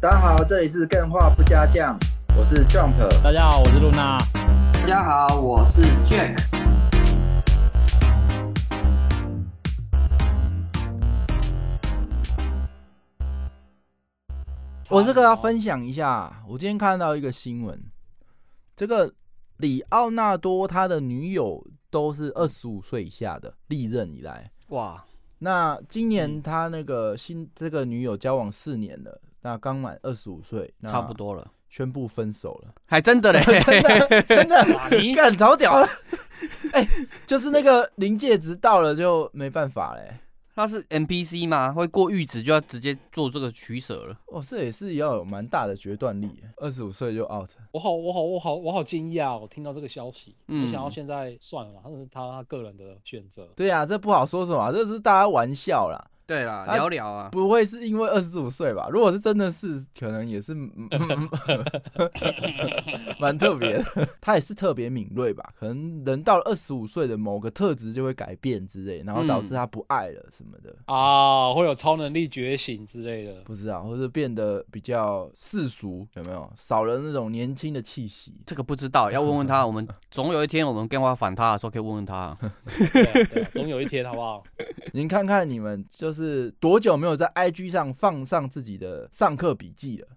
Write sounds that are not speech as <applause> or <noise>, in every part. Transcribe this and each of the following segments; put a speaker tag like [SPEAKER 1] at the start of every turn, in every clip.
[SPEAKER 1] 大家好，这里是更画不加酱，我是 Jump。
[SPEAKER 2] 大家好，我是露娜。
[SPEAKER 3] 大家好，我是 Jack。
[SPEAKER 1] 我这个要分享一下，我今天看到一个新闻，这个里奥纳多他的女友都是二十五岁以下的，历任以来。
[SPEAKER 4] 哇，嗯
[SPEAKER 1] 那今年他那个新这个女友交往四年了，那刚满二十五岁，那
[SPEAKER 4] 差不多了，
[SPEAKER 1] 宣布分手了，
[SPEAKER 4] 还真的嘞，
[SPEAKER 1] <laughs> 真的。
[SPEAKER 2] 哇你
[SPEAKER 1] <laughs> 干早屌了，哎、就是那个临界值到了就没办法嘞、
[SPEAKER 4] 那是 NPC 吗？会过阈值就要直接做这个取舍了。
[SPEAKER 1] 哦，这也是要有蛮大的决断力耶，二十五岁就 out，
[SPEAKER 2] 我好，我好，我好，我好惊讶哦！我听到这个消息，
[SPEAKER 4] 嗯
[SPEAKER 2] 我想要现在算了啦，那是他他个人的选择。
[SPEAKER 1] 对呀、这不好说什么啊，这是大家玩笑啦，
[SPEAKER 4] 对啦，
[SPEAKER 1] 啊
[SPEAKER 4] 聊聊啊，
[SPEAKER 1] 不会是因为二十五岁吧？如果是真的是，可能也是嗯嗯嗯蛮特别的。他也是特别敏锐吧？可能人到了二十五岁的某个特质就会改变之类，然后导
[SPEAKER 4] 嗯
[SPEAKER 1] 致他不爱了什么的，
[SPEAKER 2] 啊，会有超能力觉醒之类的。
[SPEAKER 1] 不知道，或者变得比较世俗，有没有少了那种年轻的气息？
[SPEAKER 4] 这个不知道，要问问
[SPEAKER 1] <laughs>
[SPEAKER 4] 他。我们总有一天我们电话反他的时候可以问问他。
[SPEAKER 2] 对啊对啊总有一天，好不好？
[SPEAKER 1] <laughs> 您看看你们就是多久没有在 IG 上放上自己的上课笔记
[SPEAKER 2] <laughs>
[SPEAKER 1] 了？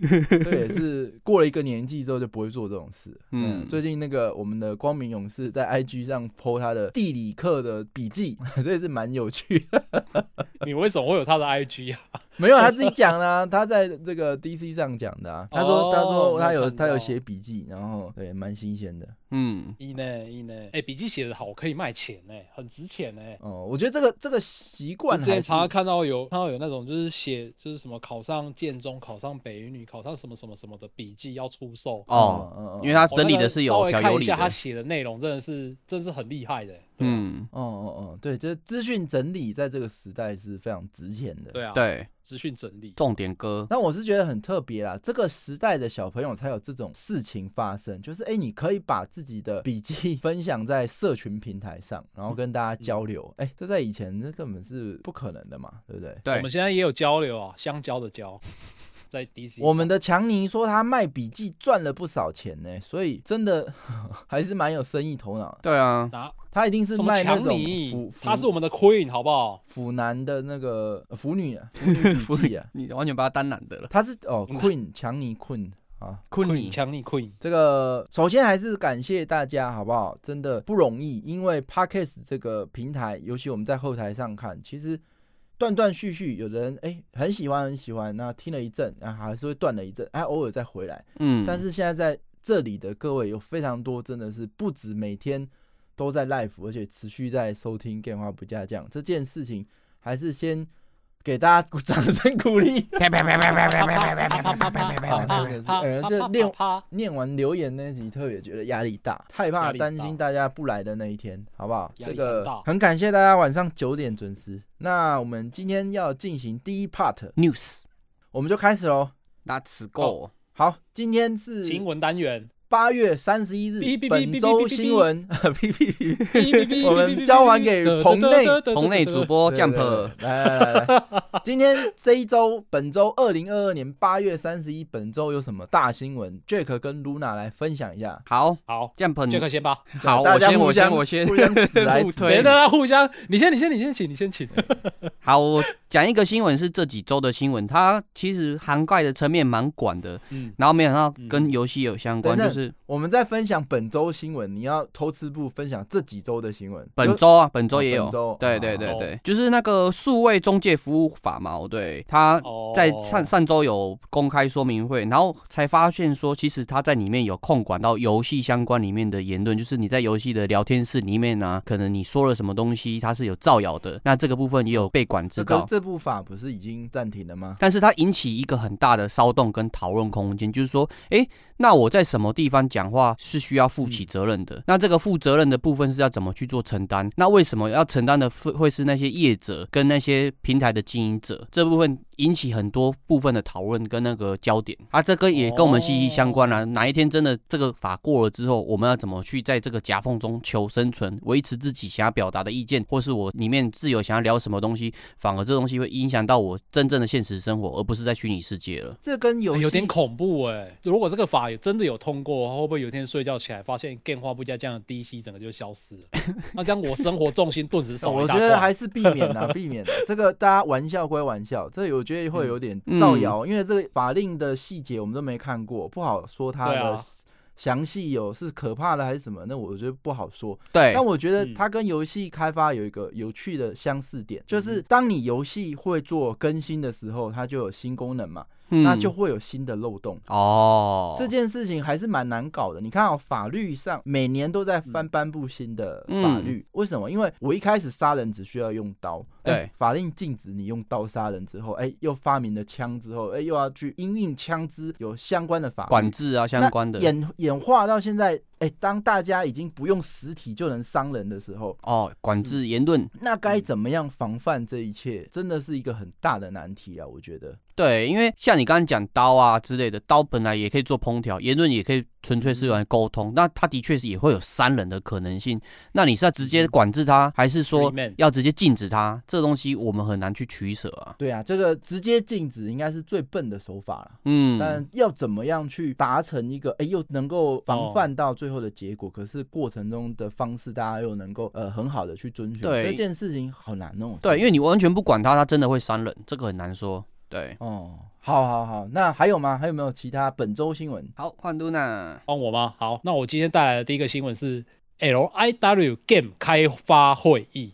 [SPEAKER 1] 这也是过了一个年纪之后就不会做这种事。嗯，
[SPEAKER 4] 嗯
[SPEAKER 1] 最近那个我们的光明勇士在 IG 上 PO 他的地理课的笔记， <laughs> 这也是蛮有趣的。
[SPEAKER 2] <laughs> 你为什么会有他的 IG 啊？ <laughs>
[SPEAKER 1] 没有他自己讲的、啊，他在这个 DC 上讲的、啊。他说、
[SPEAKER 2] 哦
[SPEAKER 1] 他说他
[SPEAKER 2] 我
[SPEAKER 1] 有
[SPEAKER 2] 有看到
[SPEAKER 1] 他有写笔记，然后对蛮新鲜的。
[SPEAKER 4] 嗯，
[SPEAKER 2] 一呢一呢，哎，笔记写得好，可以卖钱呢，很值钱呢。
[SPEAKER 1] 哦，我觉得这个这个习
[SPEAKER 2] 我
[SPEAKER 1] 惯
[SPEAKER 2] 之
[SPEAKER 1] 还
[SPEAKER 2] 前
[SPEAKER 1] 是
[SPEAKER 2] 常常看到有看到有那种就是写就是什么考上建中、考上北一女、考上什么什么什么的笔记要出售，
[SPEAKER 4] 哦，
[SPEAKER 1] 嗯嗯
[SPEAKER 4] 因为他
[SPEAKER 2] 我
[SPEAKER 4] 整理
[SPEAKER 2] 那个
[SPEAKER 4] 的是
[SPEAKER 2] 稍
[SPEAKER 4] 有
[SPEAKER 2] 微
[SPEAKER 4] 条
[SPEAKER 2] 看
[SPEAKER 4] 有
[SPEAKER 2] 一
[SPEAKER 4] 理
[SPEAKER 2] 下他
[SPEAKER 4] 的。
[SPEAKER 2] 写的内容，真的是真是很厉害的。对啊，
[SPEAKER 4] 嗯，
[SPEAKER 1] 哦哦哦，对，就是资讯整理在这个时代是非常值钱的。
[SPEAKER 2] 对啊，
[SPEAKER 4] 对，
[SPEAKER 2] 资讯整理。
[SPEAKER 4] 重点歌。
[SPEAKER 1] 但我是觉得很特别啦，这个时代的小朋友才有这种事情发生，就是哎、诶你可以把自己的笔记 <laughs> 分享在社群平台上，然
[SPEAKER 4] 嗯
[SPEAKER 1] 后跟大家交流。哎、这在以前这根本是不可能的嘛，对不对？
[SPEAKER 2] 我
[SPEAKER 4] 对
[SPEAKER 2] 们，现在也有交流啊，香蕉的
[SPEAKER 4] <laughs>
[SPEAKER 2] 蕉，在 DC
[SPEAKER 1] 我们
[SPEAKER 2] 的
[SPEAKER 1] 的强尼说他卖笔记赚了不少钱呢、所以真的 <laughs> 还是蛮有生意头脑的。
[SPEAKER 4] 对啊，
[SPEAKER 2] 拿
[SPEAKER 1] 他一定是
[SPEAKER 2] 什么
[SPEAKER 1] 卖那
[SPEAKER 2] 强
[SPEAKER 1] 种
[SPEAKER 2] 尼
[SPEAKER 1] 腐，
[SPEAKER 2] 他是我们的 Queen 好不好？
[SPEAKER 1] 腐男的那个呃腐
[SPEAKER 2] <laughs>
[SPEAKER 1] 女啊，腐女笔记啊，
[SPEAKER 4] 你完全把他当男的了。
[SPEAKER 1] 他是哦 Queen 强尼 Queen 啊，
[SPEAKER 4] 困
[SPEAKER 2] 嗯 Queen，
[SPEAKER 4] 你，
[SPEAKER 2] 强力 Queen，
[SPEAKER 1] 这个首先还是感谢大家，好不好？真的不容易，因为 Podcast 这个平台，尤其我们在后台上看，其实断断续续，有的人哎、很喜欢很喜欢，那听了一阵，啊还是会断了一阵，哎、偶尔再回来。
[SPEAKER 4] 嗯，
[SPEAKER 1] 但是现在在这里的各位有非常多，真的是不止每天都在 live，而且持续在收听《电话不加酱》这件事情，还是先给大家鼓掌声鼓励。
[SPEAKER 5] 啪啪啪啪啪啪啪啪啪啪啪啪
[SPEAKER 1] 啪
[SPEAKER 5] 啪
[SPEAKER 1] 啪真的是
[SPEAKER 2] 啪
[SPEAKER 1] 哎
[SPEAKER 2] 啪
[SPEAKER 1] 这
[SPEAKER 2] 啪
[SPEAKER 1] 练
[SPEAKER 2] 啪啪
[SPEAKER 1] 念完留言那集，特别觉得压力大，害怕
[SPEAKER 2] 压力大
[SPEAKER 1] 担心大家不来的那一天，好不好？
[SPEAKER 2] 压
[SPEAKER 1] 这
[SPEAKER 2] 力
[SPEAKER 1] 个
[SPEAKER 2] 山大
[SPEAKER 1] 很感谢大家晚上九点准时。那我们今天要进行第一 part，
[SPEAKER 4] news，
[SPEAKER 1] 我们就开始喽。
[SPEAKER 4] Let's go。
[SPEAKER 1] 好，今天
[SPEAKER 2] 新
[SPEAKER 1] 是
[SPEAKER 2] 闻单元，
[SPEAKER 1] 八月三十一
[SPEAKER 2] 哔哔
[SPEAKER 1] 日，
[SPEAKER 2] 哔
[SPEAKER 1] 本周新闻。哔哔哔，
[SPEAKER 2] 哔哔哔
[SPEAKER 1] 我们
[SPEAKER 2] 哔哔哔
[SPEAKER 1] 交还给
[SPEAKER 2] 哔哔
[SPEAKER 1] 棚内
[SPEAKER 2] 哔哔哔
[SPEAKER 4] 棚内主播
[SPEAKER 1] 对对
[SPEAKER 4] Jump，
[SPEAKER 1] 对来来来来，今天这一周，本周二零二二年八月三十一，本周有什么大新闻？Jack 跟 Luna 来分享一下。
[SPEAKER 4] 好
[SPEAKER 2] 好
[SPEAKER 4] ，Jump，你
[SPEAKER 2] 杰克先吧，
[SPEAKER 4] 好，
[SPEAKER 1] 大
[SPEAKER 4] 我
[SPEAKER 1] 家
[SPEAKER 4] 先，
[SPEAKER 1] 互
[SPEAKER 4] 我
[SPEAKER 1] 相
[SPEAKER 4] 先，我先
[SPEAKER 1] 互。
[SPEAKER 4] <laughs>
[SPEAKER 1] 相指来
[SPEAKER 4] 互
[SPEAKER 1] 指
[SPEAKER 4] 推
[SPEAKER 1] 去
[SPEAKER 2] 别大家互相，你先，你先，你先请，你先请。
[SPEAKER 4] 好，我讲一个新闻，是这几周的新闻，它其实涵盖的层面蛮广的，
[SPEAKER 2] 嗯，
[SPEAKER 4] 然后没想到
[SPEAKER 2] 嗯
[SPEAKER 4] 跟游戏有相关，
[SPEAKER 1] 等等
[SPEAKER 4] 就是
[SPEAKER 1] 我们在分享本周新闻，你要偷吃不分享这几周的新闻。
[SPEAKER 4] 本周啊，本周
[SPEAKER 1] 哦
[SPEAKER 4] 也
[SPEAKER 1] 本
[SPEAKER 4] 有
[SPEAKER 1] 周，
[SPEAKER 4] 对
[SPEAKER 1] 哦
[SPEAKER 4] 对对
[SPEAKER 2] 哦
[SPEAKER 4] 对，就是那个数位中介服务法嘛，对，它
[SPEAKER 2] 哦，
[SPEAKER 4] 在上上周有公开说明会，然后才发现说，其实它在里面有控管到游戏相关里面的言论，就是你在游戏的聊天室里面呢、可能你说了什么东西，它是有造谣的，那这个部分也有被管制
[SPEAKER 1] 这个
[SPEAKER 4] 到。
[SPEAKER 1] 这部法不是已经暂停了吗？
[SPEAKER 4] 但是它引起一个很大的骚动跟讨论空间，就是说，诶，那我在什么地方讲话是需要负起责任的？那这个负责任的部分是要怎么去做承担？那为什么要承担的会会是那些业者跟那些平台的经营者这部分？引起很多部分的讨论跟那个焦点啊，这跟也跟我们息息相关啦、啊哪一天真的这个法过了之后，我们要怎么去在这个夹缝中求生存，维持自己想要表达的意见，或是我里面自由想要聊什么东西，反而这东西会影响到我真正的现实生活，而不是在虚拟世界了。
[SPEAKER 1] 这跟游戏
[SPEAKER 2] 有点恐怖哎、如果这个法也真的有通过的话，会不会有一天睡觉起来发现电话不加这样的 DC 整个就消
[SPEAKER 1] <laughs>
[SPEAKER 2] 失了？那这样我生活重心顿时少了
[SPEAKER 1] 我
[SPEAKER 2] 一大
[SPEAKER 1] 觉得
[SPEAKER 2] 块
[SPEAKER 1] 还是避免
[SPEAKER 2] <laughs>
[SPEAKER 1] 啦，避免啦。啊这个大家玩笑归玩笑，这我觉得会有点
[SPEAKER 4] 嗯
[SPEAKER 1] 造谣，因为这个法令的细节我们都没看过，不好说它
[SPEAKER 2] 对啊
[SPEAKER 1] 的详细有是可怕的还是什么，那我觉得不好说。
[SPEAKER 4] 对
[SPEAKER 1] 但我觉得
[SPEAKER 2] 嗯
[SPEAKER 1] 它跟游戏开发有一个有趣的相似点，
[SPEAKER 2] 嗯
[SPEAKER 1] 就是当你游戏会做更新的时候，它就有新功能嘛，那
[SPEAKER 4] 嗯
[SPEAKER 1] 就会有新的漏洞。
[SPEAKER 4] 哦，
[SPEAKER 1] 这件事情还是蛮难搞的。你看、哦，法律上每年都在翻颁布新的
[SPEAKER 4] 嗯
[SPEAKER 1] 法律，为什么？因为我一开始杀人只需要用刀，
[SPEAKER 4] 对
[SPEAKER 1] 哎法令禁止你用刀杀人之后，哎，又发明了枪之后，哎，又要去因应枪支有相关的法律
[SPEAKER 4] 管制啊相关的
[SPEAKER 1] 那演演化到现在，哎，当大家已经不用实体就能伤人的时候。
[SPEAKER 4] 哦，管制言论。
[SPEAKER 1] 那该怎么样防范这一切，真的是一个很大的难题啊！我觉得，
[SPEAKER 4] 对，因为像你刚刚讲刀啊之类的，刀本来也可以做烹调，言论也可以纯粹是
[SPEAKER 1] 嗯
[SPEAKER 4] 用来沟通。那它的确是也会有伤人的可能性。那你是要直接
[SPEAKER 1] 嗯
[SPEAKER 4] 管制它，还是说
[SPEAKER 2] Free man
[SPEAKER 4] 要直接禁止它？这东西我们很难去取舍啊。
[SPEAKER 1] 对啊，这个直接禁止应该是最笨的手法了。
[SPEAKER 4] 嗯，
[SPEAKER 1] 但要怎么样去达成一个，哎、又能够防范到最后的结果，可是过程中的方式，大家又能够呃很好的去遵循，
[SPEAKER 4] 对
[SPEAKER 1] 这件事情好难哦。
[SPEAKER 4] 对，因为你完全不管它，它真的会伤人，这个很难说。对，
[SPEAKER 1] 哦，好好好，那还有吗？还有没有其他本周新闻？
[SPEAKER 4] <laughs>
[SPEAKER 1] <laughs>
[SPEAKER 4] 好，换露娜。
[SPEAKER 2] 帮我吗？好，那我今天带来的第一个新闻是 LIW Game 开发会议，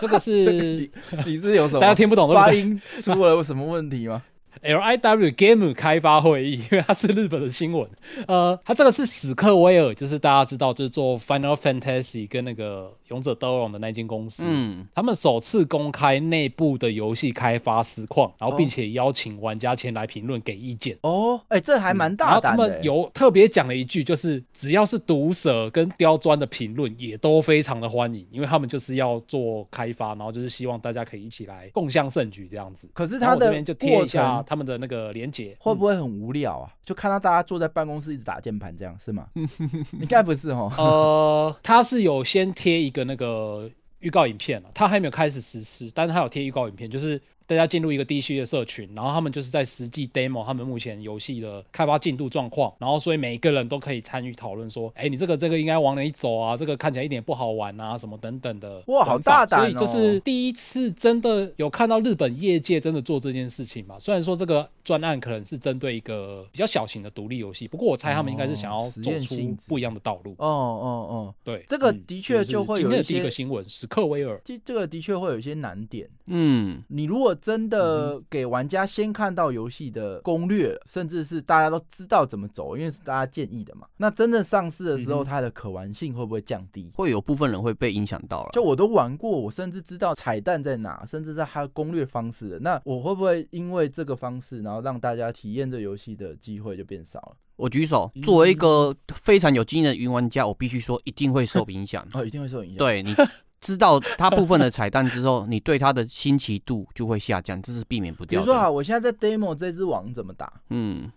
[SPEAKER 2] 这个是
[SPEAKER 1] 你你是有什
[SPEAKER 2] <laughs> 大家
[SPEAKER 1] 么
[SPEAKER 2] 听不懂对不
[SPEAKER 1] 发
[SPEAKER 2] 对
[SPEAKER 1] 音出了什么问题吗？
[SPEAKER 2] LIW Game 开发会议，因为它是日本的新闻。 <laughs> 呃，它这个是史克威尔，就是大家知道，就是做 Final Fantasy 跟那个勇者斗恶龙的那间公司。
[SPEAKER 4] 嗯，
[SPEAKER 2] 他们首次公开内部的游戏开发实况，然后并且邀请玩家前来评论给意见。
[SPEAKER 1] 哦， <laughs> 哎、这还蛮
[SPEAKER 2] 嗯然
[SPEAKER 1] 大
[SPEAKER 2] 后他
[SPEAKER 1] 胆的、欸
[SPEAKER 2] 们有特别讲了一句，就是只要是毒蛇跟刁钻的评论也都非常的欢迎，因为他们就是要做开发，然后就是希望大家可以一起来共襄盛举这样子。
[SPEAKER 1] 可是
[SPEAKER 2] 然
[SPEAKER 1] 他
[SPEAKER 2] 后我这
[SPEAKER 1] 的
[SPEAKER 2] 边就贴
[SPEAKER 1] 过
[SPEAKER 2] 一下
[SPEAKER 1] 程
[SPEAKER 2] 他们的那个连嗯接，
[SPEAKER 1] 会不会很无聊啊？就看到大家坐在办公室一直打键盘这样是 <laughs> 吗？应该不是哦。
[SPEAKER 2] 呃，他是有先贴一个那个预告影片了，啊他还没有开始实施，但是他有贴预告影片，就是大家进入一个地区的社群，然后他们就是在实际 demo 他们目前游戏的开发进度状况，然后所以每一个人都可以参与讨论说，哎，你这个这个应该往哪里走啊？这个看起来一点不好玩啊，什么等等的玩法。
[SPEAKER 1] 哇好大胆
[SPEAKER 2] 所以这是
[SPEAKER 1] 哦
[SPEAKER 2] 第一次真的有看到日本业界真的做这件事情嘛？虽然说这个专案可能是针对一个比较小型的独立游戏，不过我猜他们应该是想要
[SPEAKER 1] 哦实
[SPEAKER 2] 走
[SPEAKER 1] 验性
[SPEAKER 2] 出
[SPEAKER 1] 质
[SPEAKER 2] 不一样的道路。
[SPEAKER 1] 哦哦哦，
[SPEAKER 2] 对，
[SPEAKER 1] 这个
[SPEAKER 2] 嗯
[SPEAKER 1] 的确
[SPEAKER 2] 是
[SPEAKER 1] 就会
[SPEAKER 2] 今
[SPEAKER 1] 有
[SPEAKER 2] 天
[SPEAKER 1] 一
[SPEAKER 2] 的第一
[SPEAKER 1] 些
[SPEAKER 2] 个新闻，史克威尔。
[SPEAKER 1] 这这个的确会有一些难点。
[SPEAKER 4] 嗯，
[SPEAKER 1] 你如果真
[SPEAKER 2] 嗯
[SPEAKER 1] 的给玩家先看到游戏的攻略，甚至是大家都知道怎么走，因为是大家建议的嘛，那真正上市的时候，
[SPEAKER 2] 嗯哼
[SPEAKER 1] 它的可玩性会不会降低？
[SPEAKER 4] 会有部分人会被影响到了。
[SPEAKER 1] 就我都玩过，我甚至知道彩蛋在哪，甚至在它的攻略方式的，那我会不会因为这个方式，然后让大家体验这游戏的机会就变少了？
[SPEAKER 4] 我举手，
[SPEAKER 1] 嗯
[SPEAKER 4] 作为一个非常有经验的云玩家，我必须说一定会受影响。
[SPEAKER 1] <laughs> 哦，一定会受影响。，
[SPEAKER 4] 对你知道它部分的彩蛋之后，你对它的新奇度就会下降，这是避免不
[SPEAKER 1] 比
[SPEAKER 4] 掉
[SPEAKER 1] 如
[SPEAKER 4] 的。
[SPEAKER 1] 说好，我现在在 demo 这只王怎么打，
[SPEAKER 4] 嗯，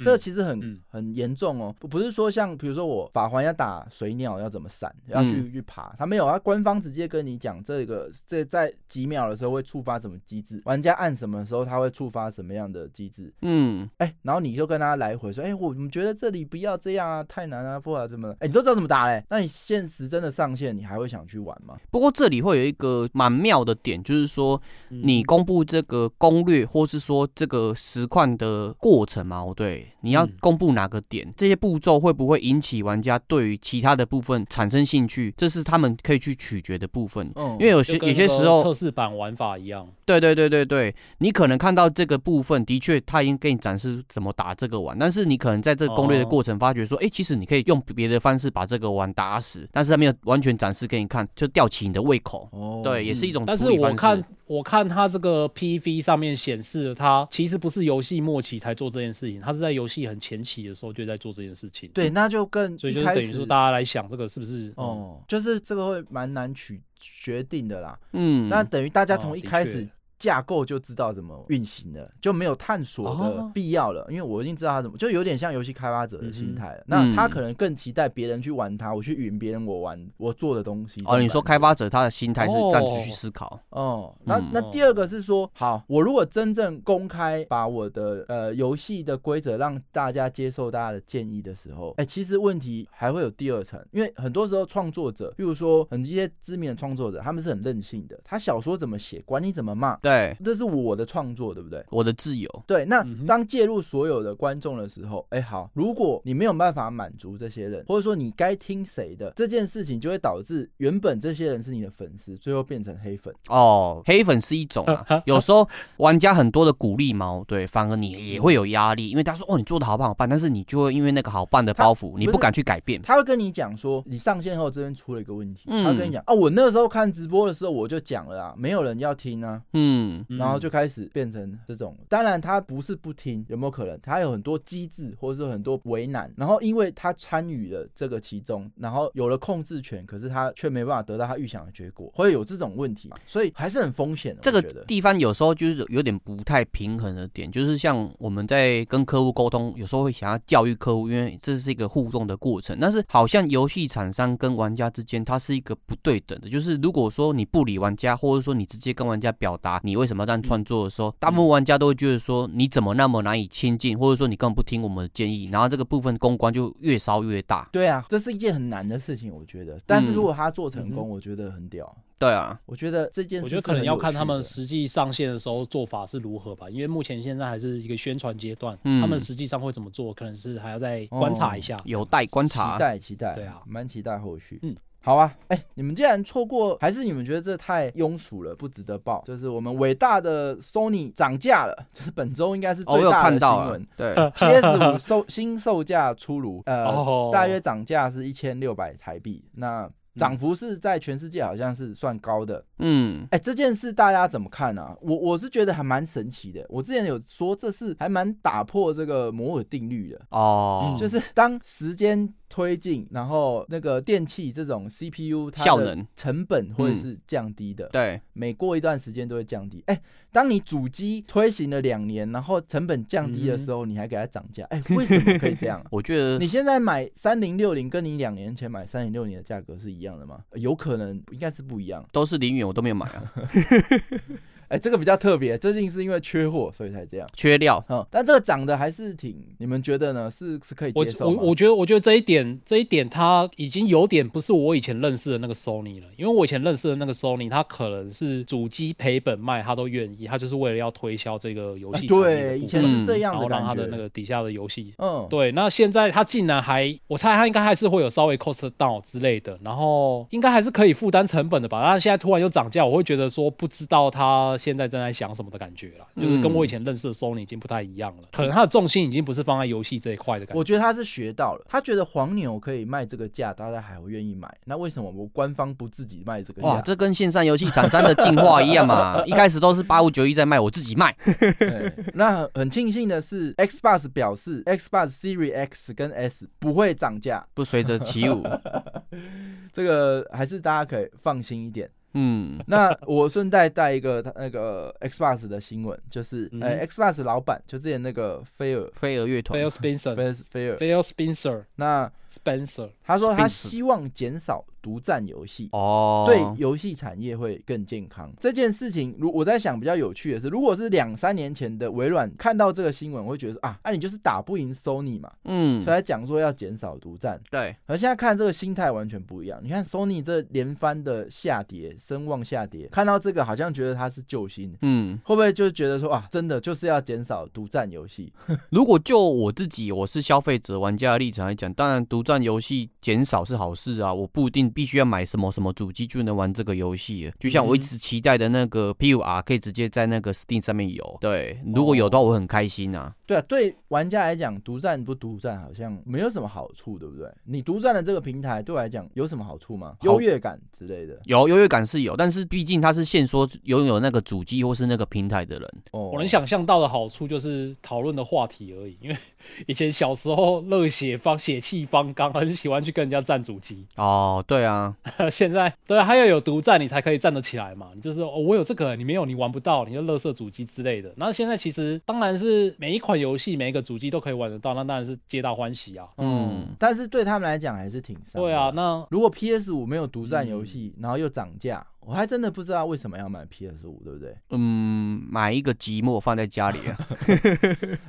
[SPEAKER 1] 这其实很、
[SPEAKER 2] 嗯
[SPEAKER 1] 很严重哦，不不是说像比如说我法环要打水鸟要怎么闪，要去、
[SPEAKER 4] 嗯
[SPEAKER 1] 去爬，他没有，他官方直接跟你讲这个这在几秒的时候会触发什么机制，玩家按什么的时候他会触发什么样的机制，
[SPEAKER 4] 嗯，
[SPEAKER 1] 哎，然后你就跟他来回说，哎，我们觉得这里不要这样啊，太难啊，不好怎么，哎，你都知道怎么打嘞，那你现实真的上线，你还会想去玩吗？
[SPEAKER 4] 不过这里会有一个蛮妙的点，就是说
[SPEAKER 2] 嗯
[SPEAKER 4] 你公布这个攻略，或是说这个实况的过程嘛，哦对，你要
[SPEAKER 2] 嗯
[SPEAKER 4] 公布哪个点，这些步骤会不会引起玩家对于其他的部分产生兴趣，这是他们可以去取决的部分。
[SPEAKER 1] 嗯，
[SPEAKER 4] 因为有
[SPEAKER 2] 哦就
[SPEAKER 4] 些
[SPEAKER 2] 跟
[SPEAKER 4] 有些
[SPEAKER 2] 那个
[SPEAKER 4] 时候
[SPEAKER 2] 测试版玩法一样，
[SPEAKER 4] 对对对对对，你可能看到这个部分，的确他已经给你展示怎么打这个碗，但是你可能在这个攻
[SPEAKER 2] 哦
[SPEAKER 4] 略的过程发觉说，哎、其实你可以用别的方式把这个碗打死，但是他没有完全展示给你看，就吊起你的胃口。
[SPEAKER 1] 哦，
[SPEAKER 4] 对，也是一种
[SPEAKER 2] 但是
[SPEAKER 4] 处理方
[SPEAKER 2] 我
[SPEAKER 4] 式。
[SPEAKER 2] 看我看它这个 PV 上面显示的，它其实不是游戏末期才做这件事情，它是在游戏很前期的时候就在做这件事情。，
[SPEAKER 1] 对，那就更
[SPEAKER 2] 所以
[SPEAKER 1] 一
[SPEAKER 2] 就是
[SPEAKER 1] 开
[SPEAKER 2] 等于
[SPEAKER 1] 始
[SPEAKER 2] 说大家来想这个是不是？嗯，
[SPEAKER 1] 哦，就是这个会蛮难取决定的啦。
[SPEAKER 4] 嗯，
[SPEAKER 1] 那等于大家
[SPEAKER 2] 哦
[SPEAKER 1] 从一
[SPEAKER 2] 的
[SPEAKER 1] 开
[SPEAKER 2] 确
[SPEAKER 1] 始架构就知道怎么运行了，就没有探索的
[SPEAKER 2] 哦
[SPEAKER 1] 必要了，因为我已经知道它怎么，就有点像游戏开发者的心态了。
[SPEAKER 4] 嗯
[SPEAKER 1] 那他可能更期待别人去玩它，我去云别人我玩我做的东西。这种
[SPEAKER 4] 哦，你
[SPEAKER 1] 感
[SPEAKER 4] 说
[SPEAKER 1] 觉
[SPEAKER 4] 开发者他的心态是
[SPEAKER 2] 哦
[SPEAKER 4] 站出去思考，
[SPEAKER 1] 哦，那
[SPEAKER 4] 嗯
[SPEAKER 1] 那第二个是说，好，我如果真正公开把我的呃游戏的规则让大家接受大家的建议的时候，哎、其实问题还会有第二层，因为很多时候创作者，比如说很一些知名的创作者，他们是很任性的，他小说怎么写，管你怎么骂，
[SPEAKER 4] 对，
[SPEAKER 1] 这是我的创作，对不对？
[SPEAKER 4] 我的自由，
[SPEAKER 1] 对，那
[SPEAKER 2] 嗯哼
[SPEAKER 1] 当介入所有的观众的时候，哎、好，如果你没有办法满足这些人，或者说你该听谁的这件事情，就会导致原本这些人是你的粉丝，最后变成黑粉。
[SPEAKER 4] 哦，黑粉是一种啊，有时候玩家很多的鼓励毛，对，反而你也会有压力，因为他说哦你做的好不好办，但是你就会因为那个好办的
[SPEAKER 1] 他
[SPEAKER 4] 包袱，你
[SPEAKER 1] 不
[SPEAKER 4] 不
[SPEAKER 1] 是
[SPEAKER 4] 敢去改变，
[SPEAKER 1] 他会跟你讲说，你上线后这边出了一个问题，
[SPEAKER 4] 嗯
[SPEAKER 1] 他会跟你讲啊，我那时候看直播的时候我就讲了啊，没有人要听啊，
[SPEAKER 4] 嗯，
[SPEAKER 2] 嗯
[SPEAKER 1] 然后就开始变成这种。当然他不是不听，有没有可能？他有很多机制，或者是很多为难，然后因为他参与了这个其中，然后有了控制权，可是他却没办法得到他预想的结果，会有这种问题嘛，所以还是很风险的。
[SPEAKER 4] 这个嗯
[SPEAKER 1] 我觉得
[SPEAKER 4] 地方有时候就是有点不太平衡的点，就是像我们在跟客户沟通，有时候会想要教育客户，因为这是一个互动的过程。但是好像游戏厂商跟玩家之间，它是一个不对等的，就是如果说你不理玩家，或者说你直接跟玩家表达你为什么要这样创作的时候，大部分玩家都会觉得说你怎么那么难以亲近，或者说你根本不听我们的建议，然后这个部分公关就越烧越大。
[SPEAKER 1] 对啊，这是一件很难的事情，我觉得。但是如果他做成
[SPEAKER 2] 嗯
[SPEAKER 1] 功，
[SPEAKER 2] 哼
[SPEAKER 1] 我觉得很屌。
[SPEAKER 4] 对啊，
[SPEAKER 1] 我觉得这件事
[SPEAKER 2] 我觉得
[SPEAKER 1] 是
[SPEAKER 2] 可能
[SPEAKER 1] 很
[SPEAKER 2] 要
[SPEAKER 1] 有
[SPEAKER 2] 看
[SPEAKER 1] 趣
[SPEAKER 2] 他们
[SPEAKER 1] 的
[SPEAKER 2] 实际上线的时候做法是如何吧，因为目前现在还是一个宣传阶段，
[SPEAKER 4] 嗯
[SPEAKER 2] 他们实际上会怎么做，可能是还要再观察一下。
[SPEAKER 4] 哦有待观察
[SPEAKER 1] 哦期。待期待，
[SPEAKER 2] 对啊
[SPEAKER 1] 蛮期待后续。嗯
[SPEAKER 2] 嗯，
[SPEAKER 1] 好啊，哎、你们既然错过，还是你们觉得这太庸俗了，不值得报？就是我们伟大的 Sony 涨价了，这是本周应该是
[SPEAKER 4] 哦，我
[SPEAKER 1] 最
[SPEAKER 4] 有
[SPEAKER 1] 大
[SPEAKER 4] 看
[SPEAKER 1] 的
[SPEAKER 4] 到
[SPEAKER 1] 新
[SPEAKER 4] 啊
[SPEAKER 1] 闻。， <laughs>
[SPEAKER 4] 对，
[SPEAKER 1] PS 五售新售价出炉，呃
[SPEAKER 2] 哦
[SPEAKER 1] 大约涨价是一千六百台币，那涨幅是在全世界好像是算高的。
[SPEAKER 4] 嗯，
[SPEAKER 1] 哎、这件事大家怎么看啊？我我是觉得还蛮神奇的。我之前有说这是还蛮打破这个摩尔定律的，
[SPEAKER 4] 哦，
[SPEAKER 1] 就是当时间推进，然后那个电器这种 CPU 它
[SPEAKER 4] 效
[SPEAKER 1] 的
[SPEAKER 4] 能嗯
[SPEAKER 1] 成本会是降低的，
[SPEAKER 4] 对。？
[SPEAKER 1] 每过一段时间都会降低。哎、当你主机推行了两年，然后成本降低的时候，你还给它涨价，哎、为什么可以这样啊
[SPEAKER 4] <laughs> 我觉得
[SPEAKER 1] 你现在买三零六零，跟你两年前买三零六零的价格是一样的吗？呃有可能，应该是不一样。
[SPEAKER 4] 都是零元，我都没有买 <laughs> 啊，
[SPEAKER 1] 哎、这个比较特别，最近是因为缺货，所以才这样。
[SPEAKER 4] 缺料。
[SPEAKER 1] 嗯，但这个涨的还是挺，你们觉得呢？是是可以
[SPEAKER 2] 我
[SPEAKER 1] 接受
[SPEAKER 2] 我
[SPEAKER 1] 吗？
[SPEAKER 2] 我觉得，我觉得这一点，这一点它已经有点不是我以前认识的那个 Sony 了，因为我以前认识的那个 Sony，它可能是主机赔本卖，它都愿意，它就是为了要推销这个游
[SPEAKER 1] 啊
[SPEAKER 2] 戏、
[SPEAKER 1] 对，以前是
[SPEAKER 4] 嗯
[SPEAKER 1] 这样
[SPEAKER 2] 然
[SPEAKER 1] 的
[SPEAKER 2] 后
[SPEAKER 1] 感
[SPEAKER 2] 让它
[SPEAKER 1] 觉。
[SPEAKER 2] 的那个底下的游戏
[SPEAKER 1] 嗯，
[SPEAKER 2] 对，那现在他竟然还，我猜他应该还是会有稍微 cost down 之类的，然后应该还是可以负担成本的吧。但现在突然又涨价，我会觉得说不知道他现在正在想什么的感觉啦，就是跟
[SPEAKER 1] 嗯
[SPEAKER 2] 我以前认识的 Sony 已经不太一样了，可能他的重心已经不是放在游戏这一块的感
[SPEAKER 1] 我
[SPEAKER 2] 觉。
[SPEAKER 1] 觉得他是学到了，他觉得黄牛可以卖这个价，大家还会愿意买。那为什么我官方不自己卖这个
[SPEAKER 4] 哇，
[SPEAKER 1] 价？
[SPEAKER 4] 这跟线上游戏厂商的进化一样嘛，一开始都是八五九一在卖，我自己卖。
[SPEAKER 1] 对那很庆幸的是，Xbox 表示 Xbox Series X 跟 S 不会涨价，
[SPEAKER 4] 不随着起舞，
[SPEAKER 1] <laughs> 这个还是大家可以放心一点。
[SPEAKER 4] <laughs> 嗯，
[SPEAKER 1] 那我顺带带一个那个 Xbox 的新闻，就是
[SPEAKER 2] 嗯
[SPEAKER 1] 呃 Xbox 老板就之前那个菲尔
[SPEAKER 4] 飞儿乐团
[SPEAKER 2] Phil Spencer。
[SPEAKER 1] 菲菲尔，
[SPEAKER 2] Phil Spencer
[SPEAKER 1] 那
[SPEAKER 2] Spencer，
[SPEAKER 1] 他说他
[SPEAKER 4] Spencer
[SPEAKER 1] 希望减少独占游戏。
[SPEAKER 4] 哦，
[SPEAKER 1] 对游戏产业会更健康这件事情，如我在想比较有趣的是，如果是两三年前的微软看到这个新闻，我会觉得说啊，那、你就是打不赢 Sony 嘛，
[SPEAKER 4] 嗯
[SPEAKER 1] 所以，才讲说要减少独占。
[SPEAKER 4] 对，
[SPEAKER 1] 而现在看这个心态完全不一样，你看 Sony 这连番的下跌，声望下跌，看到这个好像觉得它是救星。
[SPEAKER 4] 嗯，
[SPEAKER 1] 会不会就觉得说啊，真的就是要减少独占游戏？
[SPEAKER 4] 如果就我自己，我是消费者玩家的立场来讲，当然独占游戏减少是好事啊，我不一定必须要买什么什么主机就能玩这个游戏。就像我一直期待的那个 PUR 可以直接在那个 Steam 上面有，对，如果有的话我很开心啊。
[SPEAKER 1] 对啊，对玩家来讲，独占不独占好像没有什么好处，对不对？你独占了这个平台，对我来讲有什么好处吗？
[SPEAKER 4] 好
[SPEAKER 1] 优越感之类的。
[SPEAKER 4] 有优越感是有，但是毕竟他是限缩拥有那个主机或是那个平台的人，
[SPEAKER 1] 哦，
[SPEAKER 2] 我能想象到的好处就是讨论的话题而已， <laughs> 因为以前小时候热血方血气方刚，很喜欢去跟人家站主机。 <laughs>
[SPEAKER 4] 哦，对对啊，
[SPEAKER 2] 现在对，还要有独占你才可以站得起来嘛。你就是说哦，我有这个，你没有，你玩不到，你就乐色主机之类的。那现在其实当然是每一款游戏每一个主机都可以玩得到，那当然是皆大欢喜啊。
[SPEAKER 4] 嗯，
[SPEAKER 1] 但是对他们来讲还是挺伤的。
[SPEAKER 2] 对啊，那嗯
[SPEAKER 1] 如果 PS 五没有独占游戏，然后又涨价，我还真的不知道为什么要买 PS 五，对不对？
[SPEAKER 4] 嗯，买一个寂寞放在家里啊。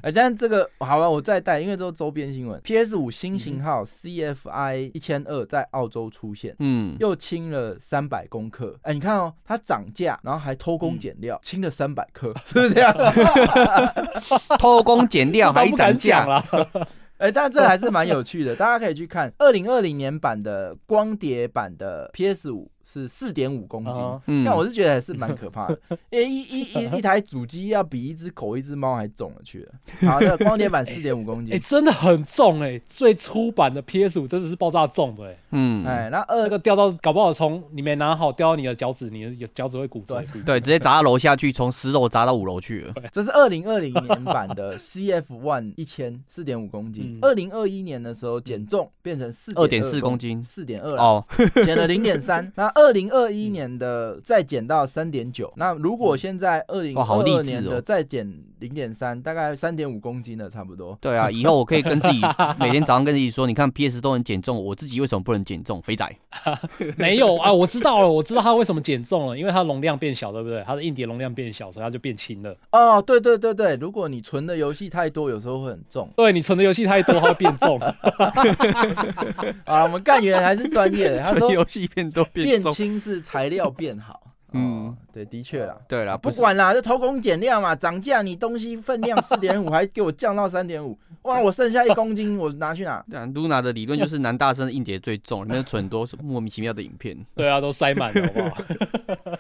[SPEAKER 1] 哎、但是这个好吧，我再带，因为都是周边新闻。PS 五新
[SPEAKER 4] 嗯
[SPEAKER 1] 型号 CFI 一千二在澳洲出现。
[SPEAKER 4] 嗯，
[SPEAKER 1] 又清了三百公克，哎、你看哦，它涨价，然后还偷
[SPEAKER 4] 嗯
[SPEAKER 1] 工减料，清了三百
[SPEAKER 4] <laughs>
[SPEAKER 1] 克，是不是这样？ <laughs>
[SPEAKER 4] 偷工减料
[SPEAKER 2] 这倒
[SPEAKER 4] 还
[SPEAKER 2] 不
[SPEAKER 4] 涨
[SPEAKER 2] 敢
[SPEAKER 4] 价
[SPEAKER 2] 讲，啦。
[SPEAKER 1] <laughs> 哎、但这还是蛮有趣的，大家可以去看二零二零年版的光碟版的 PS 五是四点五公斤，
[SPEAKER 2] 啊
[SPEAKER 4] 嗯
[SPEAKER 1] 但我是觉得还是蛮可怕的，因为一一一一台主机要比一只狗、一只猫还重了去了。好，那个光碟版四点五公
[SPEAKER 2] 哎、
[SPEAKER 1] 斤，
[SPEAKER 2] 真的很重哎、最初版的 PS 五真的是爆炸重 <laughs> 的哎、
[SPEAKER 4] <laughs> 嗯，
[SPEAKER 1] 哎，那
[SPEAKER 2] 那
[SPEAKER 1] 二
[SPEAKER 2] 个掉到搞不好从你没拿好掉到你的脚趾，你的脚趾会骨折
[SPEAKER 1] 对。
[SPEAKER 4] 对，直接砸到楼下去，从十楼砸到五楼去了。
[SPEAKER 1] 这是二零二零年版的 CF One 一千四点五公斤
[SPEAKER 2] 嗯，
[SPEAKER 1] 二零二一年的时候减重变成四
[SPEAKER 4] 2.4公斤
[SPEAKER 1] 四点二
[SPEAKER 4] 哦，
[SPEAKER 1] <laughs> 减了零点三。那二零二一年的再减到三点九。那如果现在二零
[SPEAKER 4] 哇好
[SPEAKER 1] 二
[SPEAKER 4] 励志哦
[SPEAKER 1] 二年的再减零点三，大概三点五公斤了，差不多。
[SPEAKER 4] 对啊，以后我可以
[SPEAKER 2] <laughs>
[SPEAKER 4] 跟
[SPEAKER 1] <laughs>
[SPEAKER 4] 自己每天早上跟自己说，你看 PS 都能减重，我自己为什么不能减重？肥仔，
[SPEAKER 2] 哦没有啊，我知道了，我知道它为什么减重了，因为它容量变小，对不对？它的硬碟容量变小，所以它就变轻了。
[SPEAKER 1] 哦，对对对对，如果你存的游戏太多，有时候会很重。
[SPEAKER 2] 对你存的游戏太多，它会变
[SPEAKER 1] <laughs>
[SPEAKER 2] 重。
[SPEAKER 1] 啊，我们干员还是专业的，他
[SPEAKER 4] <laughs> 这
[SPEAKER 1] 说
[SPEAKER 4] 游戏变多
[SPEAKER 1] 变
[SPEAKER 4] 变重。
[SPEAKER 1] 轻是材料变好。
[SPEAKER 4] 嗯
[SPEAKER 1] 嗯， <laughs> 对，的确啦。
[SPEAKER 4] 对啦，
[SPEAKER 1] 不
[SPEAKER 4] 啊是
[SPEAKER 1] 管啦，就偷工减料嘛，涨价你东西分量四
[SPEAKER 4] <laughs>
[SPEAKER 1] 点五，还给我降到三点五，哇，我剩下一公斤，我拿去哪？
[SPEAKER 4] <laughs> 对啊，Luna 的理论就是男大生的硬碟最重，里面存很多莫名其妙的影片。
[SPEAKER 2] <laughs> 对啊，都塞满了，好不好？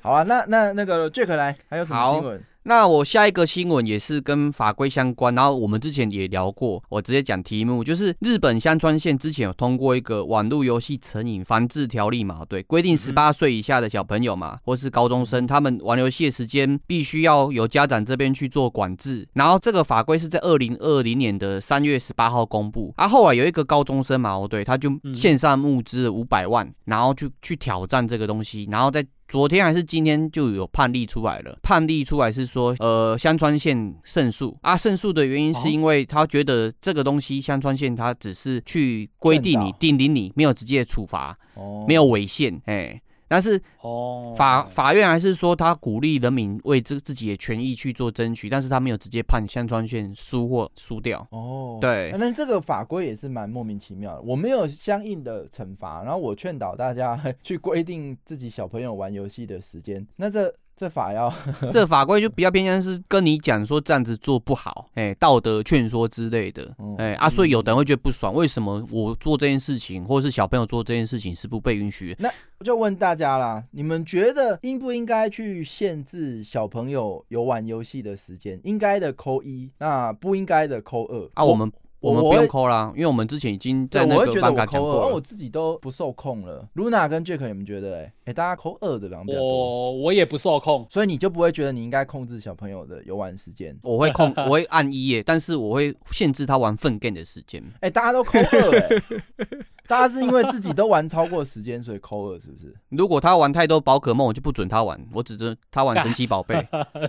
[SPEAKER 1] 好啊，那那那个 Jack 来，还有什么
[SPEAKER 4] 好
[SPEAKER 1] 新闻？
[SPEAKER 4] 那我下一个新闻也是跟法规相关，然后我们之前也聊过，我直接讲题目，就是日本香川县之前有通过一个网络游戏成瘾防治条例嘛，对，规
[SPEAKER 1] 嗯
[SPEAKER 4] 定十八岁以下的小朋友嘛，或是高中生，他们玩游戏的时间必须要由家长这边去做管制，然后这个法规是在二零二零年的三月十八号公布，啊，后来有一个高中生嘛，哦对，他就
[SPEAKER 2] 嗯
[SPEAKER 4] 线上募资五百万，然后就去挑战这个东西，然后再昨天还是今天就有判例出来了，判例出来是说，呃，香川县胜诉啊，胜诉的原因
[SPEAKER 1] 哦
[SPEAKER 4] 是因为他觉得这个东西香川县他只是去规定
[SPEAKER 1] 劝
[SPEAKER 4] 你
[SPEAKER 1] 导
[SPEAKER 4] 定领你，没有直接处罚，
[SPEAKER 1] 哦
[SPEAKER 4] 没有违宪，哎、但是
[SPEAKER 2] 哦，
[SPEAKER 4] 法法院还是说他鼓励人民为这自己的权益去做争取，但是他没有直接判香川县输或输掉。
[SPEAKER 1] 哦，
[SPEAKER 4] 对
[SPEAKER 1] 啊那这个法规也是蛮莫名其妙的。我没有相应的惩罚，然后我劝导大家 <laughs> 去规定自己小朋友玩游戏的时间，那这这法要 <laughs>
[SPEAKER 4] 这个法规就比较偏向是跟你讲说这样子做不好，哎、道德劝说之类的
[SPEAKER 1] 嗯，
[SPEAKER 4] 哎、啊，所以有的人会觉得不爽，为什么我做这件事情，或者是小朋友做这件事情是不被允许？
[SPEAKER 1] 我就问大家啦，你们觉得应不应该去限制小朋友游玩游戏的时间？应该的扣一，那不应该的扣二
[SPEAKER 4] 啊，我们我们不
[SPEAKER 1] 我
[SPEAKER 4] 用
[SPEAKER 1] 会
[SPEAKER 4] 扣啦，因为我们之前已经
[SPEAKER 1] 对，
[SPEAKER 4] 在那
[SPEAKER 1] 我会
[SPEAKER 4] 个
[SPEAKER 1] 觉得
[SPEAKER 4] 班
[SPEAKER 1] 我
[SPEAKER 4] 卡讲
[SPEAKER 1] 扣二，
[SPEAKER 4] 过
[SPEAKER 1] 而
[SPEAKER 4] 了
[SPEAKER 1] 我。自己都不受控了。Luna 跟 Jack，你们觉得、欸？哎、大家扣二的比方比较多，
[SPEAKER 2] 哦我我也不受控。
[SPEAKER 1] 所以你就不会觉得你应该控制小朋友的游玩时间？
[SPEAKER 4] 我会
[SPEAKER 1] <laughs>
[SPEAKER 4] 控，我会按一耶，但是我会限制他玩粪 game 的时间。
[SPEAKER 1] 哎、大家都扣二哎、
[SPEAKER 4] <laughs>
[SPEAKER 1] 大家是因为自己都玩超过时间，所以扣二是不是？
[SPEAKER 4] <laughs> 如果他玩太多宝可梦，我就不准他玩，我只准他玩神奇宝贝。
[SPEAKER 1] <laughs>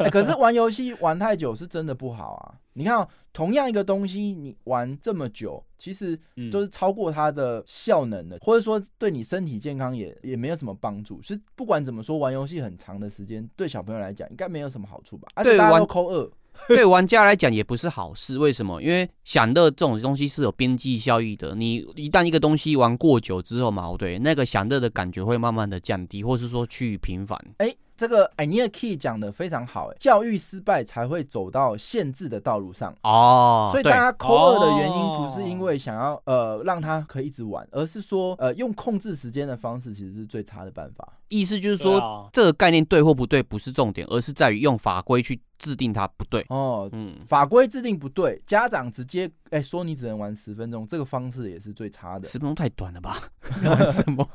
[SPEAKER 1] 哎，可是玩游戏玩太久是真的不好啊！你看、哦，同样一个东西，你玩这么久，其实
[SPEAKER 2] 嗯
[SPEAKER 1] 就是超过它的效能的，或者说对你身体健康也也没有什么帮助。是不管怎么说，玩游戏很长的时间，对小朋友来讲应该没有什么好处吧？而且
[SPEAKER 4] 对
[SPEAKER 1] 大家
[SPEAKER 4] 玩
[SPEAKER 1] 都扣二，
[SPEAKER 4] <laughs> 对玩家来讲也不是好事，为什么？因为享乐这种东西是有边际效益的，你一旦一个东西玩过久之后嘛，哦对那个享乐的感觉会慢慢的降低，或是说趋于平凡。
[SPEAKER 1] 哎、这个 i n e Key 讲的非常好、哎，教育失败才会走到限制的道路上。
[SPEAKER 4] 哦，
[SPEAKER 1] 所以大
[SPEAKER 4] 对，
[SPEAKER 1] 家扣二的原因
[SPEAKER 4] 啊
[SPEAKER 1] 不是因
[SPEAKER 2] 哦
[SPEAKER 1] 为想要呃让他可以一直玩，而是说呃用控制时间的方式其实是最差的办法。
[SPEAKER 4] 意思就是
[SPEAKER 2] 对
[SPEAKER 4] 说、
[SPEAKER 2] 啊
[SPEAKER 4] 这个概念对或不对不是重点，而是在于用法规去制定它不对。
[SPEAKER 1] 哦，
[SPEAKER 4] 嗯，
[SPEAKER 1] 法规制定不对，家长直接哎、说你只能玩十分钟，这个方式也是最差的。
[SPEAKER 4] 十分钟太短了
[SPEAKER 1] <laughs>
[SPEAKER 4] 吧？ <laughs> 玩什么？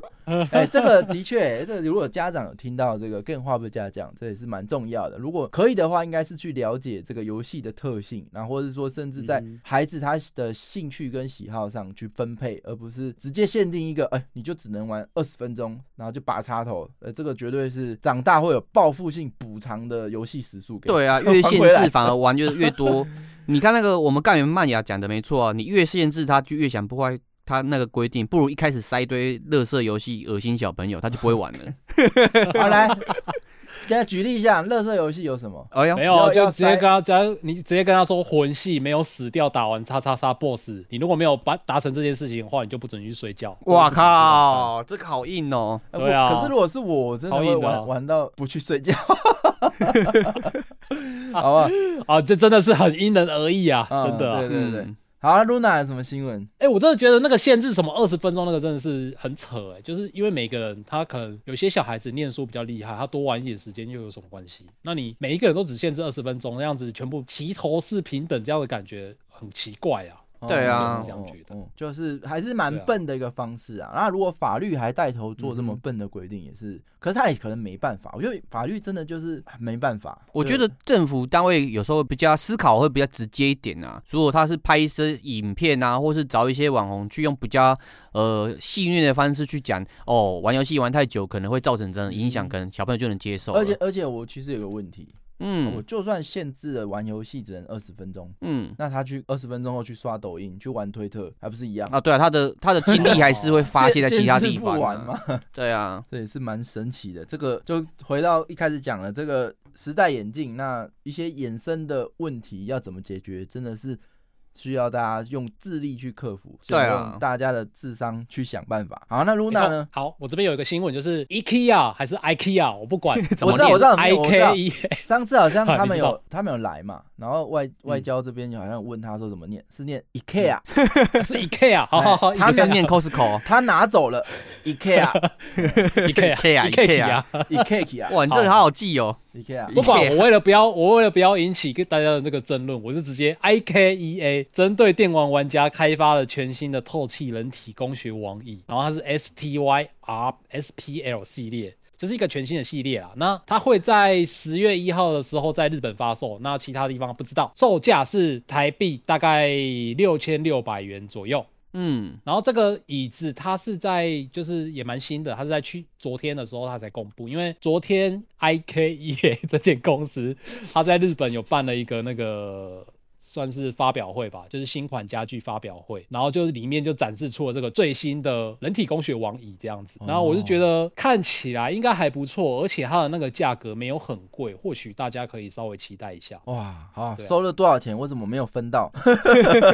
[SPEAKER 1] 哎、这个的确，哎这个如果家长有听到这个更话不加讲，这也是蛮重要的。如果可以的话，应该是去了解这个游戏的特性，然后或者是说，甚至在
[SPEAKER 2] 嗯
[SPEAKER 1] 孩子他的兴趣跟喜好上去分配，而不是直接限定一个，哎、你就只能玩二十分钟，然后就拔插头。呃，这个绝对是长大会有报复性补偿的游戏时速给你。
[SPEAKER 4] 对啊，越限制反而玩就是越
[SPEAKER 1] <laughs>
[SPEAKER 4] 多。你看那个我们干员曼雅讲的没错啊，你越限制他，就越想破坏他那个规定，不如一开始塞一堆乐色游戏恶心小朋友，他就不会玩
[SPEAKER 1] <laughs>
[SPEAKER 4] 了。
[SPEAKER 1] 好，来，给他举例一下，乐色游戏有什么？
[SPEAKER 4] 哎呀
[SPEAKER 2] 没，
[SPEAKER 1] 要
[SPEAKER 2] 有，就
[SPEAKER 1] 要
[SPEAKER 2] 直接
[SPEAKER 1] 塞
[SPEAKER 2] 跟他讲，你直接跟他说魂系没有死掉，打完叉叉叉 BOSS，你如果没有把达成这件事情的话，你就不准去睡觉。不准
[SPEAKER 4] 哇
[SPEAKER 2] 去吃晚餐！
[SPEAKER 4] 靠，这个好硬哦。
[SPEAKER 1] 呃
[SPEAKER 2] 对
[SPEAKER 1] 我
[SPEAKER 2] 啊
[SPEAKER 1] 可是如果是我，我真的
[SPEAKER 2] 超
[SPEAKER 1] 会
[SPEAKER 2] 硬的
[SPEAKER 1] 玩、
[SPEAKER 2] 啊
[SPEAKER 1] 玩到不去睡觉，好吧？
[SPEAKER 2] <laughs> 啊，这真的是很因人而异啊，
[SPEAKER 1] 嗯
[SPEAKER 2] <laughs> 真的啊、
[SPEAKER 1] 对对对。
[SPEAKER 4] 嗯
[SPEAKER 1] 好，Luna 啊有什么新闻？
[SPEAKER 2] 哎、我真的觉得那个限制什么二十分钟那个真的是很扯哎、就是因为每个人他可能有些小孩子念书比较厉害，他多玩一点时间又有什么关系？那你每一个人都只限制二十分钟，那样子全部齐头是平等这样的感觉很奇怪啊。
[SPEAKER 4] 对啊
[SPEAKER 1] 哦
[SPEAKER 2] 我是这样觉得
[SPEAKER 1] 哦哦就是还是蛮
[SPEAKER 2] 对啊
[SPEAKER 1] 笨的一个方式啊。那如果法律还带头做这
[SPEAKER 4] 嗯
[SPEAKER 1] 么笨的规定，也是，可是他也可能没办法。我觉得法律真的就是啊没办法。
[SPEAKER 4] 我觉得政府单位有时候比较思考会比较直接一点啊。如果他是拍一些影片啊，或是找一些网红去用比较呃戏谑的方式去讲，哦，玩游戏玩太久可能会造成这样的影响，可能小朋友就能接受了。
[SPEAKER 1] 而且而且我其实有个问题，我
[SPEAKER 4] 嗯
[SPEAKER 1] 就算限制了玩游戏只能二十分钟，
[SPEAKER 4] 嗯
[SPEAKER 1] 那他去二十分钟后去刷抖音、去玩推特，还不是一样？
[SPEAKER 4] 啊，对啊，他的
[SPEAKER 1] <laughs>
[SPEAKER 4] 他的精力还是会发泄在其他地
[SPEAKER 1] 限
[SPEAKER 4] 方、
[SPEAKER 1] 制不玩
[SPEAKER 4] 啊。
[SPEAKER 1] 吗？
[SPEAKER 4] <laughs> 对
[SPEAKER 1] <laughs>
[SPEAKER 4] 啊，
[SPEAKER 1] 这也是蛮神奇的。这个就回到一开始讲的这个时代眼镜，那一些衍生的问题要怎么解决，真的是需要大家用智力去克服，
[SPEAKER 4] 对啊
[SPEAKER 1] 所以用大家的智商去想办法。好，那露娜呢？
[SPEAKER 2] 好，我这边有一个新闻，就是 IKEA 还是 IKEA，我不 <laughs> 管，
[SPEAKER 1] <laughs> 怎么念我知道我知道
[SPEAKER 2] ，I
[SPEAKER 1] 我知
[SPEAKER 2] <laughs>
[SPEAKER 1] 道
[SPEAKER 2] K E，
[SPEAKER 1] 上次好像他们
[SPEAKER 2] 你知
[SPEAKER 1] 有
[SPEAKER 2] 道
[SPEAKER 1] 他们有来嘛，然后外外交这边好像问他说怎么念，是念
[SPEAKER 2] <laughs>
[SPEAKER 1] IKEA，
[SPEAKER 2] 是 IKEA，好啊好好，
[SPEAKER 1] 哎他
[SPEAKER 4] 他是
[SPEAKER 2] IKEA <laughs>
[SPEAKER 4] 念 Costco，
[SPEAKER 1] 他拿走了 IKEA，IKEA， <laughs>
[SPEAKER 2] IKEA
[SPEAKER 4] IKEA
[SPEAKER 1] 啊
[SPEAKER 2] IKEA， <laughs>
[SPEAKER 4] 哇，你这个好好记哦。
[SPEAKER 1] IKEA，
[SPEAKER 2] 不管
[SPEAKER 4] IKEA
[SPEAKER 2] 我为了不要，我为了不要引起跟大家的那个争论，我就直接 I K E A 针对电玩玩家开发了全新的透气人体工学网椅，然后它是 S T Y R S P L 系列。就是一个全新的系列啦，那它会在十月一号的时候在日本发售，那其他地方不知道。售价是台币大概六千六百元左右。
[SPEAKER 4] 嗯，
[SPEAKER 2] 然后这个椅子它是在就是也蛮新的，它是在去昨天的时候它才公布，因为昨天 IKEA 这间公司它在日本有办了一个那个。算是发表会吧，就是新款家具发表会，然后就是里面就展示出了这个最新的人体工学网椅这样子，
[SPEAKER 4] 哦
[SPEAKER 2] 然后我就觉得看起来应该还不错，而且它的那个价格没有很贵，或许大家可以稍微期待一下。
[SPEAKER 4] 哦
[SPEAKER 1] 哇，好、
[SPEAKER 2] 对啊
[SPEAKER 1] 收了多少钱？我怎么没有
[SPEAKER 2] <laughs>
[SPEAKER 1] 分到？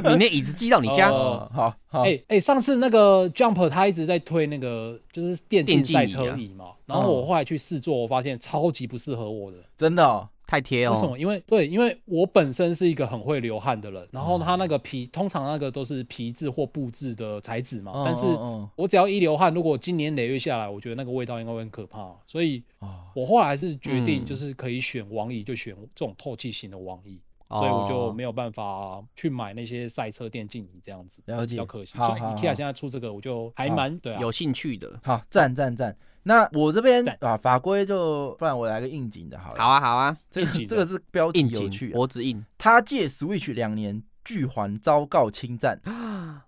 [SPEAKER 4] 你那椅子寄到你家，
[SPEAKER 2] 哦
[SPEAKER 1] 哦，好好，
[SPEAKER 2] 哎、哎、上次那个 Jump 他一直在推那个就是电竞
[SPEAKER 4] 电竞
[SPEAKER 2] 赛
[SPEAKER 4] 椅
[SPEAKER 2] 车
[SPEAKER 4] 啊
[SPEAKER 2] 椅嘛，然后我后来去试坐，我发现超级不适合我的。
[SPEAKER 1] 嗯真的哦，
[SPEAKER 4] 太贴
[SPEAKER 2] 为什么？
[SPEAKER 4] 哦。
[SPEAKER 2] 因为对，因为我本身是一个很会流汗的人，然后
[SPEAKER 1] 嗯
[SPEAKER 2] 它那个皮，通常那个都是皮质或布质的材质嘛，
[SPEAKER 1] 嗯
[SPEAKER 2] 但是
[SPEAKER 1] 嗯嗯
[SPEAKER 2] 我只要一流汗，如果今年累月下来，我觉得那个味道应该会很可怕，所以
[SPEAKER 1] 哦
[SPEAKER 2] 我后来还是决定
[SPEAKER 4] 嗯
[SPEAKER 2] 就是可以选网椅，就选这种透气型的网椅。
[SPEAKER 1] 哦
[SPEAKER 2] 所以我就没有办法去买那些赛车电竞椅这样子，
[SPEAKER 1] 了解
[SPEAKER 2] 比较可惜。
[SPEAKER 1] 好
[SPEAKER 2] 所以
[SPEAKER 1] 好
[SPEAKER 2] IKEA
[SPEAKER 1] 好
[SPEAKER 2] 现在出这个，我就还蛮对啊，
[SPEAKER 4] 有兴趣的。
[SPEAKER 1] 好，赞赞赞。那我这边
[SPEAKER 2] 赞
[SPEAKER 1] 啊，法规就不然我来个应景的好了。
[SPEAKER 4] 好，啊，好啊，
[SPEAKER 1] 这个
[SPEAKER 2] 应景
[SPEAKER 1] 这
[SPEAKER 2] 的
[SPEAKER 1] 个是标题
[SPEAKER 4] 应
[SPEAKER 1] 有
[SPEAKER 4] 景
[SPEAKER 1] 趣、，啊。
[SPEAKER 4] 脖子硬。
[SPEAKER 1] 他借 Switch 两年拒还遭告侵占，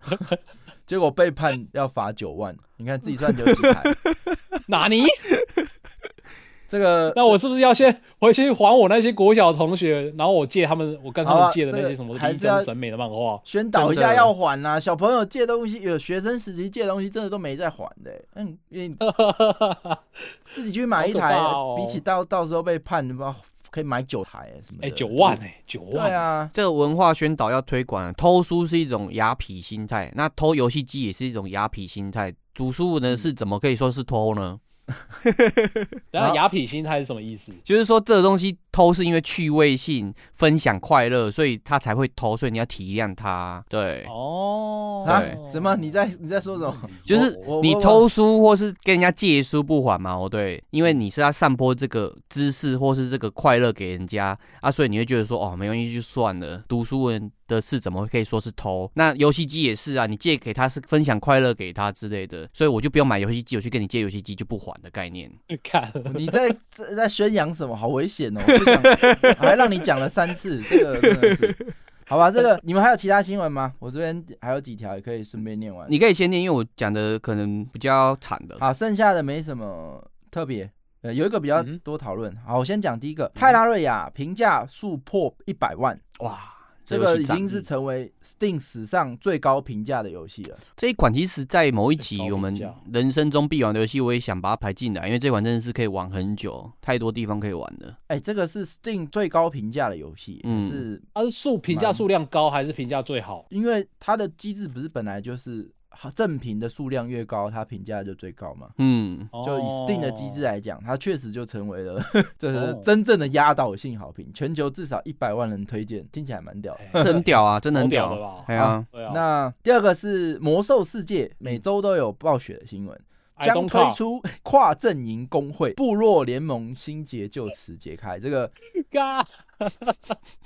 [SPEAKER 1] <laughs> 结果被判要罚九万。你看自己算有几台？
[SPEAKER 4] <laughs>
[SPEAKER 2] <laughs> 哪尼？
[SPEAKER 1] <laughs> 这个
[SPEAKER 2] 那我是不是要先回去还我那些国小同学，然后我借他们，我跟他
[SPEAKER 1] 好啊
[SPEAKER 2] 们借的
[SPEAKER 1] 这
[SPEAKER 2] 那
[SPEAKER 1] 个
[SPEAKER 2] 些什么
[SPEAKER 1] 还
[SPEAKER 2] 第一
[SPEAKER 1] 是要
[SPEAKER 2] 张审美的漫画？
[SPEAKER 1] 啊宣导一
[SPEAKER 4] 真
[SPEAKER 1] 下
[SPEAKER 4] 的
[SPEAKER 1] 要还啦、小朋友借东西，有学生时期借东西真的都没在还的、嗯，
[SPEAKER 4] <laughs>
[SPEAKER 1] 你自己去买一
[SPEAKER 2] 好可
[SPEAKER 1] 台，
[SPEAKER 2] 怕哦
[SPEAKER 1] 比起到到时候被判，你不知道可以买九台、欸什么的？
[SPEAKER 2] 哎，九万哎，九
[SPEAKER 1] 对
[SPEAKER 2] 万！
[SPEAKER 1] 啊，
[SPEAKER 4] 这个文化宣导要推广啊，欸偷书是一种雅痞心态，那偷游戏机也是一种雅痞心态。读书
[SPEAKER 1] 嗯
[SPEAKER 4] 呢是怎么可以说是偷呢？
[SPEAKER 2] 然
[SPEAKER 1] 好
[SPEAKER 2] 后雅痞心态是什么意思？
[SPEAKER 4] 就是说这个东西偷是因为趣味性、分享快乐，所以他才会偷，所以你要体谅他。对，
[SPEAKER 2] 哦，
[SPEAKER 1] 啊
[SPEAKER 4] 对？
[SPEAKER 1] 什么？你在你在说什么？
[SPEAKER 4] 就是
[SPEAKER 1] 我我
[SPEAKER 4] 你
[SPEAKER 1] 我
[SPEAKER 4] 偷书或是跟人家借书不还嘛，哦对，因为你是要散播这个知识或是这个快乐给人家啊，所以你会觉得说哦没关系就算了，读书人的事怎么可以说是偷？那游戏机也是啊，你借给他是分享快乐给他之类的，所以我就不用买游戏机，我去跟你借游戏机就不还的概念。
[SPEAKER 2] 看，
[SPEAKER 1] 哦你在在在宣扬什么？好危险哦！我不想还让你讲了三次，这个真的是。好吧，这个你们还有其他新闻吗？我这边还有几条，也可以顺便念完。
[SPEAKER 4] 你可以先念，因为我讲的可能比较惨的。
[SPEAKER 1] 好，剩下的没什么特别。呃，有一个比较
[SPEAKER 2] 嗯
[SPEAKER 1] 多讨论。好，我先讲第一个，泰拉瑞亚评价数破一百万，
[SPEAKER 4] 哇，
[SPEAKER 1] 这
[SPEAKER 4] 游
[SPEAKER 1] 个
[SPEAKER 4] 戏
[SPEAKER 1] 已
[SPEAKER 4] 涨
[SPEAKER 1] 经是
[SPEAKER 4] 嗯
[SPEAKER 1] 成为 Steam 史上最高评价的游戏了。
[SPEAKER 4] 这一款，其实，在某一
[SPEAKER 2] 最高
[SPEAKER 4] 集
[SPEAKER 2] 评
[SPEAKER 4] 我们
[SPEAKER 2] 价
[SPEAKER 4] 人生中必玩的游戏，我也想把它排进来，因为这款真的是可以玩很久，太多地方可以玩
[SPEAKER 2] <laughs>
[SPEAKER 4] 了。
[SPEAKER 1] 哎、这个是 Steam 最高评价的游戏，
[SPEAKER 4] 嗯
[SPEAKER 1] 是
[SPEAKER 2] 它是数评价
[SPEAKER 1] 蛮
[SPEAKER 2] 数量高还是评价最好？
[SPEAKER 1] 因为它的机制不是本来就是正品的数量越高，它评价就最高嘛。
[SPEAKER 4] 嗯，
[SPEAKER 1] 就以 Steam 的机制
[SPEAKER 2] 哦，
[SPEAKER 1] 来讲，它确实就成为了 <laughs> 这是
[SPEAKER 2] 哦
[SPEAKER 1] 真正的压倒性好评，全球至少一百万人推荐，听起来蛮屌的。
[SPEAKER 4] 这很屌啊，真的很
[SPEAKER 2] 超屌的
[SPEAKER 4] 屌
[SPEAKER 2] 吧。
[SPEAKER 4] 哎呀，
[SPEAKER 2] 对啊，嗯
[SPEAKER 1] 那第二个是《魔兽世界》，每周都有暴雪的新闻，
[SPEAKER 2] I
[SPEAKER 1] 将
[SPEAKER 2] don't
[SPEAKER 1] 推
[SPEAKER 2] care
[SPEAKER 1] 出跨阵营工会、部落联盟新结就此解开。这个
[SPEAKER 2] <laughs> 嘎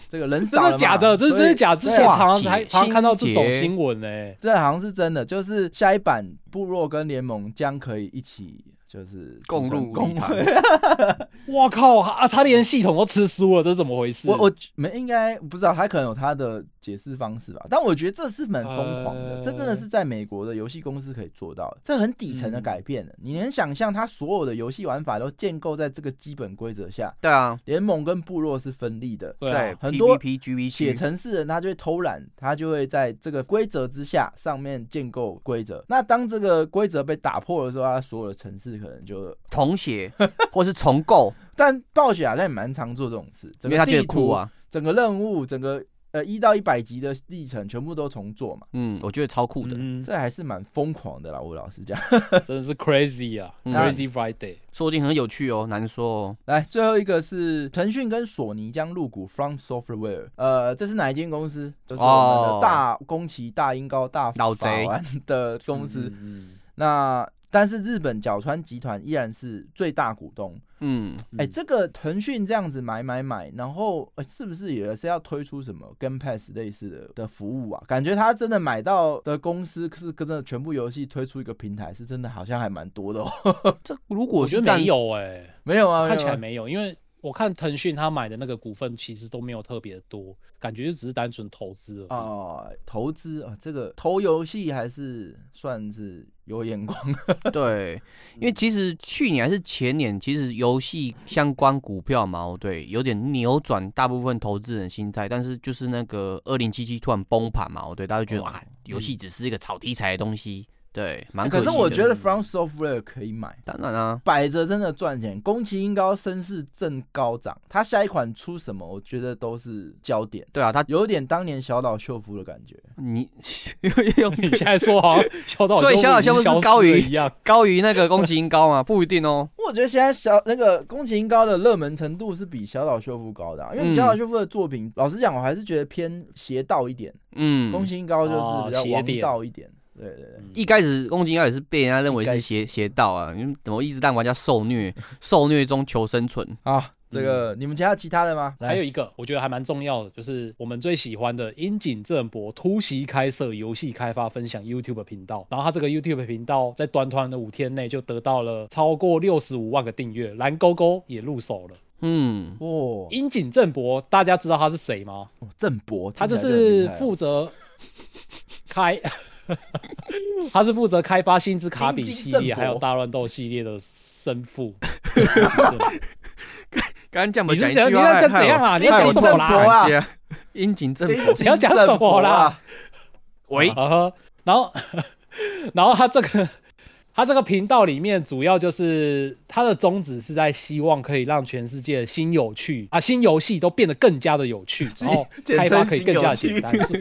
[SPEAKER 1] 这个人
[SPEAKER 2] 真
[SPEAKER 1] 少了
[SPEAKER 2] 的
[SPEAKER 1] 嘛
[SPEAKER 2] 假的？这是真的？假的？之
[SPEAKER 1] 所以
[SPEAKER 2] 前
[SPEAKER 1] 对啊
[SPEAKER 2] 常常
[SPEAKER 4] 解
[SPEAKER 2] 才常常看到这种
[SPEAKER 4] 心结
[SPEAKER 2] 新闻欸呢。
[SPEAKER 1] 这好像是真的，就是下一版部落跟联盟将可以一起。就是
[SPEAKER 4] 共入
[SPEAKER 1] 组成
[SPEAKER 4] 礼
[SPEAKER 1] 工
[SPEAKER 4] 堂
[SPEAKER 1] 会，
[SPEAKER 2] <laughs> 哇靠啊！他连系统都吃书了，这是怎么回事？
[SPEAKER 1] 我我没应该不知道，他可能有他的解释方式吧。但我觉得这是蛮疯狂的，
[SPEAKER 2] 呃
[SPEAKER 1] 这真的是在美国的游戏公司可以做到的，这很底层的改变的。
[SPEAKER 2] 嗯
[SPEAKER 1] 你能想象他所有的游戏玩法都建构在这个基本规则下，
[SPEAKER 4] 对啊，
[SPEAKER 1] 联盟跟部落是分立的。
[SPEAKER 2] 对
[SPEAKER 4] 对
[SPEAKER 2] 啊，
[SPEAKER 1] 很多
[SPEAKER 4] PVP、
[SPEAKER 1] 写
[SPEAKER 4] GVC，
[SPEAKER 1] 程式人他就会偷懒，他就会在这个规则之下上面建构规则。那当这个规则被打破的时候，他所有的城市可能就……
[SPEAKER 4] <laughs> 重写或是重构，
[SPEAKER 1] <laughs> 但暴雪好像也蛮常做这种事，
[SPEAKER 4] 因
[SPEAKER 1] 整
[SPEAKER 4] 为
[SPEAKER 1] 个
[SPEAKER 4] 他觉得
[SPEAKER 1] 地
[SPEAKER 4] 酷
[SPEAKER 1] 图
[SPEAKER 4] 啊。
[SPEAKER 1] 整个任务，整个呃一到一百级的历程全部都重做嘛，
[SPEAKER 4] 嗯，我觉得超酷的。
[SPEAKER 2] 嗯
[SPEAKER 1] 这还是蛮疯狂的啦。我老实讲，
[SPEAKER 2] 真的是 crazy 啊
[SPEAKER 4] 嗯
[SPEAKER 2] ，crazy Friday。
[SPEAKER 4] 说不定很有趣哦，难说哦。
[SPEAKER 1] 来最后一个是腾讯跟索尼将入股 From Software，呃，这是哪一间公司？就是我们
[SPEAKER 4] 哦
[SPEAKER 1] 的大宫崎、大英高、大
[SPEAKER 4] 老
[SPEAKER 1] 法
[SPEAKER 4] 贼
[SPEAKER 1] 丸的公司。
[SPEAKER 2] 嗯，
[SPEAKER 1] 那但是日本角川集团依然是最大股东。
[SPEAKER 4] 嗯，
[SPEAKER 1] 哎、这个腾讯这样子买买买，然后、呃是不是也是要推出什么跟 Pass 类似的的服务啊？感觉他真的买到的公司是跟着全部游戏推出一个平台，是真的好像还蛮多的哦。 <laughs>
[SPEAKER 4] 这如
[SPEAKER 2] 我
[SPEAKER 4] 果
[SPEAKER 2] 觉
[SPEAKER 4] 是
[SPEAKER 2] 得
[SPEAKER 4] 占
[SPEAKER 2] 没有哎，
[SPEAKER 1] 没有啊，
[SPEAKER 2] 看起来
[SPEAKER 1] 有啊
[SPEAKER 2] 没有，因为我看腾讯他买的那个股份其实都没有特别多，感觉就只是单纯投资而已。
[SPEAKER 1] 哦，投资啊，这个投游戏还是算是有眼光。 <laughs>
[SPEAKER 4] <laughs> 对，因为其实去年还是前年，其实游戏相关股票嘛，哦对，有点扭转大部分投资人心态，但是就是那个二零七七突然崩盘嘛，哦对，大家就觉得
[SPEAKER 1] 哦
[SPEAKER 4] 啊，游戏只是一个炒题材的东西，对，蛮
[SPEAKER 1] 哎可
[SPEAKER 4] 惜
[SPEAKER 1] 是
[SPEAKER 4] 的。
[SPEAKER 1] 我觉得 From Software 可以买。
[SPEAKER 4] 当然啊，
[SPEAKER 1] 摆着真的赚钱，宫崎英高身世正高涨，他下一款出什么，我觉得都是焦点，
[SPEAKER 4] 对啊，他
[SPEAKER 1] 有点当年小岛秀夫的感觉。
[SPEAKER 4] 你
[SPEAKER 2] <laughs> 你现在说
[SPEAKER 1] <laughs>
[SPEAKER 2] 好像小岛，
[SPEAKER 4] 所以小岛
[SPEAKER 2] 像
[SPEAKER 4] 秀夫是高于
[SPEAKER 2] 一样，
[SPEAKER 4] <laughs> 高于那个宫崎英高吗？不一定哦。
[SPEAKER 1] 我觉得现在小那个宫崎英高的热门程度是比小岛秀夫高的啊、因为
[SPEAKER 4] 嗯
[SPEAKER 1] 小岛秀夫的作品，老实讲，我还是觉得偏邪道一点，宫
[SPEAKER 4] 嗯，
[SPEAKER 1] 崎英高就是比较
[SPEAKER 2] 哦邪
[SPEAKER 1] 王
[SPEAKER 2] 典
[SPEAKER 1] 道一点。对对对，
[SPEAKER 4] 一开始宫崎英高也是被人家认为
[SPEAKER 1] 一开
[SPEAKER 4] 是
[SPEAKER 1] 始
[SPEAKER 4] 邪邪道啊，你们怎么一直让玩家受虐，受虐中求生存？
[SPEAKER 1] 好，啊这个、你们还有其他的吗？
[SPEAKER 2] 嗯
[SPEAKER 1] 来
[SPEAKER 2] 还有一个我觉得还蛮重要的，就是我们最喜欢的樱井正博突袭开设游戏开发分享 YouTube 频道，然后他这个 YouTube 频道在短短的五天内就得到了超过六十五万个订阅，蓝勾勾也入手了。
[SPEAKER 4] 嗯，
[SPEAKER 1] 哦，
[SPEAKER 2] 樱井正博，大家知道他是谁吗？
[SPEAKER 1] 郑博，
[SPEAKER 2] 他就
[SPEAKER 1] 听起来很厉
[SPEAKER 2] 是
[SPEAKER 1] 害哦
[SPEAKER 2] 负责开， <laughs> 他是负责开发《星之卡比》系
[SPEAKER 1] 樱井
[SPEAKER 2] 列
[SPEAKER 1] 正博
[SPEAKER 2] 还有《大乱斗》系列的生
[SPEAKER 4] <laughs>
[SPEAKER 2] 父。
[SPEAKER 4] 刚刚这样
[SPEAKER 2] 你
[SPEAKER 4] 子
[SPEAKER 2] 是
[SPEAKER 4] 讲
[SPEAKER 2] 怎样
[SPEAKER 4] 一句
[SPEAKER 2] 你
[SPEAKER 4] 话，
[SPEAKER 2] 要
[SPEAKER 4] 害
[SPEAKER 2] 讲
[SPEAKER 4] 害
[SPEAKER 2] 怎样
[SPEAKER 4] 我
[SPEAKER 2] 啊？你要
[SPEAKER 4] 害
[SPEAKER 2] 讲
[SPEAKER 4] 我
[SPEAKER 2] 什
[SPEAKER 1] 郑
[SPEAKER 2] 么
[SPEAKER 1] 博啊
[SPEAKER 2] 啦？
[SPEAKER 1] <laughs>
[SPEAKER 4] 打结啊！樱井正啊博，
[SPEAKER 2] <laughs>
[SPEAKER 1] 你
[SPEAKER 2] 你要讲什么啦？
[SPEAKER 4] 喂，
[SPEAKER 2] 啊呵，然后 <laughs> 然后他这个他这个频道里面主要就是他的宗旨是在希望可以让全世界的新有趣啊新游戏都变得更加的有
[SPEAKER 1] <laughs>
[SPEAKER 2] 趣，然后
[SPEAKER 1] 简
[SPEAKER 2] 开
[SPEAKER 1] 称
[SPEAKER 2] 发可以更加的
[SPEAKER 1] 新
[SPEAKER 2] 简
[SPEAKER 1] 有
[SPEAKER 2] 单。是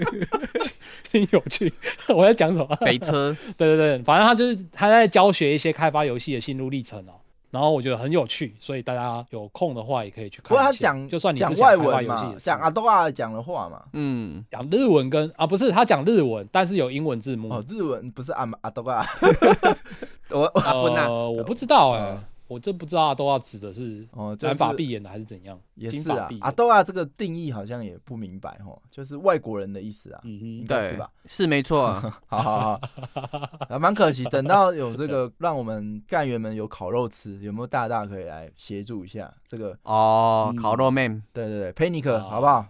[SPEAKER 1] <laughs>
[SPEAKER 2] 新有趣， <laughs> 我在讲什么？ <laughs>
[SPEAKER 4] 北车，
[SPEAKER 2] 对对对，反正他就是他在教学一些开发游戏的心路历程哦。然后我觉得很有趣，所以大家有空的话也可以去看一下。
[SPEAKER 1] 不过他讲
[SPEAKER 2] 就啊算你
[SPEAKER 1] 讲
[SPEAKER 2] 不想
[SPEAKER 1] 外
[SPEAKER 2] 开发
[SPEAKER 1] 文
[SPEAKER 2] 游戏
[SPEAKER 1] 嘛
[SPEAKER 2] 也，是
[SPEAKER 1] 讲阿多啊讲的话嘛。
[SPEAKER 4] 嗯，
[SPEAKER 2] 讲日文跟啊不是他讲日文，但是有英文字幕。
[SPEAKER 1] 哦，日文不是阿阿
[SPEAKER 2] <laughs>
[SPEAKER 1] 多啊，我我
[SPEAKER 4] 阿笨啊，
[SPEAKER 2] 呃，我不知道哎、
[SPEAKER 1] 嗯
[SPEAKER 2] 我真不知道都要指的是
[SPEAKER 1] 哦，就是
[SPEAKER 2] 蓝法币演的还是怎样，
[SPEAKER 1] 也
[SPEAKER 2] 金
[SPEAKER 1] 是
[SPEAKER 2] 发
[SPEAKER 1] 啊
[SPEAKER 2] 币，的。
[SPEAKER 1] 阿多啊这个定义好像也不明白哦，就是外国人的意思啊，
[SPEAKER 2] 嗯
[SPEAKER 1] 应
[SPEAKER 2] 哼，
[SPEAKER 1] 该是
[SPEAKER 4] 对
[SPEAKER 1] 吧？，
[SPEAKER 4] 是没错啊，
[SPEAKER 1] <laughs> 好好
[SPEAKER 6] <laughs>
[SPEAKER 1] 好，啊，蛮可惜，等到有
[SPEAKER 2] <laughs>
[SPEAKER 4] <laughs>
[SPEAKER 1] 这个嗯让我们干员们有烤肉吃，有没有大大可以来协助一下这个？
[SPEAKER 4] 哦
[SPEAKER 2] 嗯，
[SPEAKER 4] 烤肉妹，
[SPEAKER 1] 对对对，陪你可
[SPEAKER 2] 好
[SPEAKER 1] 好
[SPEAKER 4] <laughs>
[SPEAKER 1] 不好？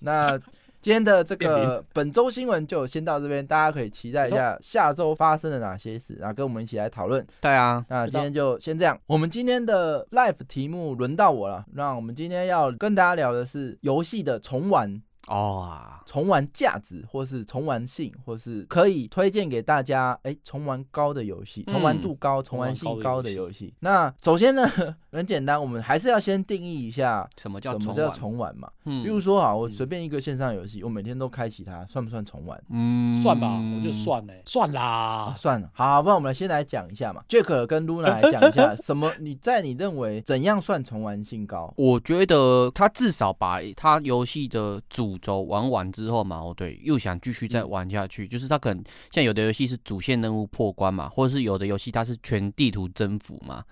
[SPEAKER 1] 那今天的这
[SPEAKER 2] 变
[SPEAKER 1] 个本周新闻就先到这边，大家可以期待一下下周发生了哪些事，然后跟我们一起来讨论。
[SPEAKER 4] 对啊，
[SPEAKER 1] 那今天就先这样，我们今天的 live 题目轮到我了，那我们今天要跟大家聊的是游戏的重玩。
[SPEAKER 4] 哦啊，
[SPEAKER 1] 重玩价值，或是重玩性，或是可以推荐给大家，哎、重玩高的游戏，
[SPEAKER 4] 嗯
[SPEAKER 1] 重玩度高、重玩性高的游戏。那首先呢， <laughs> 很简单，我们还是要先定义一下
[SPEAKER 4] 什么叫
[SPEAKER 1] 什么
[SPEAKER 4] 重
[SPEAKER 1] 叫
[SPEAKER 4] 玩？
[SPEAKER 1] 重玩嘛。
[SPEAKER 4] 嗯
[SPEAKER 1] 比如说啊，我
[SPEAKER 2] 嗯
[SPEAKER 1] 随便一个线上游戏，我每天都开启它，算不算重玩？
[SPEAKER 4] 嗯
[SPEAKER 2] 算吧，我就，算嘞、算
[SPEAKER 1] 啊，
[SPEAKER 2] 啦。
[SPEAKER 1] 算了，好，不然我们先来讲一下嘛。Jack 跟 Luna 来讲一
[SPEAKER 4] <laughs>
[SPEAKER 1] 下，什么？你在你认为怎样算重玩性高？
[SPEAKER 4] 我觉得他至少把他游戏的主轴玩完之后嘛，哦对，又想继续再玩下
[SPEAKER 1] 嗯
[SPEAKER 4] 去，就是他可能像有的游戏是主线任务破关嘛，或者是有的游戏它是全地图征服嘛。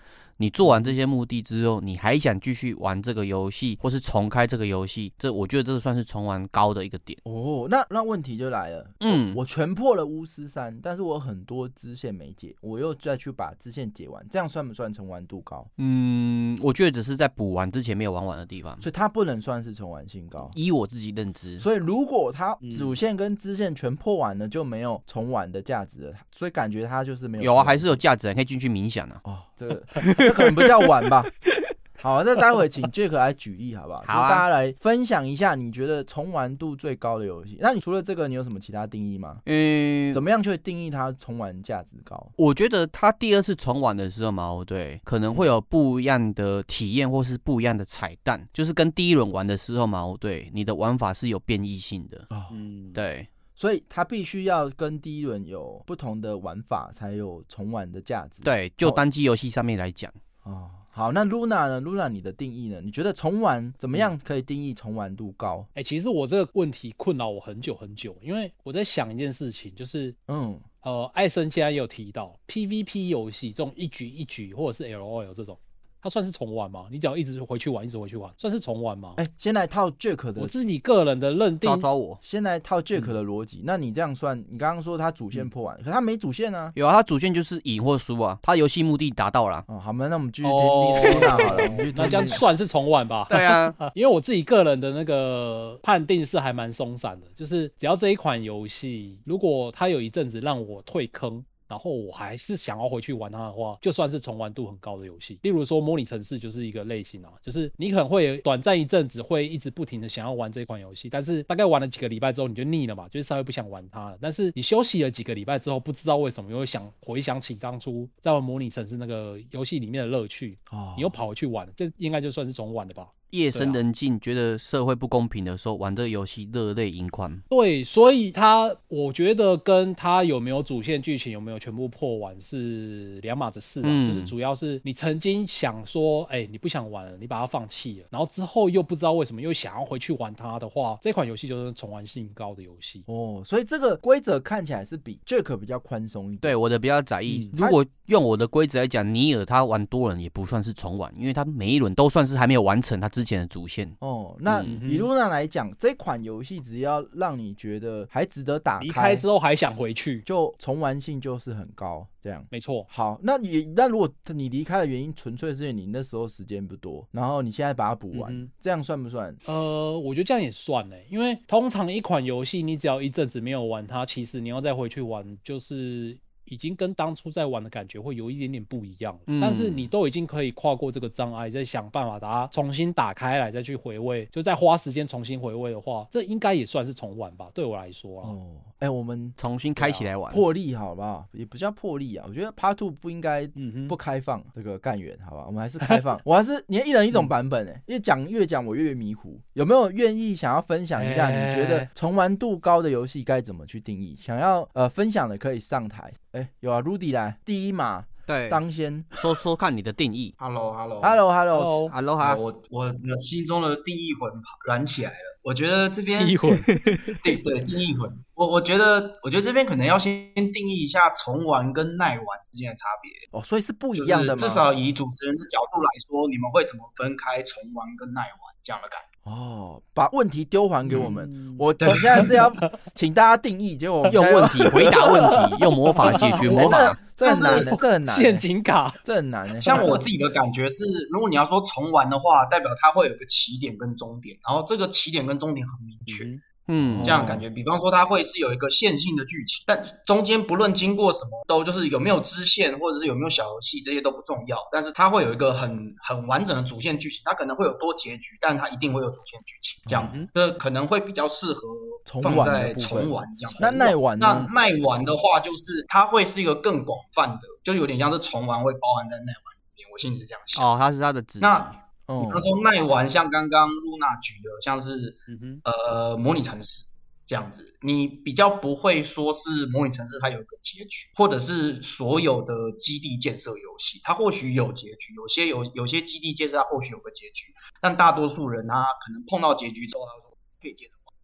[SPEAKER 4] 你做完这些目的之后，你还想继续玩这个游戏，或是重开这个游戏，这我觉得这算是重玩高的一个点。
[SPEAKER 1] 哦，那那问题就来了，
[SPEAKER 4] 嗯，
[SPEAKER 1] 我全破了巫师三，但是我很多支线没解，我又再去把支线解完，这样算不算重玩度高？
[SPEAKER 4] 嗯，我觉得只是在补完之前没有玩完的地方。
[SPEAKER 1] 所以它不能算是重玩性高。
[SPEAKER 4] 依我自己认知，
[SPEAKER 1] 所以如果它
[SPEAKER 2] 嗯
[SPEAKER 1] 主线跟支线全破完了，就没有重玩的价值了。所以感觉它就是没有
[SPEAKER 4] 有啊，还是有
[SPEAKER 1] 重
[SPEAKER 4] 价值啊，你可以进去冥想啊。
[SPEAKER 1] 玩哦，这 <laughs> 个这可能不叫玩吧。 <laughs> 好，啊那待会请 Jack 来举例好不好？
[SPEAKER 4] <laughs> 好
[SPEAKER 1] 就
[SPEAKER 4] 啊
[SPEAKER 1] 大家来分享一下你觉得重玩度最高的游戏。那你除了这个，你有什么其他定义吗？
[SPEAKER 4] 嗯，
[SPEAKER 1] 怎么样去定义它重玩价值高？
[SPEAKER 4] <laughs> 我觉得他第二次重玩的时候嘛，哦对，可能会有不一样的体验，或是不一样的彩蛋，就是跟第一轮玩的时候嘛，哦对，你的玩法是有变异性的。
[SPEAKER 1] 哦
[SPEAKER 2] 嗯，
[SPEAKER 4] 对，
[SPEAKER 1] 所以它必须要跟第一轮有不同的玩法，才有重玩的价值。
[SPEAKER 4] 对，就单机游戏上面来讲，
[SPEAKER 1] <laughs> 哦，好，那 Luna 呢？Luna 你的定义呢？你觉得重玩怎么样可以定义重玩度高？
[SPEAKER 2] 嗯哎、其实我这个问题困扰我很久很久，因为我在想一件事情，就是
[SPEAKER 1] 嗯，
[SPEAKER 2] 呃，艾森现在也有提到 PVP 游戏这种一局一局或者是 LOL 这种，它算是重玩吗？你只要一直回去玩，一直回去玩，算是重玩吗？
[SPEAKER 1] 哎、先来套 Jack
[SPEAKER 2] 我
[SPEAKER 1] 的，
[SPEAKER 2] 自己个人的认定嗯
[SPEAKER 4] 抓，抓我。
[SPEAKER 1] 先来套 Jack 的逻辑。那你这样算，你刚刚说他主线破完，可他没主线啊。
[SPEAKER 4] 有啊，他主线就是赢或输啊，他游戏目的达到了。啊
[SPEAKER 1] 哦，好嘛，那我们继续听
[SPEAKER 2] 哦
[SPEAKER 1] Luna 好了，我们继续听
[SPEAKER 2] <laughs> 那这样
[SPEAKER 1] Luna
[SPEAKER 2] 算是重玩吧？
[SPEAKER 4] <laughs> 对啊，
[SPEAKER 2] 啊， <laughs> 因为我自己个人的那个判定是还蛮松散的，就是只要这一款游戏，如果它有一阵子让我退坑，然后我还是想要回去玩它的话，就算是重玩度很高的游戏。例如说《模拟城市》就是一个类型啊，就是你可能会短暂一阵子会一直不停的想要玩这款游戏，但是大概玩了几个礼拜之后你就腻了嘛，就是稍微不想玩它了。但是你休息了几个礼拜之后，不知道为什么又会想回想起当初在玩《模拟城市》那个游戏里面的乐趣，
[SPEAKER 1] 哦
[SPEAKER 2] 你又跑回去玩，这应该就算是重玩了吧。
[SPEAKER 4] 夜
[SPEAKER 2] 对
[SPEAKER 4] 深
[SPEAKER 2] 啊
[SPEAKER 4] 人静，觉得社会不公平的时候，玩这个游戏热泪盈
[SPEAKER 1] 嗯
[SPEAKER 4] 眶。
[SPEAKER 2] 对，所以它，我觉得跟它有没有主线剧情，有没有全部破完是两码子事啊。
[SPEAKER 4] 嗯
[SPEAKER 2] 就是主要是你曾经想说，哎、你不想玩了，你把它放弃了，然后之后又不知道为什么又想要回去玩它的话，这款游戏就是重玩性高的游戏。
[SPEAKER 1] 哦，所以这个规则看起来是比 Jack 比较宽松一点。
[SPEAKER 4] 对我的比较在意。
[SPEAKER 2] 嗯
[SPEAKER 4] 如果用我的规则来讲，尼尔他玩多人也不算是重玩，因为他每一轮都算是还没有完成他之前的主线。
[SPEAKER 1] 哦，那
[SPEAKER 4] 嗯
[SPEAKER 1] 以 Luna 来讲，这款游戏只要让你觉得还值得打
[SPEAKER 2] 离
[SPEAKER 1] 开
[SPEAKER 2] 开之后还想回去，
[SPEAKER 1] 就重玩性就是很高，这样。
[SPEAKER 2] 没错，
[SPEAKER 1] 好，那你那如果你离开的原因纯粹是因为你那时候时间不多，然后你现在把它补完，
[SPEAKER 2] 嗯哼
[SPEAKER 1] 这样算不算？
[SPEAKER 2] 呃，我觉得这样也算呢，因为通常一款游戏，你只要一阵子没有玩它，其实你要再回去玩，就是已经跟当初在玩的感觉会有一点点不一样了。但是
[SPEAKER 4] 嗯
[SPEAKER 2] 你都已经可以跨过这个障碍，再想办法把它重新打开来，再去回味，就再花时间重新回味的话，这应该也算是重玩吧？对我来说啊，
[SPEAKER 1] 哦，哎、我们
[SPEAKER 4] 重新开起来玩。
[SPEAKER 1] 破例好不好？也不叫破例啊，我觉得 Part Two 不应该
[SPEAKER 2] 嗯哼，
[SPEAKER 1] 不开放这个干员，好吧？我们还是
[SPEAKER 4] <laughs>
[SPEAKER 1] 开放，我还是你一人一种版本哎、越讲越讲我越迷糊。有没有愿意想要分享一下？你觉得
[SPEAKER 2] 哎
[SPEAKER 1] 重玩度高的游戏该怎么去定义？想要呃分享的可以上台。哎、有啊，Rudy 来第一嘛，
[SPEAKER 4] 对，
[SPEAKER 1] 当先
[SPEAKER 4] 说说看你的定义。
[SPEAKER 7] Hello Hello 啊
[SPEAKER 1] ，Hello Hello，
[SPEAKER 2] Hello，
[SPEAKER 4] 哈喽哈，
[SPEAKER 7] 我我的心中的地狱魂燃起来了。我觉得这边
[SPEAKER 2] 第一回
[SPEAKER 7] <laughs> 对对定义魂，我我觉得我觉得这边可能要先定义一下重玩跟耐玩之间的差别。
[SPEAKER 1] 哦，所以是不一
[SPEAKER 7] 就是
[SPEAKER 1] 样的嘛，
[SPEAKER 7] 至少以主持人的角度来说，你们会怎么分开重玩跟耐玩这样的感觉？
[SPEAKER 1] 哦，把问题丢还给我们。
[SPEAKER 2] 嗯
[SPEAKER 1] 我我现在是要请大家定义，结果我们
[SPEAKER 4] 用
[SPEAKER 1] 现在
[SPEAKER 4] 问题回答问 <laughs> 题，用魔法解决魔法。
[SPEAKER 1] <laughs> 这这很难的，这很难欸，
[SPEAKER 2] 陷阱卡，
[SPEAKER 1] 这很难欸。
[SPEAKER 7] 像我自己的感觉是，如果你要说重玩的话，代表它会有个起点跟终点，然后这个起点跟终点很明确，
[SPEAKER 4] 嗯
[SPEAKER 7] 这，样感觉。比方说，它会是有一个线性的剧情，但中间不论经过什么，都就是有没有支线或者是有没有小游戏，这些都不重要。但是它会有一个很很完整的主线剧情，它可能会有多结局，但它一定会有主线剧情
[SPEAKER 1] 嗯
[SPEAKER 7] 这样子。这可能会比较适合
[SPEAKER 1] 重玩
[SPEAKER 7] 放
[SPEAKER 1] 的
[SPEAKER 7] 在
[SPEAKER 1] 部分
[SPEAKER 7] 重玩这样。
[SPEAKER 1] 那耐玩
[SPEAKER 7] 那
[SPEAKER 1] 呢？
[SPEAKER 7] 耐玩的话，就是它会是一个更广泛的，就有点像是重玩会包含在耐玩里面。我心里是这样想。
[SPEAKER 4] 哦，它是它的子集。
[SPEAKER 7] 那
[SPEAKER 1] 哦
[SPEAKER 7] 比方说耐玩，像刚刚露娜举的，像是
[SPEAKER 2] 嗯哼，
[SPEAKER 7] 呃模拟城市这样子，你比较不会说是模拟城市它有一个结局，或者是所有的基地建设游戏，它或许有结局，有些有有些基地建设它或许有个结局，但大多数人他可能碰到结局之后，他说可以接着玩，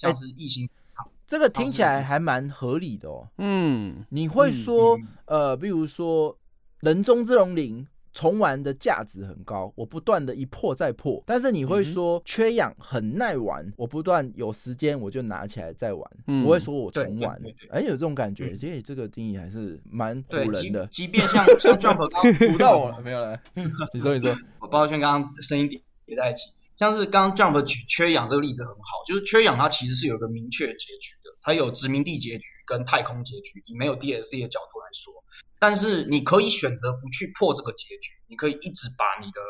[SPEAKER 7] 像是异形
[SPEAKER 1] 哎这个听起来还蛮合理的哦。
[SPEAKER 4] 嗯，
[SPEAKER 1] 你会说
[SPEAKER 7] 嗯，
[SPEAKER 1] 呃，比如说《人中之龙零》重玩的价值很高，我不断的一破再破，但是你
[SPEAKER 7] 嗯
[SPEAKER 1] 会说缺氧很耐玩，我不断有时间我就拿起来再玩，
[SPEAKER 4] 嗯
[SPEAKER 1] 不会说我重玩
[SPEAKER 7] 对对对。对
[SPEAKER 1] 哎，有这种感觉，
[SPEAKER 7] 嗯
[SPEAKER 1] 所以这个定义还是蛮
[SPEAKER 7] 对
[SPEAKER 1] 唬，
[SPEAKER 7] 即
[SPEAKER 1] 人的。
[SPEAKER 7] 即便
[SPEAKER 1] <laughs>
[SPEAKER 7] 像像 Jump 刚刚
[SPEAKER 1] 唬到我了，没有了。
[SPEAKER 7] 嗯
[SPEAKER 1] <laughs> 你说，你说，
[SPEAKER 7] 我包括像刚刚声音叠在一起，像是刚刚 Jump 举缺氧这个例子很好，就是缺氧它其实是有一个明确结局的，它有殖民地结局跟太空结局，以没有 DLC 的角度来说，但是你可以选择不去破这个结局，你可以一直把你的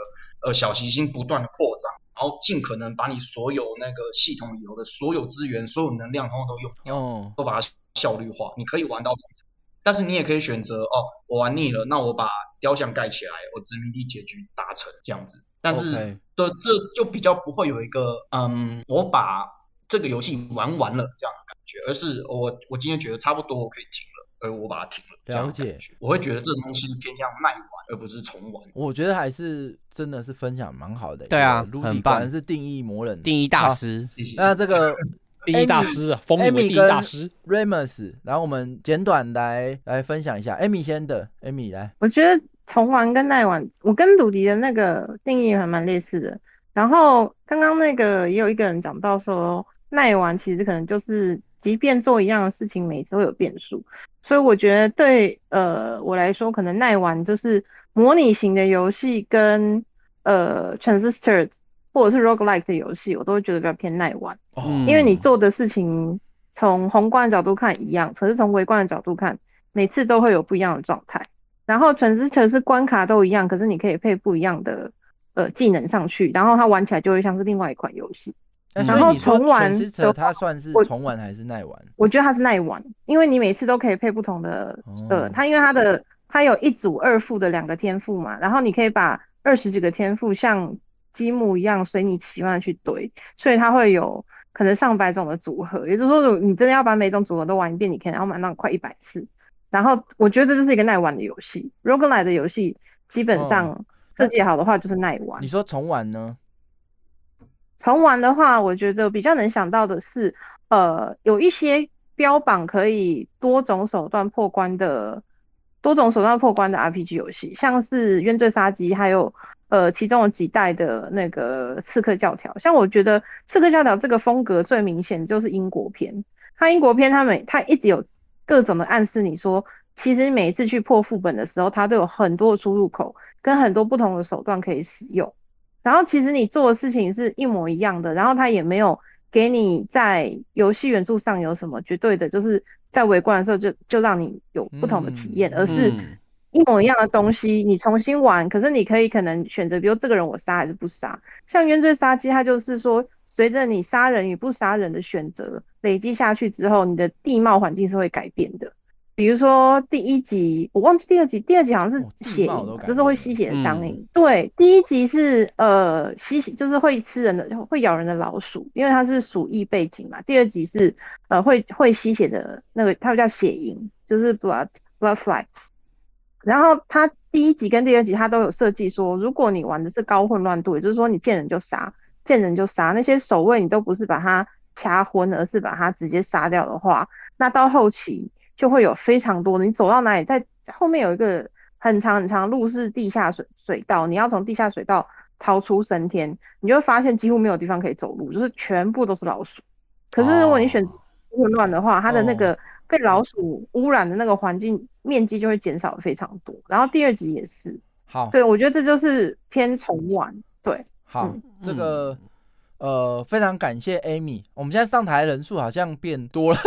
[SPEAKER 7] 呃小行星不断的扩张，然后尽可能把你所有那个系统里头的所有资源、所有能量，通通都用掉。
[SPEAKER 1] 哦，
[SPEAKER 7] 都把它效率化，你可以玩到这样子，但是你也可以选择哦，我玩腻了，那我把雕像盖起来，我殖民地结局达成这样子。但是
[SPEAKER 1] OK
[SPEAKER 7] 的这就比较不会有一个嗯，我把这个游戏玩完了这样的感觉，而是我我今天觉得差不多，我可以停了，而我把它停了。这样的感
[SPEAKER 1] 了解
[SPEAKER 7] 觉，我会觉得这东西是偏向慢玩，而不是重玩。
[SPEAKER 1] 我觉得还是真的是分享蛮好的。
[SPEAKER 4] 对啊
[SPEAKER 1] 卢迪
[SPEAKER 4] 很
[SPEAKER 1] 果
[SPEAKER 4] 棒
[SPEAKER 1] 然是定义魔人，
[SPEAKER 4] 定义大师，
[SPEAKER 7] 谢谢。
[SPEAKER 1] 那这个
[SPEAKER 2] <laughs> 第一大师啊，风靡为
[SPEAKER 1] Amy
[SPEAKER 2] 第一大
[SPEAKER 1] 跟
[SPEAKER 2] 师，
[SPEAKER 1] Ramos，然后我们简短来来分享一下。Amy 先的，Amy 来，
[SPEAKER 8] 我觉得重玩跟耐玩，我跟鲁迪的那个定义还蛮类似的。然后刚刚那个也有一个人讲到说，耐玩其实可能就是，即便做一样的事情，每次会有变数。所以我觉得对呃我来说，可能耐玩就是模拟型的游戏跟呃 transistor 或者是 roguelike 的游戏，我都会觉得比较偏耐玩。
[SPEAKER 2] 哦
[SPEAKER 4] 嗯
[SPEAKER 8] 因为你做的事情从宏观的角度看一样，可是从微观的角度看，每次都会有不一样的状态。然后全职城是关卡都一样，可是你可以配不一样的呃技能上去，然后它玩起来就会像是另外一款游戏。
[SPEAKER 1] 那
[SPEAKER 4] 嗯
[SPEAKER 1] 哎所
[SPEAKER 4] 然
[SPEAKER 1] 以
[SPEAKER 8] 后
[SPEAKER 1] 你说
[SPEAKER 8] 重玩
[SPEAKER 1] t
[SPEAKER 8] 的话
[SPEAKER 1] 它算是
[SPEAKER 8] 我
[SPEAKER 1] 重玩还是耐玩？
[SPEAKER 8] 我觉得它是耐玩，因为你每次都可以配不同的
[SPEAKER 1] 哦
[SPEAKER 8] 呃，它因为它的它有一组二副的两个天赋嘛，然后你可以把二十几个天赋像积木一样随你喜欢的去堆，所以它会有可能上百种的组合，也就是说，如果你真的要把每种组合都玩一遍，你可能要玩到快一百次。然后我觉得这就是一个耐玩的游戏，roguelike 的游戏基本上设计好的话就是耐玩
[SPEAKER 1] 你。说重玩呢？
[SPEAKER 8] 重玩的话，我觉得比较能想到的是，呃，有一些标榜可以多种手段破关的、多种手段破关的 RPG 游戏，像是《冤罪杀机》，还有呃其中有几代的那个《刺客教条》。像我觉得《刺客教条》这个风格最明显就是英国片，它英国片它每它一直有各种的暗示你说，其实每一次去破副本的时候，它都有很多的出入口跟很多不同的手段可以使用。然后其实你做的事情是一模一样的，然后他也没有给你在游戏元素上有什么绝对的，就是在围观的时候就就让你有不同的体验，
[SPEAKER 1] 嗯
[SPEAKER 8] 而是
[SPEAKER 4] 嗯
[SPEAKER 8] 一模一样的东西，你重新玩，可是你可以可能选择，比如这个人我杀还是不杀。像冤罪杀机，它就是说，随着你杀人与不杀人的选择累积下去之后，你的地貌环境是会改变的。比如说第一集，我忘记第二集，第二集好像是
[SPEAKER 1] 哦地
[SPEAKER 8] 血
[SPEAKER 1] 貌
[SPEAKER 8] 影
[SPEAKER 1] 都
[SPEAKER 8] 吧，
[SPEAKER 1] 改
[SPEAKER 8] 就是会
[SPEAKER 1] 变
[SPEAKER 8] 吸血的
[SPEAKER 4] 嗯
[SPEAKER 8] 僵硬。对，第一集是呃吸血，就是会吃人的，会咬人的老鼠，因为它是鼠疫背景嘛。第二集是呃会会吸血的那个，它叫血蝇，就是 blood blood fly。然后它第一集跟第二集它都有设计说，如果你玩的是高混乱度，也就是说你见人就杀，见人就杀，那些守卫你都不是把它掐昏，而是把它直接杀掉的话，那到后期就会有非常多的，你走到哪里，在后面有一个很长很长的路是地下水水道，你要从地下水道逃出升天，你就会发现几乎没有地方可以走路，就是全部都是老鼠。可是如果你选
[SPEAKER 4] 哦
[SPEAKER 8] 混乱的话，它的那
[SPEAKER 2] 哦
[SPEAKER 8] 个被老鼠污染的那个环境面积就会减少非常多。然后第二集也是，
[SPEAKER 2] 哦
[SPEAKER 1] 好，
[SPEAKER 8] 对我觉得这就是偏重玩，对，嗯
[SPEAKER 1] 好，这个
[SPEAKER 2] 嗯
[SPEAKER 1] 呃，非常感谢 Amy，我们现在上台人数好像变多了，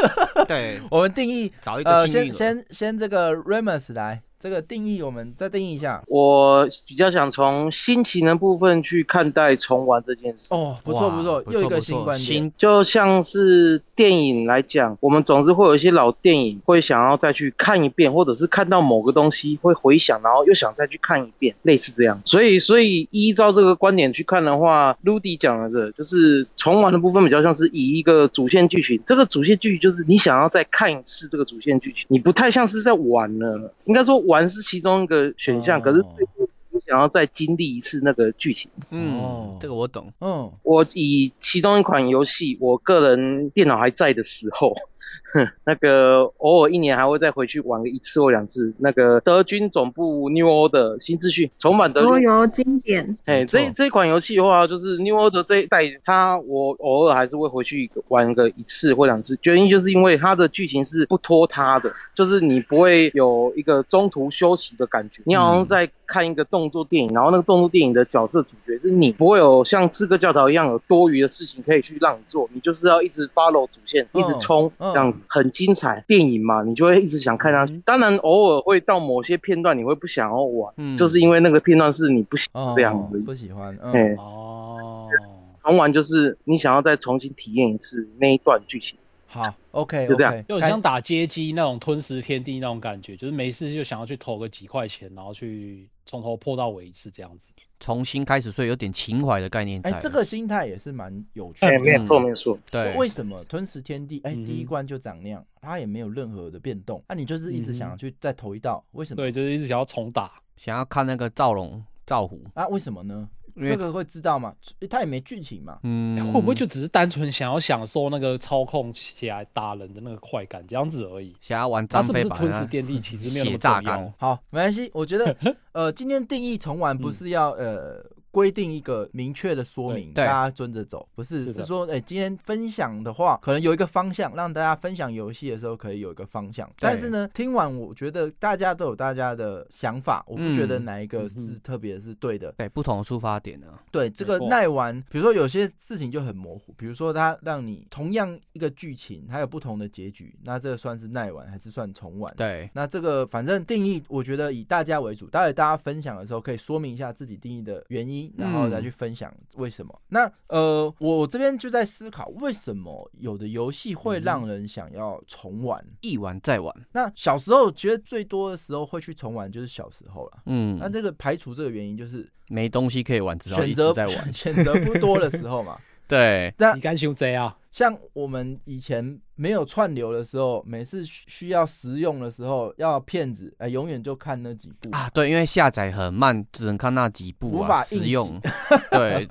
[SPEAKER 4] 对，
[SPEAKER 1] <laughs> 我们定义
[SPEAKER 4] 找一
[SPEAKER 1] 呃，
[SPEAKER 4] 个幸运
[SPEAKER 1] 先
[SPEAKER 4] 儿
[SPEAKER 1] 先先这个 Remus 来，这个定义我们再定义一下。
[SPEAKER 9] 我比较想从新奇能部分去看待重玩这件事。
[SPEAKER 1] 哦，不错
[SPEAKER 4] 哇
[SPEAKER 1] 不错，又一个新观点。
[SPEAKER 4] 新
[SPEAKER 9] 就像是电影来讲，我们总是会有一些老电影会想要再去看一遍，或者是看到某个东西会回想，然后又想再去看一遍，类似这样。所以，所以依照这个观点去看的话，Rudy 讲的这就是重玩的部分比较像是以一个主线剧情，这个主线剧情就是你想要再看一次这个主线剧情，你不太像是在玩了，应该说玩是其中一个选项，可是
[SPEAKER 1] 哦
[SPEAKER 9] 最后你想要再经历一次那个剧情。
[SPEAKER 1] 哦
[SPEAKER 4] 嗯，这个我懂。
[SPEAKER 1] 嗯，
[SPEAKER 9] 我以其中一款游戏，我个人电脑还在的时候， <laughs> 哼，那个偶尔一年还会再回去玩个一次或两次。那个德军总部 New Order 新秩序重返德军
[SPEAKER 8] 游经典，
[SPEAKER 9] 哎，这这款游戏的话，就是 New Order 这一代，它我偶尔还是会回去玩个一次或两次，原因就是因为它的剧情是不拖沓的，就是你不会有一个中途休息的感觉，你好
[SPEAKER 1] 嗯
[SPEAKER 9] 像在看一个动作电影，然后那个动作电影的角色主角就是你，不会有像刺客教条一样有多余的事情可以去让你做，你就是要一直 follow 主线，一直冲，
[SPEAKER 1] 嗯
[SPEAKER 9] 这样子很精彩。电影嘛，你就会一直想看下去。当然，偶尔会到某些片段你会不想要玩，
[SPEAKER 4] 嗯
[SPEAKER 9] 就是因为那个片段是你不喜欢
[SPEAKER 1] 哦，
[SPEAKER 9] 这样而已。
[SPEAKER 1] 不喜欢。
[SPEAKER 9] 哎、
[SPEAKER 1] 嗯，
[SPEAKER 2] 哦，
[SPEAKER 9] 重玩就是你想要再重新体验一次那一段剧情。
[SPEAKER 1] 好，OK，
[SPEAKER 9] 就这样
[SPEAKER 1] OK，
[SPEAKER 2] 就很像打街机那种吞食天地那种感觉，就是没事就想要去投个几块钱，然后去从头破到尾一次这样子。
[SPEAKER 4] <laughs> 重新开始，所以有点情怀的概念在
[SPEAKER 1] 哎
[SPEAKER 4] 了。，
[SPEAKER 1] 这个心态也是蛮有趣
[SPEAKER 9] 哎、
[SPEAKER 1] 的。
[SPEAKER 9] 没有错，没有错。
[SPEAKER 4] 对，
[SPEAKER 1] 为什么吞食天地？哎，
[SPEAKER 2] 嗯
[SPEAKER 1] 第一关就长那样，它也没有任何的变动，啊那你就是一直
[SPEAKER 4] 嗯
[SPEAKER 1] 想要去再投一道，为什么？
[SPEAKER 2] 对，就是一直想要重打。
[SPEAKER 4] 想要看那个赵龙赵虎，
[SPEAKER 1] 啊，为什么呢？
[SPEAKER 4] 因
[SPEAKER 1] 这
[SPEAKER 4] 为
[SPEAKER 1] 个会知道吗？它也没剧情嘛。
[SPEAKER 4] 嗯
[SPEAKER 2] 哎，会不会就只是单纯想要享受那个操控起来打人的那个快感这样子而已？
[SPEAKER 4] 想要玩
[SPEAKER 2] 他
[SPEAKER 4] 张
[SPEAKER 2] 是不
[SPEAKER 4] 飞
[SPEAKER 2] 是
[SPEAKER 4] 版
[SPEAKER 2] 吞
[SPEAKER 4] 啊
[SPEAKER 2] 食天地其实没有那
[SPEAKER 4] 血
[SPEAKER 2] 么
[SPEAKER 4] <laughs> 榨
[SPEAKER 2] 重
[SPEAKER 4] 干
[SPEAKER 2] 要？
[SPEAKER 1] 好，没关系，我觉
[SPEAKER 4] <laughs>
[SPEAKER 1] 得呃，今天定义重玩
[SPEAKER 4] 嗯
[SPEAKER 1] 不是要、呃规定一个明确的说明，
[SPEAKER 4] 对
[SPEAKER 1] 大家遵着走，不是
[SPEAKER 2] 是
[SPEAKER 1] 是
[SPEAKER 2] 的
[SPEAKER 1] 说，哎、今天分享的话，可能有一个方向，让大家分享游戏的时候可以有一个方向。但是呢，听完我觉得大家都有大家的想法，我不觉得
[SPEAKER 4] 嗯
[SPEAKER 1] 哪一个是特别是对的。
[SPEAKER 4] 对不同的出发点呢、
[SPEAKER 1] 对这个
[SPEAKER 2] 错
[SPEAKER 1] 耐玩，比如说有些事情就很模糊，比如说它让你同样一个剧情，它有不同的结局，那这个算是耐玩还是算重玩？
[SPEAKER 4] 对，
[SPEAKER 1] 那这个反正定义，我觉得以大家为主，待会大家分享的时候可以说明一下自己定义的原因，然后再去分享为什么。那呃，我这边就在思考，为什么有的游戏会让人想要重玩？
[SPEAKER 4] 嗯一玩再玩，
[SPEAKER 1] 那小时候觉得最多的时候会去重玩，就是小时候了。
[SPEAKER 4] 嗯，
[SPEAKER 1] 那这个排除这个原因，就是
[SPEAKER 4] 没东西可以玩，只好
[SPEAKER 1] 选
[SPEAKER 4] 一
[SPEAKER 1] 择
[SPEAKER 4] 直在玩。
[SPEAKER 1] <laughs> 选择不多的时候嘛。
[SPEAKER 4] <laughs> 对，
[SPEAKER 1] 那
[SPEAKER 2] 你敢用这啊？
[SPEAKER 1] 像我们以前没有串流的时候，每次需需要实用的时候，要骗子，哎、永远就看那几部
[SPEAKER 4] 啊，对，因为下载很慢，只能看那几部
[SPEAKER 1] 无
[SPEAKER 4] 啊，
[SPEAKER 1] 法
[SPEAKER 4] 实
[SPEAKER 1] 应
[SPEAKER 4] 用。
[SPEAKER 1] <laughs>
[SPEAKER 4] 对，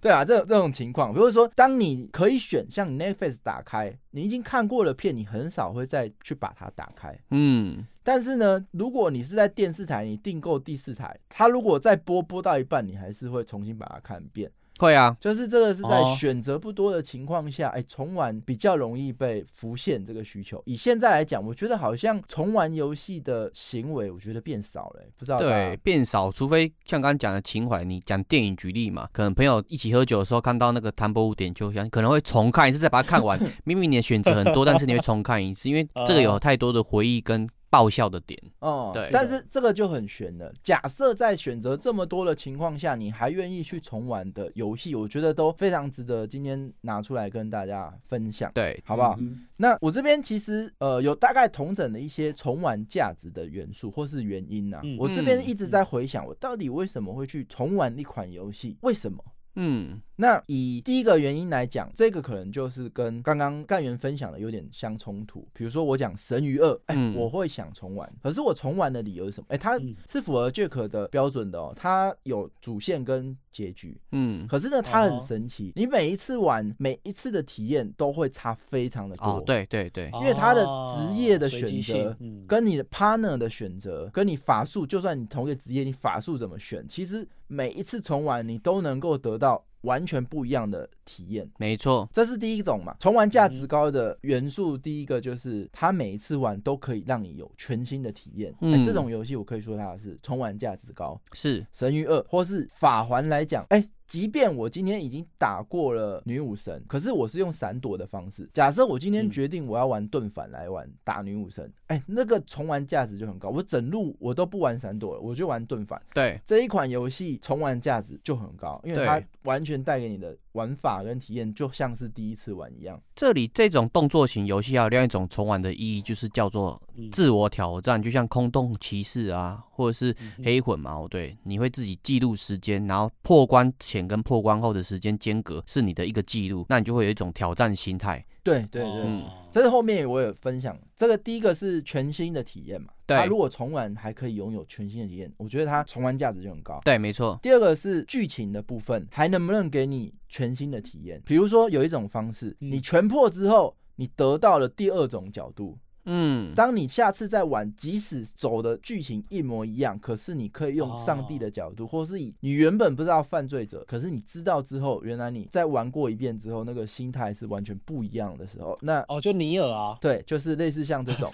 [SPEAKER 1] 对啊，这这种情况，比如说，当你可以选像 Netflix 打开，你已经看过的片，你很少会再去把它打开。
[SPEAKER 4] 嗯，
[SPEAKER 1] 但是呢，如果你是在电视台，你订购第四台，它如果再播播到一半，你还是会重新把它看一遍。
[SPEAKER 4] 会啊，
[SPEAKER 1] 就是这个是在
[SPEAKER 2] 哦
[SPEAKER 1] 选择不多的情况下，哎、重玩比较容易被浮现这个需求。以现在来讲，我觉得好像重玩游戏的行为，我觉得变少了、欸不知道大家
[SPEAKER 4] 对，变少，除非像刚刚讲的情怀，你讲电影举例嘛，可能朋友一起喝酒的时候看到那个《唐伯虎点秋香》，可能会重看一次再把它看
[SPEAKER 1] <laughs>
[SPEAKER 4] 完。明明你的选择很多，但是你会重看一次，因为
[SPEAKER 2] 啊
[SPEAKER 4] 这个有太多的回忆跟爆笑的点。
[SPEAKER 1] 哦，
[SPEAKER 4] 对
[SPEAKER 1] 但是这个就很悬了。假设在选择这么多的情况下，你还愿意去重玩的游戏，我觉得都非常值得今天拿出来跟大家分享，
[SPEAKER 4] 对，
[SPEAKER 1] 好不好？
[SPEAKER 2] 嗯
[SPEAKER 1] 那我这边其实呃有大概同整的一些重玩价值的元素或是原因啊呐、
[SPEAKER 2] 嗯
[SPEAKER 1] 我这边一直在回想，我到底为什么会去重玩一款游戏？为什么？
[SPEAKER 4] 嗯，
[SPEAKER 1] 那以第一个原因来讲，这个可能就是跟刚刚干员分享的有点相冲突。比如说我讲《神与二》，哎、
[SPEAKER 4] 嗯
[SPEAKER 1] 我会想重玩，可是我重玩的理由是什么？哎、它
[SPEAKER 2] 嗯
[SPEAKER 1] 是符合 Jack 的标准的哦，它有主线跟结局。
[SPEAKER 4] 嗯，
[SPEAKER 1] 可是呢，它很
[SPEAKER 2] 哦
[SPEAKER 1] 神奇，你每一次玩，每一次的体验都会差非常的多。
[SPEAKER 4] 哦，对对对，
[SPEAKER 1] 因为他的职业的
[SPEAKER 2] 哦随
[SPEAKER 1] 选
[SPEAKER 2] 机
[SPEAKER 1] 择
[SPEAKER 2] 性，嗯，
[SPEAKER 1] 跟你的 partner 的选择，跟你法术，就算你同一个职业，你法术怎么选，其实每一次重玩你都能够得到完全不一样的体验。
[SPEAKER 4] 没错，
[SPEAKER 1] 这是第一种嘛，重玩价
[SPEAKER 2] 嗯
[SPEAKER 1] 值高的元素，第一个就是它每一次玩都可以让你有全新的体验。哎
[SPEAKER 4] 嗯
[SPEAKER 1] 这种游戏我可以说它是重玩价值高。
[SPEAKER 4] 是
[SPEAKER 1] 神域二或是法环来讲，哎、即便我今天已经打过了女武神，可是我是用闪躲的方式。假设我今天
[SPEAKER 2] 嗯
[SPEAKER 1] 决定我要玩盾反来玩打女武神，哎、那个重玩价值就很高。我整路我都不玩闪躲了，我就玩盾反。
[SPEAKER 4] 对，
[SPEAKER 1] 这一款游戏重玩价值就很高，因为
[SPEAKER 4] 对
[SPEAKER 1] 它完全带给你的玩法跟体验就像是第一次玩一样。
[SPEAKER 4] 这里这种动作型游戏还有另外一种重玩的意义，就是叫做
[SPEAKER 2] 嗯
[SPEAKER 4] 自我挑战，就像空洞骑士啊，或者是
[SPEAKER 2] 嗯哼
[SPEAKER 4] 黑魂嘛，哦对，你会自己记录时间，然后破关前跟破关后的时间间隔是你的一个记录，那你就会有一种挑战心态。
[SPEAKER 1] 对对对，
[SPEAKER 4] 嗯
[SPEAKER 2] 哦
[SPEAKER 1] 这是后面我有分享，这个第一个是全新的体验嘛，
[SPEAKER 4] 对
[SPEAKER 1] 它如果重玩还可以拥有全新的体验，我觉得它重玩价值就很高。
[SPEAKER 4] 对，没错，
[SPEAKER 1] 第二个是剧情的部分，还能不能给你全新的体验？比如说有一种方式，
[SPEAKER 2] 嗯
[SPEAKER 1] 你全破之后，你得到了第二种角度。
[SPEAKER 4] 嗯，
[SPEAKER 1] 当你下次再玩，即使走的剧情一模一样，可是你可以用
[SPEAKER 2] 哦
[SPEAKER 1] 上帝的角度，或是以你原本不知道犯罪者，可是你知道之后，原来你在玩过一遍之后，那个心态是完全不一样的时候，那
[SPEAKER 2] 哦，就尼尔啊，
[SPEAKER 1] 对，就是类似像这
[SPEAKER 2] <laughs>
[SPEAKER 1] 种，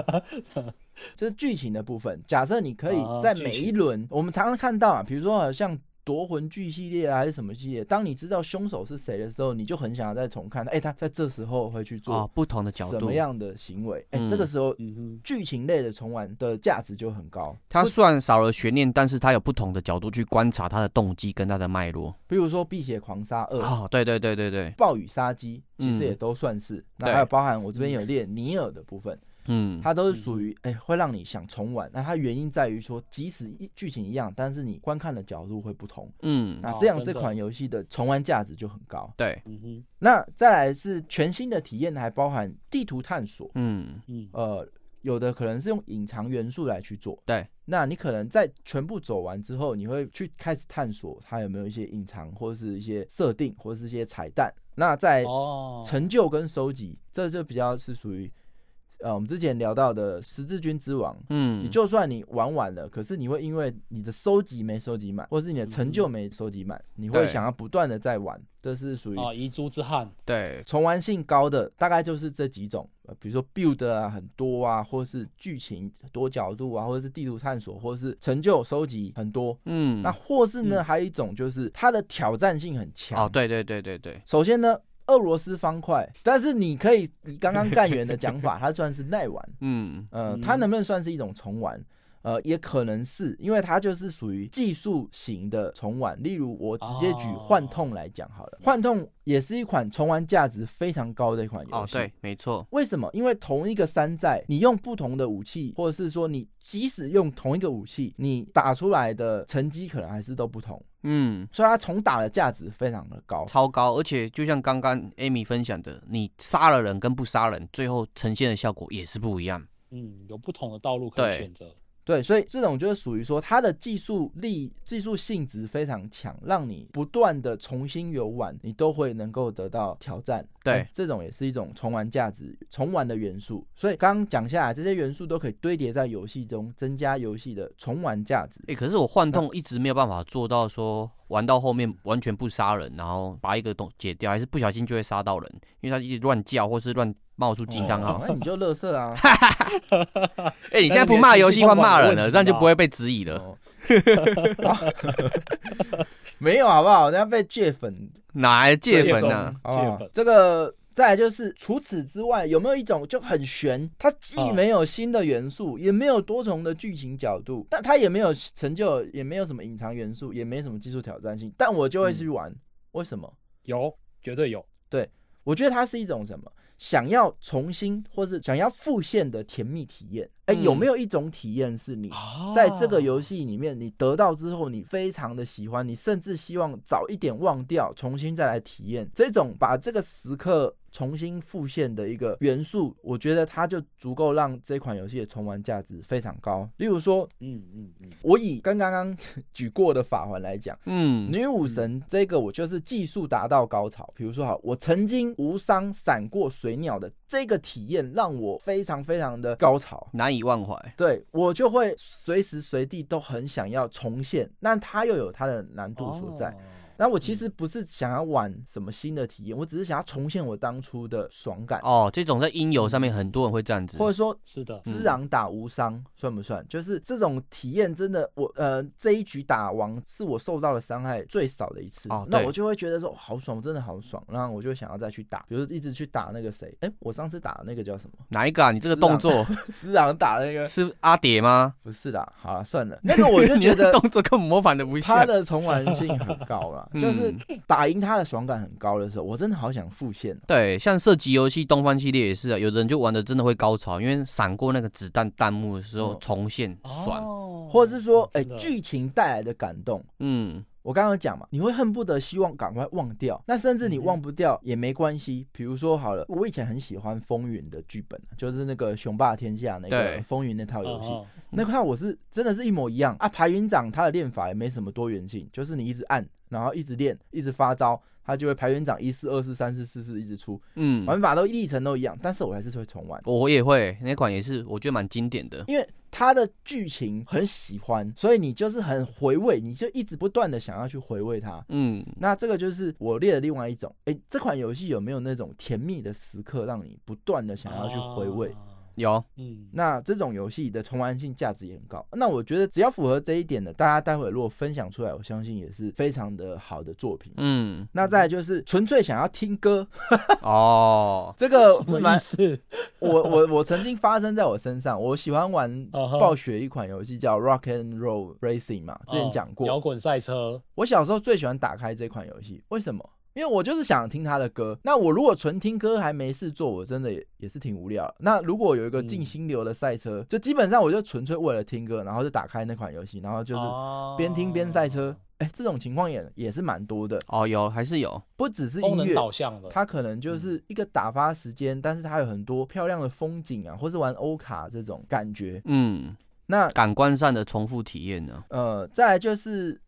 [SPEAKER 1] <laughs> 这是剧情的部分。假设你可以
[SPEAKER 2] 啊
[SPEAKER 1] 在
[SPEAKER 2] 剧
[SPEAKER 1] 每一
[SPEAKER 2] 情
[SPEAKER 1] 轮，我们常常看到啊，比如说好像夺魂剧系列啊，还是什么系列，当你知道凶手是谁的时候，你就很想要再重看。哎、他在这时候会去
[SPEAKER 4] 哦
[SPEAKER 1] 做，
[SPEAKER 4] 不同的角
[SPEAKER 1] 什
[SPEAKER 4] 度
[SPEAKER 1] 么，样的行为？哎、这个
[SPEAKER 4] 嗯
[SPEAKER 1] 时候
[SPEAKER 2] 嗯哼，
[SPEAKER 1] 剧情类的重玩的价值就很高。
[SPEAKER 4] 它
[SPEAKER 1] 不
[SPEAKER 4] 虽然少了悬念，但是它有不同的角度去观察它的动机跟它的脉络。
[SPEAKER 1] 比如说《碧血狂杀二》
[SPEAKER 4] 哦，对对对对对，
[SPEAKER 1] 暴雨杀机》，其实
[SPEAKER 4] 嗯
[SPEAKER 1] 也都算是。那
[SPEAKER 4] 对
[SPEAKER 1] 还有包含我这边有列尼尔的部分。
[SPEAKER 4] 嗯，
[SPEAKER 1] 它都是属于哎会让你想重玩。那它原因在于说，即使一剧情一样，但是你观看的角度会不同。
[SPEAKER 4] 嗯，
[SPEAKER 1] 那
[SPEAKER 2] 哦
[SPEAKER 1] 这样
[SPEAKER 2] 真
[SPEAKER 1] 这
[SPEAKER 2] 的
[SPEAKER 1] 款游戏的重玩价值就很高。
[SPEAKER 4] 对，
[SPEAKER 2] 嗯哼，
[SPEAKER 1] 那再来是全新的体验，还包含地图探索。
[SPEAKER 4] 嗯，
[SPEAKER 2] 嗯，
[SPEAKER 1] 呃，有的可能是用隐藏元素来去做。
[SPEAKER 4] 对，
[SPEAKER 1] 那你可能在全部走完之后，你会去开始探索它有没有一些隐藏，或是一些设定，或是一些彩蛋。那在
[SPEAKER 2] 哦，
[SPEAKER 1] 成就跟收集，这就比较是属于呃我们之前聊到的十字军之王。
[SPEAKER 4] 嗯，
[SPEAKER 1] 你就算你玩完了，可是你会因为你的收集没收集满，或是你的成就没收集满，你会
[SPEAKER 4] 对
[SPEAKER 1] 想要不断的再玩，这是属于
[SPEAKER 2] 啊，遗珠之憾，
[SPEAKER 4] 对，
[SPEAKER 1] 重玩性高的，大概就是这几种，呃比如说 build 啊很多啊，或是剧情多角度啊，或者是地图探索，或是成就收集很多。
[SPEAKER 4] 嗯，
[SPEAKER 1] 那或是呢，
[SPEAKER 2] 嗯
[SPEAKER 1] 还有一种就是它的挑战性很强。
[SPEAKER 4] 哦，，对对对对对，
[SPEAKER 1] 首先呢，俄罗斯方块，但是你可以以刚刚干员的讲法，它算是耐玩。
[SPEAKER 4] 嗯，
[SPEAKER 1] 呃，
[SPEAKER 2] 嗯
[SPEAKER 1] 它能不能算是一种重玩？呃，也可能是，因为它就是属于技术型的重玩。例如，我直接举《
[SPEAKER 2] 哦
[SPEAKER 1] 幻痛》来讲好
[SPEAKER 4] 哦
[SPEAKER 1] 了，幻痛》也是一款重玩价值非常高的一款游
[SPEAKER 4] 哦，
[SPEAKER 1] 戏。
[SPEAKER 4] 对，没错，
[SPEAKER 1] 为什么？因为同一个山寨，你用不同的武器，或者是说你即使用同一个武器，你打出来的成绩可能还是都不同，
[SPEAKER 4] 嗯，
[SPEAKER 1] 所以它重打的价值非常的高。
[SPEAKER 4] 超高，而且就像刚刚 Amy 分享的，你杀了人跟不杀人，最后呈现的效果也是不一样。
[SPEAKER 2] 嗯，有不同的道路可以
[SPEAKER 4] 对
[SPEAKER 2] 选择，
[SPEAKER 1] 对，所以这种就是属于说它的技术力、技术性质非常强，让你不断的重新游玩，你都会能够得到挑战。
[SPEAKER 4] 对
[SPEAKER 1] 哎这种也是一种重玩价值、重玩的元素。所以刚刚讲下来，这些元素都可以堆叠在游戏中，增加游戏的重玩价值。哦
[SPEAKER 4] 哎、可是我幻痛
[SPEAKER 1] 嗯
[SPEAKER 4] 一直没有办法做到说玩到后面完全不杀人，然后把一个东解掉，还是不小心就会杀到人，因为他一直乱叫或是乱冒出金刚号。 <laughs>
[SPEAKER 1] 哦那你就乐色啊！
[SPEAKER 4] 哎、你现在不骂游戏，换骂人了，这样就不会被质疑了。
[SPEAKER 1] 哦 <laughs> 没有好不好？人家被戒粉
[SPEAKER 4] 哪来
[SPEAKER 2] 戒
[SPEAKER 4] 戒粉
[SPEAKER 2] 中
[SPEAKER 4] 啊？
[SPEAKER 1] 好不好
[SPEAKER 2] 戒粉
[SPEAKER 1] 这个再来就是，除此之外，有没有一种就很悬？它既
[SPEAKER 2] 啊
[SPEAKER 1] 没有新的元素，也没有多重的剧情角度，但它也没有成就，也没有什么隐藏元素，也没什么技术挑战性，但我就会去玩。为什么？
[SPEAKER 2] 嗯有，绝对有，
[SPEAKER 1] 我觉得它是一种什么？想要重新或是想要复现的甜蜜体验。哎、哎、有
[SPEAKER 4] 嗯
[SPEAKER 1] 没有一种体验是你
[SPEAKER 2] 啊
[SPEAKER 1] 在这个游戏里面你得到之后，你非常的喜欢，你甚至希望早一点忘掉，重新再来体验这种把这个时刻重新复现的一个元素，我觉得它就足够让这款游戏的重玩价值非常高。例如说，
[SPEAKER 2] 嗯嗯嗯，
[SPEAKER 1] 我以跟刚刚举过的法环来讲。
[SPEAKER 4] 嗯，
[SPEAKER 1] 女武神这个我就是技术达到高潮，比如说好，我曾经无伤闪过水鸟的这个体验让我非常非常的高潮，
[SPEAKER 4] 难以忘怀。
[SPEAKER 1] 对我就会随时随地都很想要重现，那它又有它的难度所在。
[SPEAKER 2] 哦
[SPEAKER 1] 那我其实
[SPEAKER 4] 嗯
[SPEAKER 1] 不是想要玩什么新的体验，我只是想要重现我当初的爽感，
[SPEAKER 4] 哦，这种在音游上面很多人会这样子，
[SPEAKER 1] 或者说
[SPEAKER 2] 是的，
[SPEAKER 4] 嗯
[SPEAKER 1] 知壤打无伤算不算？就是这种体验，真的我呃这一局打王是我受到的伤害最少的一次，
[SPEAKER 4] 哦
[SPEAKER 1] 那
[SPEAKER 4] 对
[SPEAKER 1] 我就会觉得说好爽，真的好爽，然后我就想要再去打，比如一直去打那个谁，哎、我上次打的那个叫什么？
[SPEAKER 4] 哪一个啊？你这个
[SPEAKER 1] 知壤
[SPEAKER 4] 动作
[SPEAKER 1] <laughs> 知壤打的那个
[SPEAKER 4] 是阿蝶吗？
[SPEAKER 1] 不是啦，好了算了，那个我
[SPEAKER 4] <laughs>
[SPEAKER 1] 就
[SPEAKER 4] 你
[SPEAKER 1] 觉
[SPEAKER 4] 的
[SPEAKER 1] 得
[SPEAKER 4] 动作跟我模仿的不
[SPEAKER 1] 他
[SPEAKER 4] 像。
[SPEAKER 1] 的重玩性很高啦，
[SPEAKER 4] <laughs> 嗯
[SPEAKER 1] 就是打赢他的爽感很高的时候，我真的好想复现、啊。
[SPEAKER 4] 对，像射击游戏东方系列也是啊，有的人就玩的真的会高潮，因为闪过那个子弹弹幕的时候
[SPEAKER 1] 嗯
[SPEAKER 4] 重现爽。
[SPEAKER 2] 哦
[SPEAKER 1] 或者是说，哎、
[SPEAKER 2] 真的
[SPEAKER 1] 剧情带来的感动，
[SPEAKER 4] 嗯，
[SPEAKER 1] 我刚刚有讲嘛，你会恨不得希望赶快忘掉，那甚至你
[SPEAKER 2] 嗯
[SPEAKER 1] 忘不掉也没关系。比如说好了，我以前很喜欢风云的剧本，啊就是那个《雄霸天下》那
[SPEAKER 4] 对
[SPEAKER 1] 个风云那套游戏，
[SPEAKER 2] 嗯
[SPEAKER 1] 那块我是真的是一模一样啊。排云掌它的练法也没什么多元性，就是你一直按，然后一直练，一直发招，它就会排云掌一四二四三四四四一直出，
[SPEAKER 4] 嗯，
[SPEAKER 1] 玩法都历程都一样，但是我还是会重玩。
[SPEAKER 4] 我也会那款也是，我觉得蛮经典的。
[SPEAKER 1] 因为它的剧情很喜欢，所以你就是很回味，你就一直不断的想要去回味它。
[SPEAKER 4] 嗯，
[SPEAKER 1] 那这个就是我列的另外一种，哎、这款游戏有没有那种甜蜜的时刻，让你不断的想要去回味？，
[SPEAKER 2] 啊
[SPEAKER 4] 有，
[SPEAKER 2] 嗯，
[SPEAKER 1] 那这种游戏的重玩性价值也很高。那我觉得只要符合这一点的，大家待会如果分享出来，我相信也是非常的好的作品。
[SPEAKER 4] 嗯，
[SPEAKER 1] 那再来就是纯粹想要听歌， <laughs>
[SPEAKER 4] 哦，
[SPEAKER 1] 这个
[SPEAKER 2] 什么意
[SPEAKER 1] 蛮
[SPEAKER 2] 思？
[SPEAKER 1] 我我我曾经发生在我身上，我喜欢
[SPEAKER 2] <laughs>
[SPEAKER 1] 玩
[SPEAKER 2] 啊哈
[SPEAKER 1] 暴雪一款游戏叫 Rock and Roll Racing 嘛，之前讲
[SPEAKER 2] 哦
[SPEAKER 1] 过。
[SPEAKER 2] 摇滚赛车，
[SPEAKER 1] 我小时候最喜欢打开这款游戏，为什么？因为我就是想听他的歌。那我如果纯听歌还没事做，我真的也也是挺无聊的。那如果有一个
[SPEAKER 2] 嗯
[SPEAKER 1] 静心流的赛车，就基本上我就纯粹为了听歌，然后就打开那款游戏，然后就是
[SPEAKER 2] 哦
[SPEAKER 1] 边听边赛车。哎、这种情况也也是蛮多的，
[SPEAKER 4] 哦，有，还是有。
[SPEAKER 1] 不只是
[SPEAKER 2] 功
[SPEAKER 1] 音
[SPEAKER 2] 能
[SPEAKER 1] 乐，
[SPEAKER 2] 导向的，嗯
[SPEAKER 1] 它可能就是一个打发时间，但是它有很多漂亮的风景啊，或是玩欧卡这种感觉。
[SPEAKER 4] 嗯，
[SPEAKER 1] 那
[SPEAKER 4] 感官上的重复体验啊呢？
[SPEAKER 1] 呃，再来就是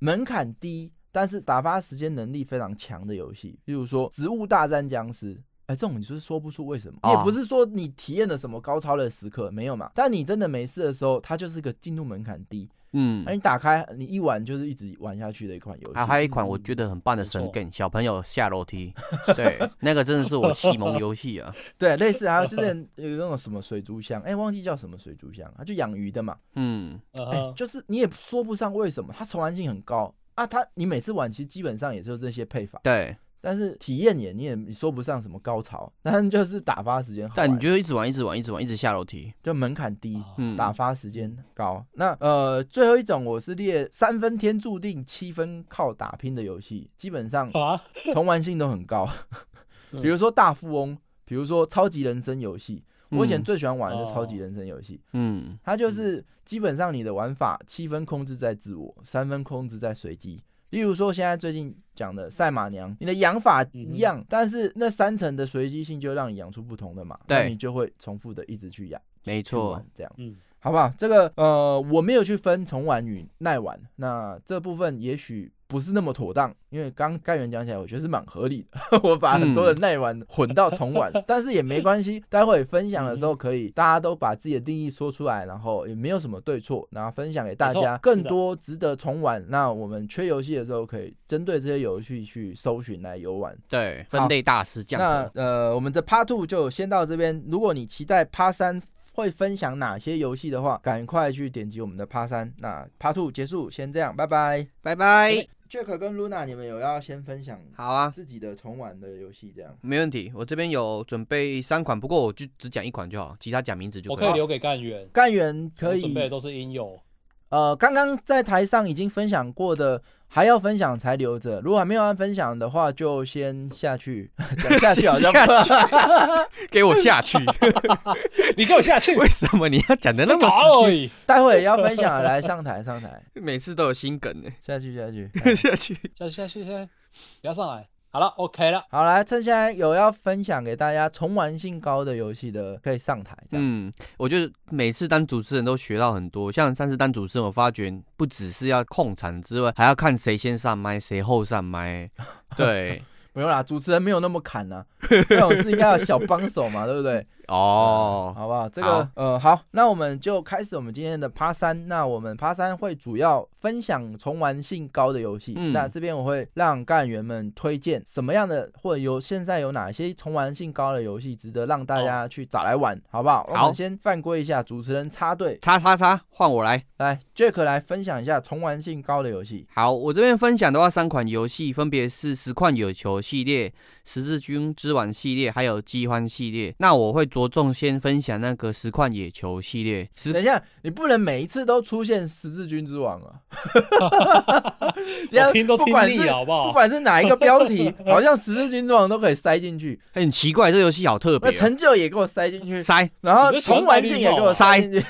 [SPEAKER 1] 门槛低，但是打发时间能力非常强的游戏，例如说《植物大战僵尸》。哎，这种你就是说不出为什么，
[SPEAKER 4] 哦
[SPEAKER 1] 也不是说你体验了什么高超的时刻，没有嘛？但你真的没事的时候，它就是个进入门槛低，
[SPEAKER 4] 嗯
[SPEAKER 1] 而，你打开你一玩就是一直玩下去的一款游戏。
[SPEAKER 4] 还还有一款我觉得很棒的
[SPEAKER 2] 没错
[SPEAKER 4] 神梗，小朋友下楼 <laughs> 梯，对，那个真的是我启蒙游戏啊。
[SPEAKER 1] 嗯 <laughs> 对，类似还有之前有那种什么水族箱，哎，忘记叫什么水族箱，它就养鱼的嘛。
[SPEAKER 4] 嗯，
[SPEAKER 2] 嗯
[SPEAKER 1] 哎、
[SPEAKER 2] 哼
[SPEAKER 1] 就是你也说不上为什么，它重玩性很高啊。它你每次玩其实基本上也就是这些配法，
[SPEAKER 4] 对，
[SPEAKER 1] 但是体验也你也你说不上什么高潮，但就是打发时间好玩，
[SPEAKER 4] 但你就一直玩，一直玩，一直玩，一直下楼梯。
[SPEAKER 1] 就门槛低，
[SPEAKER 2] 哦
[SPEAKER 4] 嗯，
[SPEAKER 1] 打发时间高。那呃，最后一种我是列三分天注定，七分靠打拼的游戏，基本上
[SPEAKER 2] 啊，
[SPEAKER 1] <laughs> 重玩性都很高。
[SPEAKER 2] <laughs> 嗯
[SPEAKER 1] 比如说大富翁，比如说超级人生游戏，我以前最喜欢玩的是
[SPEAKER 2] 哦
[SPEAKER 1] 超级人生游戏，
[SPEAKER 4] 嗯，
[SPEAKER 1] 它就是基本上你的玩法七分控制在自我，三分控制在随机。例如说，现在最近讲的赛马娘，你的养法
[SPEAKER 4] 嗯
[SPEAKER 1] 一样，但是那三层的随机性就让你养出不同的马，
[SPEAKER 4] 对
[SPEAKER 1] 那你就会重复的一直去养，
[SPEAKER 4] 没
[SPEAKER 1] 去玩
[SPEAKER 4] 错，
[SPEAKER 1] 这样
[SPEAKER 2] 嗯，
[SPEAKER 1] 好不好？这个呃，我没有去分重玩与耐玩，那这部分也许不是那么妥当，因为刚盖元讲起来，我觉得是蛮合理的， <laughs> 我把很多的耐玩混到重玩，嗯但是也没关系，待会分享的时候可以大家都把自己的定义说出来，然后也没有什么对错，然后分享给大
[SPEAKER 2] 没
[SPEAKER 1] 家
[SPEAKER 2] 错
[SPEAKER 1] 更
[SPEAKER 2] 是的
[SPEAKER 1] 多值得重玩。那我们缺游戏的时候，可以针对这些游戏去搜寻来游玩。
[SPEAKER 4] 对，分类大师这样
[SPEAKER 1] 那
[SPEAKER 4] 的。
[SPEAKER 1] 呃，我们的 Part Two 就先到这边。如果你期待 Part 三会分享哪些游戏的话，赶快去点击我们的 Part 三。那 Part Two 结束，先这样，拜拜。
[SPEAKER 4] 拜拜。
[SPEAKER 1] Jack 跟 Luna，你们有要先分享
[SPEAKER 4] 好啊，
[SPEAKER 1] 自己的重玩的游戏这样？
[SPEAKER 4] 没问题。我这边有准备三款，不过我就只讲一款就好，其他讲名字就
[SPEAKER 2] 我
[SPEAKER 4] 可
[SPEAKER 2] 可以
[SPEAKER 4] 以了。
[SPEAKER 2] 留给干员，
[SPEAKER 1] 干员可
[SPEAKER 2] 我准备的
[SPEAKER 1] 以
[SPEAKER 2] 都是音友，
[SPEAKER 1] 呃，刚刚在台上已经分享过的，还要分享才留着。如果还没有按分享的话，就先下
[SPEAKER 4] <laughs>
[SPEAKER 1] 去讲下去，好像 <laughs>
[SPEAKER 10] 给我下去！
[SPEAKER 2] <laughs> 你给我下
[SPEAKER 4] <laughs>
[SPEAKER 2] 去，
[SPEAKER 10] 为什么你要讲的那么
[SPEAKER 2] 搞
[SPEAKER 10] 直
[SPEAKER 2] 而
[SPEAKER 10] 接？
[SPEAKER 2] 已，
[SPEAKER 1] 待会也要分享，来上台
[SPEAKER 4] <laughs>
[SPEAKER 1] 上台，
[SPEAKER 10] 每次都有新梗呢。
[SPEAKER 1] 下去下去。
[SPEAKER 10] 下去，
[SPEAKER 2] 下去下去下去，不要上来，好了，OK 啊了。
[SPEAKER 1] 好，来趁现在有要分享给大家重玩性高的游戏的，可以上台。这样，
[SPEAKER 4] 嗯，我觉得每次当主持人都学到很多，像上次当主持人，我发觉不只是要控场之外，还要看谁先上麦，谁后上
[SPEAKER 1] <laughs>
[SPEAKER 4] 麦。对，
[SPEAKER 1] 不用啦，主持人没有那么砍呐、这种是应该有小帮手
[SPEAKER 4] <laughs>
[SPEAKER 1] 嘛，对不对？啊
[SPEAKER 4] 哦，
[SPEAKER 1] 好不好？这
[SPEAKER 4] 好
[SPEAKER 1] 个呃，好，那我们就开始我们今天的趴三。那我们趴三会主要分享重玩性高的游戏。
[SPEAKER 4] 嗯
[SPEAKER 1] 那这边我会让干员们推荐什么样的，或者有现在有哪些重玩性高的游戏值得让大家去找来玩，好不好？我
[SPEAKER 4] 好
[SPEAKER 1] 们先犯规一下，主持人插队，
[SPEAKER 4] 叉叉叉，换我来。
[SPEAKER 1] 来 Jack 来分享一下重玩性高的游戏。
[SPEAKER 4] 好，我这边分享的话，三款游戏分别是《实况有球》系列、《十字军之王》系列，还有《饥荒》系列。那我会着重先分享那个《实况野球》系列。实
[SPEAKER 1] 等一下，你不能每一次都出现十字军之王啊！ <laughs>
[SPEAKER 2] 我听都听
[SPEAKER 1] 不管
[SPEAKER 2] 腻
[SPEAKER 1] 是
[SPEAKER 2] 了，好不
[SPEAKER 1] 不
[SPEAKER 2] 好？
[SPEAKER 1] 管是哪一个标
[SPEAKER 2] <laughs>
[SPEAKER 1] 题， <laughs> 好像十字军之王都可以塞进去，
[SPEAKER 4] 哎很奇怪，这游戏好特
[SPEAKER 1] 那
[SPEAKER 4] 别、哦。
[SPEAKER 1] 成就也给我塞进去，
[SPEAKER 4] 塞
[SPEAKER 1] 然后
[SPEAKER 2] 你就喜欢
[SPEAKER 1] 重玩性也给我进去，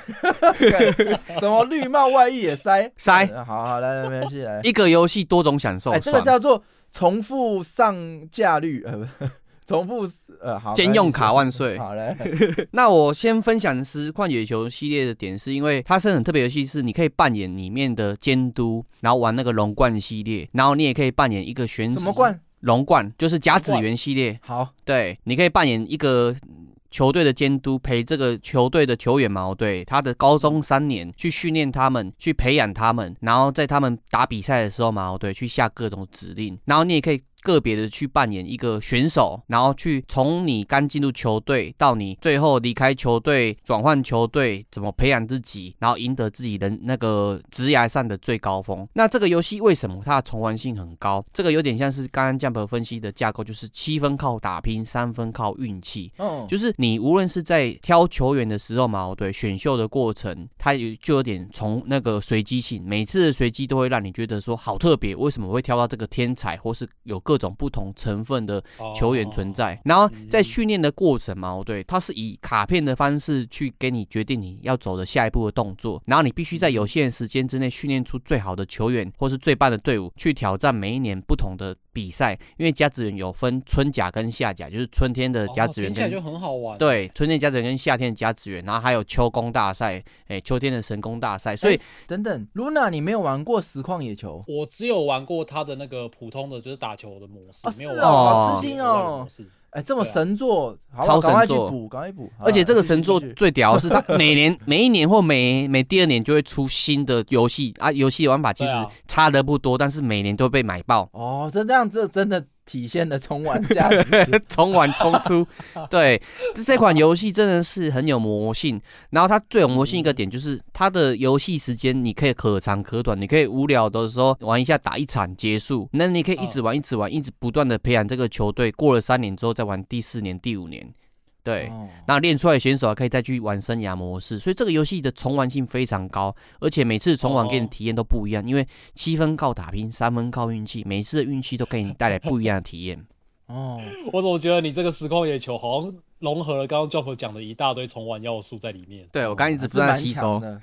[SPEAKER 1] 干 <laughs> 什么绿帽外遇也塞
[SPEAKER 4] 塞
[SPEAKER 1] 嗯好好来来没关系来，
[SPEAKER 4] 一个游戏多种享受，
[SPEAKER 1] 哎，这个
[SPEAKER 4] 爽。
[SPEAKER 1] 叫做重复上架率，呃， <laughs> 不是重复呃好，
[SPEAKER 4] 兼用卡
[SPEAKER 1] 没关
[SPEAKER 4] 万
[SPEAKER 1] 系
[SPEAKER 4] 岁！
[SPEAKER 1] 好嘞，
[SPEAKER 4] <laughs> 那我先分享《实况野球》系列的点，是因为它是很特别的游戏，是你可以扮演里面的监督，然后玩那个龙冠系列，然后你也可以扮演一个选
[SPEAKER 1] 什么？冠？
[SPEAKER 4] 龙冠就是甲子园系列，
[SPEAKER 1] 好，
[SPEAKER 4] 对，你可以扮演一个嗯球队的监督，陪这个球队的球员嘛，哦对，他的高中三年去训练他们，去培养他们，然后在他们打比赛的时候嘛，哦对，去下各种指令，然后你也可以。个别的去扮演一个选手，然后去从你刚进入球队到你最后离开球队、转换球队，怎么培养自己，然后赢得自己人那个职涯上的最高峰。那这个游戏为什么它的重玩性很高？这个有点像是刚刚 Jump 分析的架构，就是七分靠打拼，三分靠运气。
[SPEAKER 1] 嗯，
[SPEAKER 4] 就是你无论是在挑球员的时候嘛，哦对，选秀的过程，它有就有点从那个随机性，每次的随机都会让你觉得说好特别，为什么会挑到这个天才，或是有各种不同成分的球员存
[SPEAKER 2] 哦
[SPEAKER 4] 在。然后
[SPEAKER 2] 嗯
[SPEAKER 4] 在训练的过程嘛，哦对，它是以卡片的方式去给你决定你要走的下一步的动作，然后你必须在有
[SPEAKER 2] 嗯
[SPEAKER 4] 限的时间之内训练出最好的球员或是最棒的队伍，去挑战每一年不同的比赛。因为甲子园有分春甲跟夏甲，就是春天的
[SPEAKER 2] 哦
[SPEAKER 4] 甲子园
[SPEAKER 2] 听起来
[SPEAKER 4] 跟
[SPEAKER 2] 就很好玩。，
[SPEAKER 4] 对，春天甲子园跟夏天甲子园，然后还有秋宫大赛，哎，秋天的神宫大赛，所以、
[SPEAKER 1] 等等，Luna，你没有玩过实况野球？
[SPEAKER 2] 我只有玩过他的那个普通的，就是打球的模式
[SPEAKER 1] 哦，
[SPEAKER 2] 没有
[SPEAKER 1] 是
[SPEAKER 2] 玩
[SPEAKER 1] 哦
[SPEAKER 2] 过
[SPEAKER 4] 好
[SPEAKER 2] 那
[SPEAKER 1] 吃
[SPEAKER 2] 个
[SPEAKER 1] 惊
[SPEAKER 2] 额外的
[SPEAKER 1] 哦
[SPEAKER 2] 模式
[SPEAKER 1] 哎，这么
[SPEAKER 2] 对啊
[SPEAKER 1] 神作，好不
[SPEAKER 4] 超
[SPEAKER 1] 好
[SPEAKER 4] 神
[SPEAKER 1] 赶快去
[SPEAKER 4] 作
[SPEAKER 1] 补，赶快补。好啊
[SPEAKER 4] 而且这个神作
[SPEAKER 1] 继续继续
[SPEAKER 4] 最屌的
[SPEAKER 1] <laughs>
[SPEAKER 4] 是，它每年每一年或每每第二年就会出新的游戏啊，游戏的玩法其实
[SPEAKER 2] 对啊
[SPEAKER 4] 差的不多，但是每年都被买爆，
[SPEAKER 1] 哦，这这样这真的体现了重玩价值
[SPEAKER 4] 冲完冲出。对，这这款游戏真的是很有魔性。然后它最有魔性一个点就是它的游戏时间你可以可长可短，你可以无聊的时候玩一下打一场结束，那你可以一直玩一直玩，一直不断的培养这个球队。过了三年之后再玩第四年、第五年， <laughs> 对。
[SPEAKER 1] 哦
[SPEAKER 4] 那练出来的选手还可以再去玩生涯模式，所以这个游戏的重玩性非常高，而且每次重玩给你
[SPEAKER 2] 哦
[SPEAKER 4] 体验都不一样，因为七分靠打拼，三分靠运气，每一次的运气都给你带来不一样的体验。
[SPEAKER 1] 哦，
[SPEAKER 2] 我怎么觉得你这个时空野球好像融合了刚刚 Jump 讲的一大堆重玩要素在里面？
[SPEAKER 4] 对我刚刚一直
[SPEAKER 1] 还
[SPEAKER 4] 不
[SPEAKER 1] 是
[SPEAKER 4] 断
[SPEAKER 1] 蛮
[SPEAKER 4] 吸收，
[SPEAKER 1] 强的，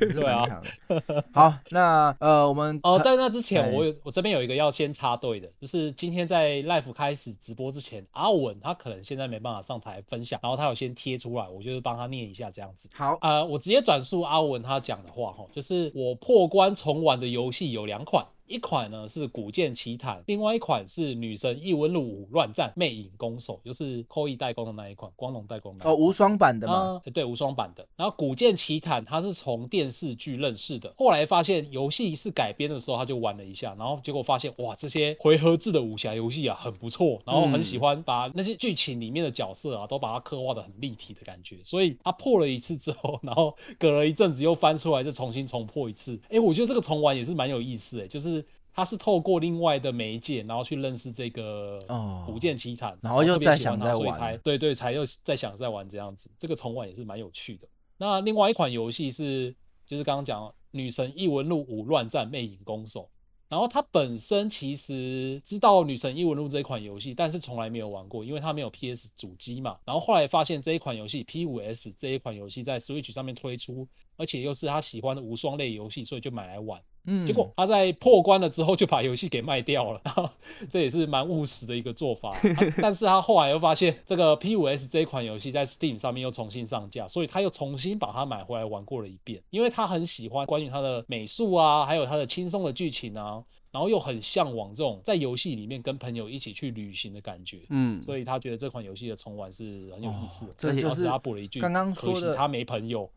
[SPEAKER 1] 对
[SPEAKER 2] 对啊。
[SPEAKER 1] 嗯好，那呃，我们
[SPEAKER 2] 哦，
[SPEAKER 1] 呃
[SPEAKER 2] 在那之前，
[SPEAKER 1] 哎
[SPEAKER 2] 我有我这边有一个要先插队的，就是今天在 live 开始直播之前，阿文他可能现在没办法上台分享，然后他有先贴出来，我就是帮他念一下这样子。
[SPEAKER 1] 好，
[SPEAKER 2] 呃，我直接转述阿文他讲的话哈，就是我破关重玩的游戏有两款，一款呢是《古剑奇谭》，另外一款是《女神异闻录五乱战魅影攻守》，就是扣一代工的那一款，光荣代工的那一
[SPEAKER 1] 哦，
[SPEAKER 2] 款
[SPEAKER 1] 无双版的嘛，
[SPEAKER 4] <laughs>
[SPEAKER 2] 啊，对，无双版的。然后《古剑奇谭》它是从电视剧认识的，后来发现游戏是改编的时候，他就玩了一下，然后结果发现哇，这些回合制的武侠游戏啊很不错，然后很
[SPEAKER 1] 嗯
[SPEAKER 2] 喜欢把那些剧情里面的角色啊都把它刻画的很立体的感觉。所以他破了一次之后， <laughs> 然后隔了一阵子又翻出来，再重新重破一次。哎，我觉得这个重玩也是蛮有意思诶，就是。他是透过另外的媒介，然后去认识这个
[SPEAKER 1] 哦
[SPEAKER 2] 《古剑奇谭》
[SPEAKER 1] 然后又
[SPEAKER 2] 哦特别
[SPEAKER 1] 再
[SPEAKER 2] 喜欢
[SPEAKER 1] 想
[SPEAKER 2] 它
[SPEAKER 1] 再
[SPEAKER 2] 所以
[SPEAKER 1] 玩
[SPEAKER 2] 才对对，才又在想再玩这样子，这个重玩也是蛮有趣的。那另外一款游戏是，就是刚刚讲女神异闻录五乱战魅影攻守。然后他本身其实知道《女神异闻录》这款游戏，但是从来没有玩过，因为他没有 PS 主机嘛。然后后来发现这一款游戏 P5S 这一款游戏在 Switch 上面推出，而且又是他喜欢的无双类游戏，所以就买来玩。
[SPEAKER 1] 嗯，
[SPEAKER 2] 结果他在破关了之后就把游戏给卖掉了，然后这也是蛮务实的一个做法。
[SPEAKER 1] <laughs>
[SPEAKER 2] 啊但是他后来又发现这个 P 五 S 这一款游戏在 Steam 上面又重新上架，所以他又重新把它买回来玩过了一遍，因为他很喜欢关于它的美术啊，还有它的轻松的剧情啊，然后又很向往这种在游戏里面跟朋友一起去旅行的感觉。
[SPEAKER 4] 嗯，
[SPEAKER 2] 所以他觉得这款游戏的重玩是很有意思的，
[SPEAKER 1] 哦这
[SPEAKER 2] 然
[SPEAKER 1] 就
[SPEAKER 2] 后
[SPEAKER 1] 是
[SPEAKER 2] 他补了一句：“
[SPEAKER 1] 刚刚说
[SPEAKER 2] 可惜
[SPEAKER 1] 的
[SPEAKER 2] 他没朋友。”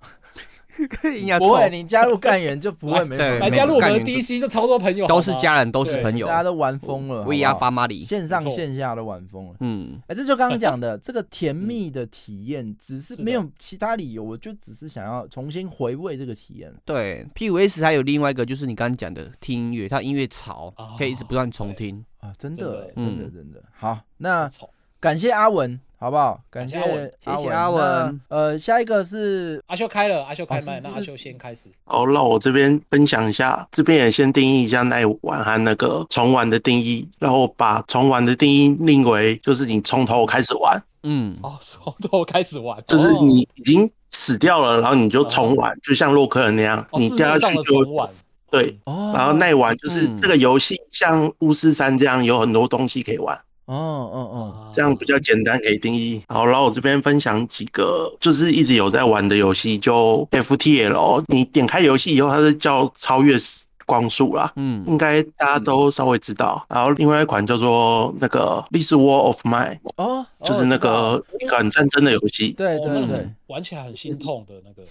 [SPEAKER 10] 硬要
[SPEAKER 1] 不
[SPEAKER 10] 凑
[SPEAKER 1] 会，你加入干员就不会没
[SPEAKER 10] 对
[SPEAKER 1] 朋
[SPEAKER 2] 来
[SPEAKER 1] 友
[SPEAKER 2] 加入我们
[SPEAKER 10] 没
[SPEAKER 2] 的
[SPEAKER 10] 有
[SPEAKER 2] DC 就超多朋友，
[SPEAKER 4] 都是
[SPEAKER 2] 好吗
[SPEAKER 4] 家人，都是
[SPEAKER 2] 对
[SPEAKER 4] 朋友
[SPEAKER 1] 大，家都玩疯了，
[SPEAKER 4] 我也要
[SPEAKER 1] 好不好
[SPEAKER 4] 发妈里。
[SPEAKER 1] 线上
[SPEAKER 2] 没错
[SPEAKER 1] 线下都玩疯了。
[SPEAKER 4] 嗯，
[SPEAKER 1] 哎，这就刚刚讲的这个甜蜜的体验，只是
[SPEAKER 2] 嗯是的
[SPEAKER 1] 没有其他理由，我就只是想要重新回味这个体验。
[SPEAKER 4] <laughs> 对，P 五 S 还有另外一个就是你刚刚讲的听音乐，它音乐潮
[SPEAKER 2] 啊
[SPEAKER 4] 可以一直不断重听。
[SPEAKER 1] 啊，真
[SPEAKER 2] 真
[SPEAKER 1] 的
[SPEAKER 2] 的
[SPEAKER 1] 欸，真的，
[SPEAKER 4] 嗯
[SPEAKER 1] 真的。好，那
[SPEAKER 2] 丑
[SPEAKER 1] 感谢阿文，好不好？感
[SPEAKER 2] 感
[SPEAKER 1] 哎谢
[SPEAKER 2] 谢阿文
[SPEAKER 1] 阿
[SPEAKER 4] 谢谢
[SPEAKER 1] 文。
[SPEAKER 4] 阿
[SPEAKER 1] 那
[SPEAKER 4] 文
[SPEAKER 1] 呃，下一个是
[SPEAKER 2] 阿修开了，阿修开
[SPEAKER 1] 哦
[SPEAKER 2] 麦，
[SPEAKER 1] 是
[SPEAKER 2] 那
[SPEAKER 1] 是
[SPEAKER 2] 阿修先开始。 <laughs>
[SPEAKER 11] 好，那我这边分享一下，这边也先定义一下耐玩和那个重玩的定义，然后把重玩的定义定为就是你从头开始玩，
[SPEAKER 4] 嗯，
[SPEAKER 2] 哦，从头开始玩，
[SPEAKER 11] 就是
[SPEAKER 2] 哦
[SPEAKER 11] 你已经死掉了，然后你就重玩，就像洛克人那样，
[SPEAKER 2] 哦
[SPEAKER 11] 你
[SPEAKER 2] 字
[SPEAKER 11] 掉
[SPEAKER 2] 面
[SPEAKER 11] 下
[SPEAKER 2] 上
[SPEAKER 11] 去
[SPEAKER 2] 的
[SPEAKER 11] 就
[SPEAKER 2] 重玩，
[SPEAKER 11] 对，
[SPEAKER 1] 哦，
[SPEAKER 11] 然后耐玩就是
[SPEAKER 4] 嗯
[SPEAKER 11] 这个游戏像巫师三这样有很多东西可以玩，
[SPEAKER 1] 哦哦
[SPEAKER 11] 这样比较简单可以定义。好，然后我这边分享几个就是一直有在玩的游戏，就 FTL，你点开游戏以后，它是叫超越时光速啦。
[SPEAKER 4] 嗯，
[SPEAKER 11] 应该大家都稍微知道，然后另外一款叫做那个《This War of Mine
[SPEAKER 1] 哦》，哦，
[SPEAKER 11] 就是那个一款战争的游戏。嗯
[SPEAKER 1] 对
[SPEAKER 2] 哦
[SPEAKER 1] 对
[SPEAKER 2] 那个
[SPEAKER 1] 对
[SPEAKER 2] 很，玩起来很心痛的那个。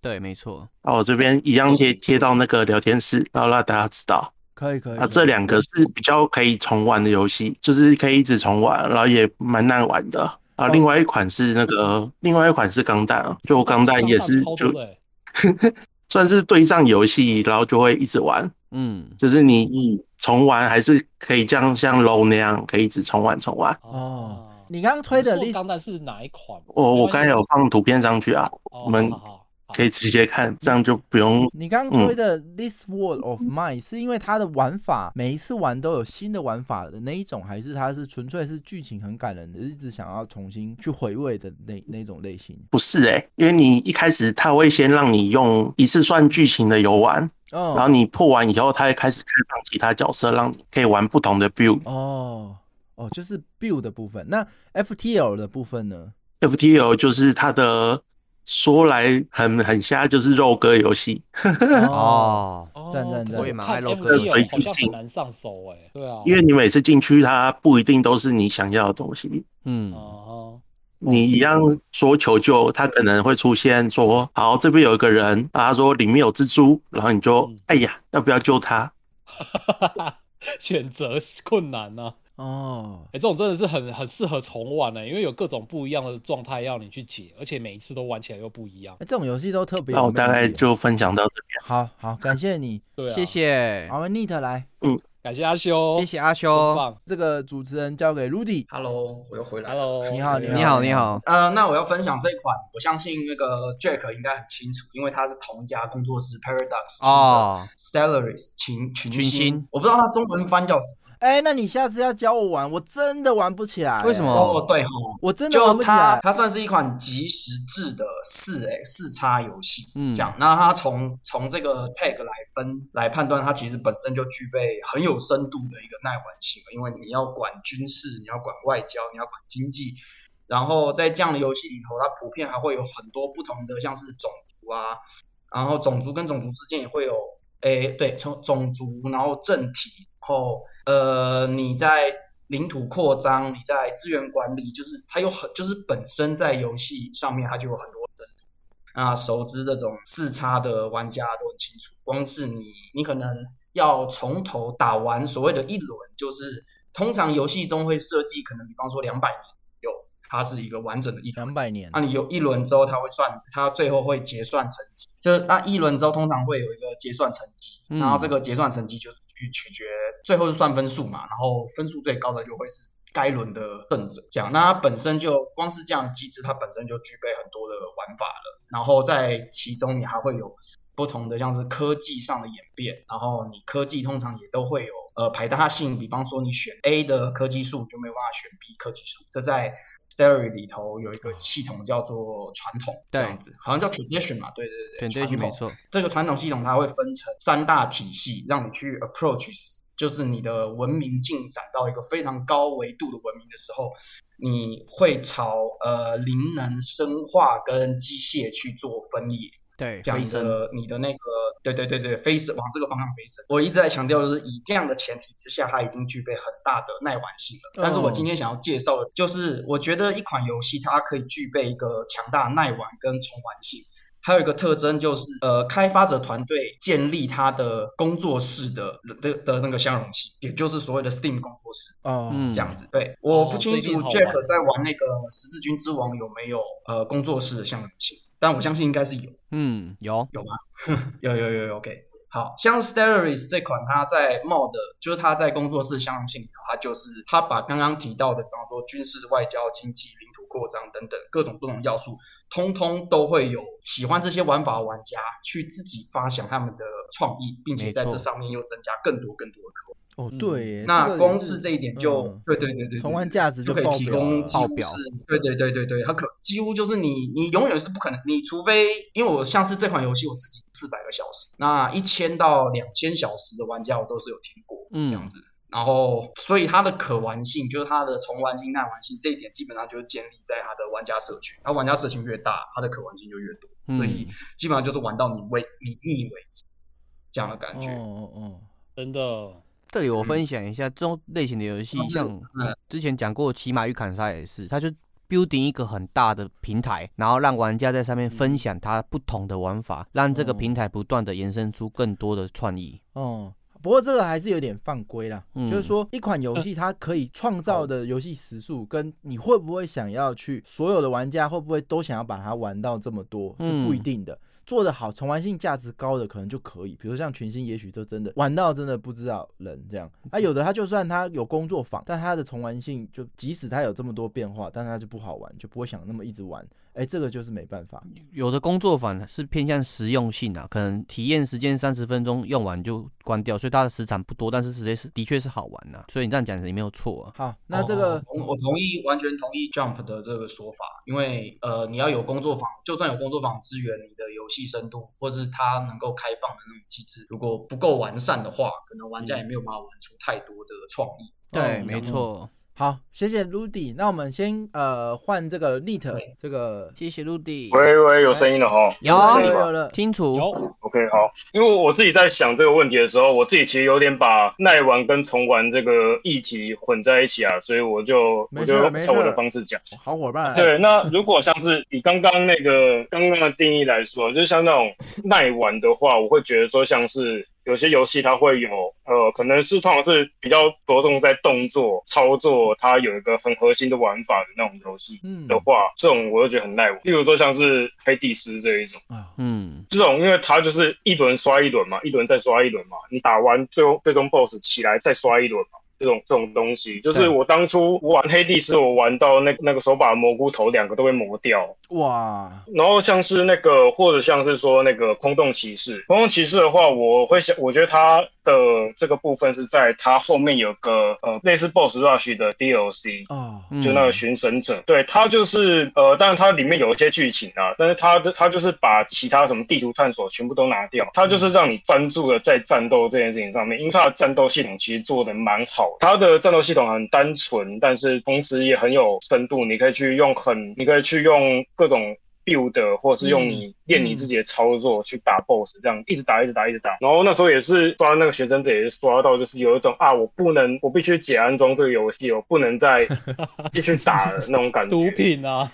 [SPEAKER 4] 对，没错。
[SPEAKER 11] 那我这边一样贴贴到那个聊天室，然后让大家知道。
[SPEAKER 1] 可以可以
[SPEAKER 11] 啊，。这两个是比较可以重玩的游戏，就是可以一直重玩，然后也蛮难玩的。啊，
[SPEAKER 2] 哦
[SPEAKER 11] 另外一款是那个，另外一款是钢弹啊，就钢弹也是
[SPEAKER 2] 超多
[SPEAKER 11] 就
[SPEAKER 2] 的欸，
[SPEAKER 11] <laughs> 算是对战游戏，然后就会一直玩，
[SPEAKER 4] 嗯，
[SPEAKER 11] 就是你
[SPEAKER 2] 哦
[SPEAKER 11] 你重玩还是可以这样像 LO 那样，可以一直重玩重玩。
[SPEAKER 1] 哦
[SPEAKER 2] 啊，
[SPEAKER 1] 你刚刚推的
[SPEAKER 2] 你说
[SPEAKER 1] list
[SPEAKER 2] 钢弹是哪一款？
[SPEAKER 11] 我我刚才有放图片上去啊，
[SPEAKER 2] 哦
[SPEAKER 11] 我们
[SPEAKER 2] 好好好
[SPEAKER 11] 可以直接看，这样就不用。嗯
[SPEAKER 1] 你刚刚推的《This World of Mine》是因为它的玩法每一次玩都有新的玩法的那一种，还是它是纯粹是剧情很感人的，一直想要重新去回味的那那种类型？
[SPEAKER 11] 不是诶、因为你一开始他会先让你用一次算剧情的游玩，
[SPEAKER 1] 嗯
[SPEAKER 11] 然后你破完以后，他会开始开放其他角色，让你可以玩不同的 build。
[SPEAKER 1] 哦哦，就是 build 的部分。那 FTL 的部分呢？
[SPEAKER 11] FTL 就是它的说来很很瞎，就是肉鸽游戏，
[SPEAKER 4] 哦，
[SPEAKER 2] 哦
[SPEAKER 1] 赞赞
[SPEAKER 2] 可是
[SPEAKER 1] 赞
[SPEAKER 2] 我
[SPEAKER 1] 我也
[SPEAKER 4] 蛮
[SPEAKER 2] 看
[SPEAKER 4] 爱洛克
[SPEAKER 11] 的
[SPEAKER 2] FTL
[SPEAKER 11] 水晶
[SPEAKER 2] 好像
[SPEAKER 11] 镜
[SPEAKER 2] 很难上手哎，对啊，
[SPEAKER 11] 因为你每次进去，它不一定都是你想要的东西。
[SPEAKER 4] 嗯，
[SPEAKER 2] 哦，
[SPEAKER 11] 你一样说求救，它可能会出现说，好，这边有一个人，啊，他说里面有蜘蛛，然后你就
[SPEAKER 2] 嗯，
[SPEAKER 11] 哎呀，要不要救他？
[SPEAKER 2] 选择是困难呢。
[SPEAKER 1] 哦，
[SPEAKER 2] 哎，这种真的是很很适合重玩欸呢，因为有各种不一样的状态要你去解，而且每一次都玩起来又不一样
[SPEAKER 1] 哎。这种游戏都特别有
[SPEAKER 11] 那
[SPEAKER 1] 魅
[SPEAKER 11] 我
[SPEAKER 1] 力哦。
[SPEAKER 11] 大概就分享到这边。
[SPEAKER 1] 好好，感哎谢你，
[SPEAKER 2] 对啊，
[SPEAKER 4] 谢，谢，
[SPEAKER 1] 好，我们 Neat 来，
[SPEAKER 11] 嗯
[SPEAKER 2] 感谢阿修，
[SPEAKER 4] 谢谢阿
[SPEAKER 2] 真
[SPEAKER 4] 修。
[SPEAKER 2] 棒
[SPEAKER 1] 这个主持人交给 Rudy。
[SPEAKER 7] Hello，我又回来了。
[SPEAKER 2] ，Hello，
[SPEAKER 1] 你好你
[SPEAKER 4] 你好，你好。
[SPEAKER 7] 呃，那我要分享这款，我相信那个 Jack 应该很清楚，因为他是同一家工作室 Paradox 出的
[SPEAKER 4] 哦，
[SPEAKER 7] Stellaris 群群
[SPEAKER 4] 群
[SPEAKER 7] 星
[SPEAKER 4] 星，
[SPEAKER 7] 我不知道它中文翻叫什么。
[SPEAKER 1] 哎，那你下次要教我玩，我真的玩不起来。
[SPEAKER 4] 为什么哦
[SPEAKER 7] 哦，对吼，
[SPEAKER 1] 我真的玩
[SPEAKER 7] 就
[SPEAKER 1] 不起
[SPEAKER 7] 它
[SPEAKER 1] 来。
[SPEAKER 7] 它算是一款即时制的四 A 四叉游戏，
[SPEAKER 4] 嗯
[SPEAKER 7] 这样。那它从从这个 tag 来分来判断，它其实本身就具备很有深度的一个耐玩性，因为你要管军事，你要管外交，你要管经济。然后在这样的游戏里头，它普遍还会有很多不同的，像是种族啊，然后种族跟种族之间也会有，诶，对，从种族，然后政体，然后呃，你在领土扩张，你在资源管理，就是它有很，就是本身在游戏上面它就有很多的。那熟知这种四叉的玩家都很清楚，光是你，你可能要从头打完所谓的一轮，就是通常游戏中会设计，可能比方说两百年有，它是一个完整的一轮
[SPEAKER 1] 两百年
[SPEAKER 7] 那你有一轮之后，他会算，他最后会结算成绩。就是那一轮之后，通常会有一个结算成绩，
[SPEAKER 4] 嗯
[SPEAKER 7] 然后这个结算成绩就是去取决最后是算分数嘛，然后分数最高的就会是该轮的胜者。这样，那它本身就光是这样的机制，它本身就具备很多的玩法了。然后在其中你还会有不同的像是科技上的演变，然后你科技通常也都会有呃排他性，比方说你选 A 的科技树就没有办法选 B 科技树，这在 Stereo 里头有一个系统叫做传统，这样子好像叫 tradition 嘛，对对对，
[SPEAKER 4] 选对
[SPEAKER 7] 传
[SPEAKER 4] 没
[SPEAKER 7] 统
[SPEAKER 4] 错。
[SPEAKER 7] 这个传统系统它会分成三大体系，让你去 approach，就是你的文明进展到一个非常高维度的文明的时候，你会朝呃灵能、生化跟机械去做分野。
[SPEAKER 4] 对
[SPEAKER 7] 这样
[SPEAKER 4] 飞
[SPEAKER 7] 你
[SPEAKER 4] 升
[SPEAKER 7] 的你的那个，对对对对，飞升往这个方向飞升。我一直在强调，就是以这样的前提之下，它已经具备很大的耐玩性了。但是
[SPEAKER 4] 嗯
[SPEAKER 7] 我今天想要介绍的，就是我觉得一款游戏它可以具备一个强大的耐玩跟重玩性。还有一个特征就是，呃，开发者团队建立他的工作室的的的那个相容性，也就是所谓的 Steam 工作室。
[SPEAKER 1] 哦
[SPEAKER 4] 嗯
[SPEAKER 7] 这样子。对，我不清
[SPEAKER 2] 这一
[SPEAKER 7] 楚
[SPEAKER 2] 定哦好玩
[SPEAKER 7] Jack 在玩那个《十字军之王》有没有呃工作室的相容性，但我相信应该是有。
[SPEAKER 4] 嗯，有
[SPEAKER 7] 有吗？ <laughs> 有有有有，OK。好像 Stellaris 这款，它在 mod，就是它在工作室相容性里头，它就是它把刚刚提到的，比方说军事、外交、经济、领土扩张等等各种不同要素，通通都会有喜欢这些玩法的玩家去自己发想他们的创意，并且在
[SPEAKER 4] 没错
[SPEAKER 7] 这上面又增加更多更多的可能。
[SPEAKER 1] 哦，对耶，
[SPEAKER 7] 嗯那
[SPEAKER 1] 个也
[SPEAKER 7] 光
[SPEAKER 1] 是
[SPEAKER 7] 是这一点就，
[SPEAKER 1] 嗯
[SPEAKER 7] 对对对对对，
[SPEAKER 1] 重玩价值
[SPEAKER 7] 就可以
[SPEAKER 1] 爆
[SPEAKER 7] 提
[SPEAKER 1] 表
[SPEAKER 7] 供
[SPEAKER 1] 了
[SPEAKER 7] 几乎是，对对对对对，它可几乎就是你你永远是不可能，你除非因为我像是这款游戏我自己四百个小时，那一千到两千小时的玩家我都是有听过，
[SPEAKER 4] 嗯
[SPEAKER 7] 这样子。然后，所以它的可玩性，就是它的重玩性、耐玩性这一点，基本上就是建立在它的玩家社群。它玩家社群越大，它的可玩性就越多，所以
[SPEAKER 4] 嗯，
[SPEAKER 7] 基本上就是玩到你为你腻为止，这样的感觉。
[SPEAKER 1] 哦哦
[SPEAKER 2] 真的，
[SPEAKER 4] 这里我分享一下这种类型的游
[SPEAKER 11] 哦
[SPEAKER 4] 戏，
[SPEAKER 7] 就是
[SPEAKER 4] 像
[SPEAKER 7] 嗯
[SPEAKER 4] 之前讲过《骑马与砍杀》也是，它就 building 一个很大的平台，然后让玩家在上面分享他不同的玩法，让这个
[SPEAKER 1] 哦
[SPEAKER 4] 平台不断的延伸出更多的创意。
[SPEAKER 1] 哦哦。不过这个还是有点犯规啦，
[SPEAKER 4] 嗯
[SPEAKER 1] 就是说一款游戏它可以创造的游戏时数，跟你会不会想要去，所有的玩家会不会都想要把它玩到这么多是不一
[SPEAKER 4] 嗯
[SPEAKER 1] 定的。做得好，重玩性价值高的可能就可以，比如像群星，也许就真的玩到真的不知道人这样。啊，有的他就算他有工作坊，但他的重玩性就即使他有这么多变化，但他就不好玩，就不会想那么一直玩。哎、这个就是没办法。
[SPEAKER 4] 有的工作坊是偏向实用性啊，可能体验时间三十分钟用完就关掉，所以它的时长不多，但是实际是的确是好玩呐、所以你这样讲也没有错啊。
[SPEAKER 1] 好，那这个
[SPEAKER 7] 哦我我同意，完全同意 Jump 的这个说法，因为呃，你要有工作坊，就算有工作坊资源，你的游戏深度或是它能够开放的那种机制，如果不够完善的话，可能玩家也没有办法玩出太多的创意。
[SPEAKER 4] 对，
[SPEAKER 1] 嗯
[SPEAKER 4] 没错。
[SPEAKER 1] 好，谢谢 Rudy。那我们先呃换这个 Nit 这个
[SPEAKER 4] 谢谢陆地。
[SPEAKER 12] 喂喂，有声音了哈。
[SPEAKER 4] 有
[SPEAKER 1] 有了有了，
[SPEAKER 4] 清楚
[SPEAKER 2] 有
[SPEAKER 12] OK，好，因为我自己在想这个问题的时候，我自己其实有点把耐玩跟重玩这个议题混在一起啊，所以我就
[SPEAKER 1] 没
[SPEAKER 12] 我
[SPEAKER 1] 事
[SPEAKER 12] 就
[SPEAKER 1] 没事啊
[SPEAKER 12] 照我的方式讲。
[SPEAKER 1] 好伙伴。
[SPEAKER 12] 对，那如果像是以刚刚那个 <laughs> 刚刚的定义来说，就是像那种耐玩的话，我会觉得说像是有些游戏它会有呃，可能是通常是比较着重在动作操作，它有一个很核心的玩法的那种游戏
[SPEAKER 1] 嗯
[SPEAKER 12] 的话，这种我就觉得很耐玩。例如说像是黑帝斯这一种。
[SPEAKER 1] 啊，
[SPEAKER 4] 嗯，
[SPEAKER 12] 这种，因为它就是一轮刷一轮嘛，一轮再刷一轮嘛，你打完最后最终 BOSS 起来再刷一轮嘛，这种这种东西，就
[SPEAKER 4] 对
[SPEAKER 12] 是我当初玩黑帝斯，我玩到那那个手把蘑菇头两个都被磨掉，
[SPEAKER 1] 哇，
[SPEAKER 12] 然后像是那个或者像是说那个空洞骑士，空洞骑士的话，我会想，我觉得它的这个部分是在它后面有个呃类似 BOSS Rush 的 DLC，
[SPEAKER 1] 哦，
[SPEAKER 4] 嗯
[SPEAKER 12] 就那个寻神者，对他就是呃，当然它里面有一些剧情啊，但是他他就是把其他什么地图探索全部都拿掉，他就是让你专注的在战斗这件事情上面，因为他的战斗系统其实做的蛮好，他的战斗系统很单纯，但是同时也很有深度，你可以去用很，你可以去用各种 build 或是用你练你自己的操作去打 boss，这样一直打一直打一直打。然后那时候也是刷那个学生者也是刷到，就是有一种啊，我不能，我必须解安装这个游戏，我不能再继续打了那种感觉。
[SPEAKER 2] 啊毒品啊，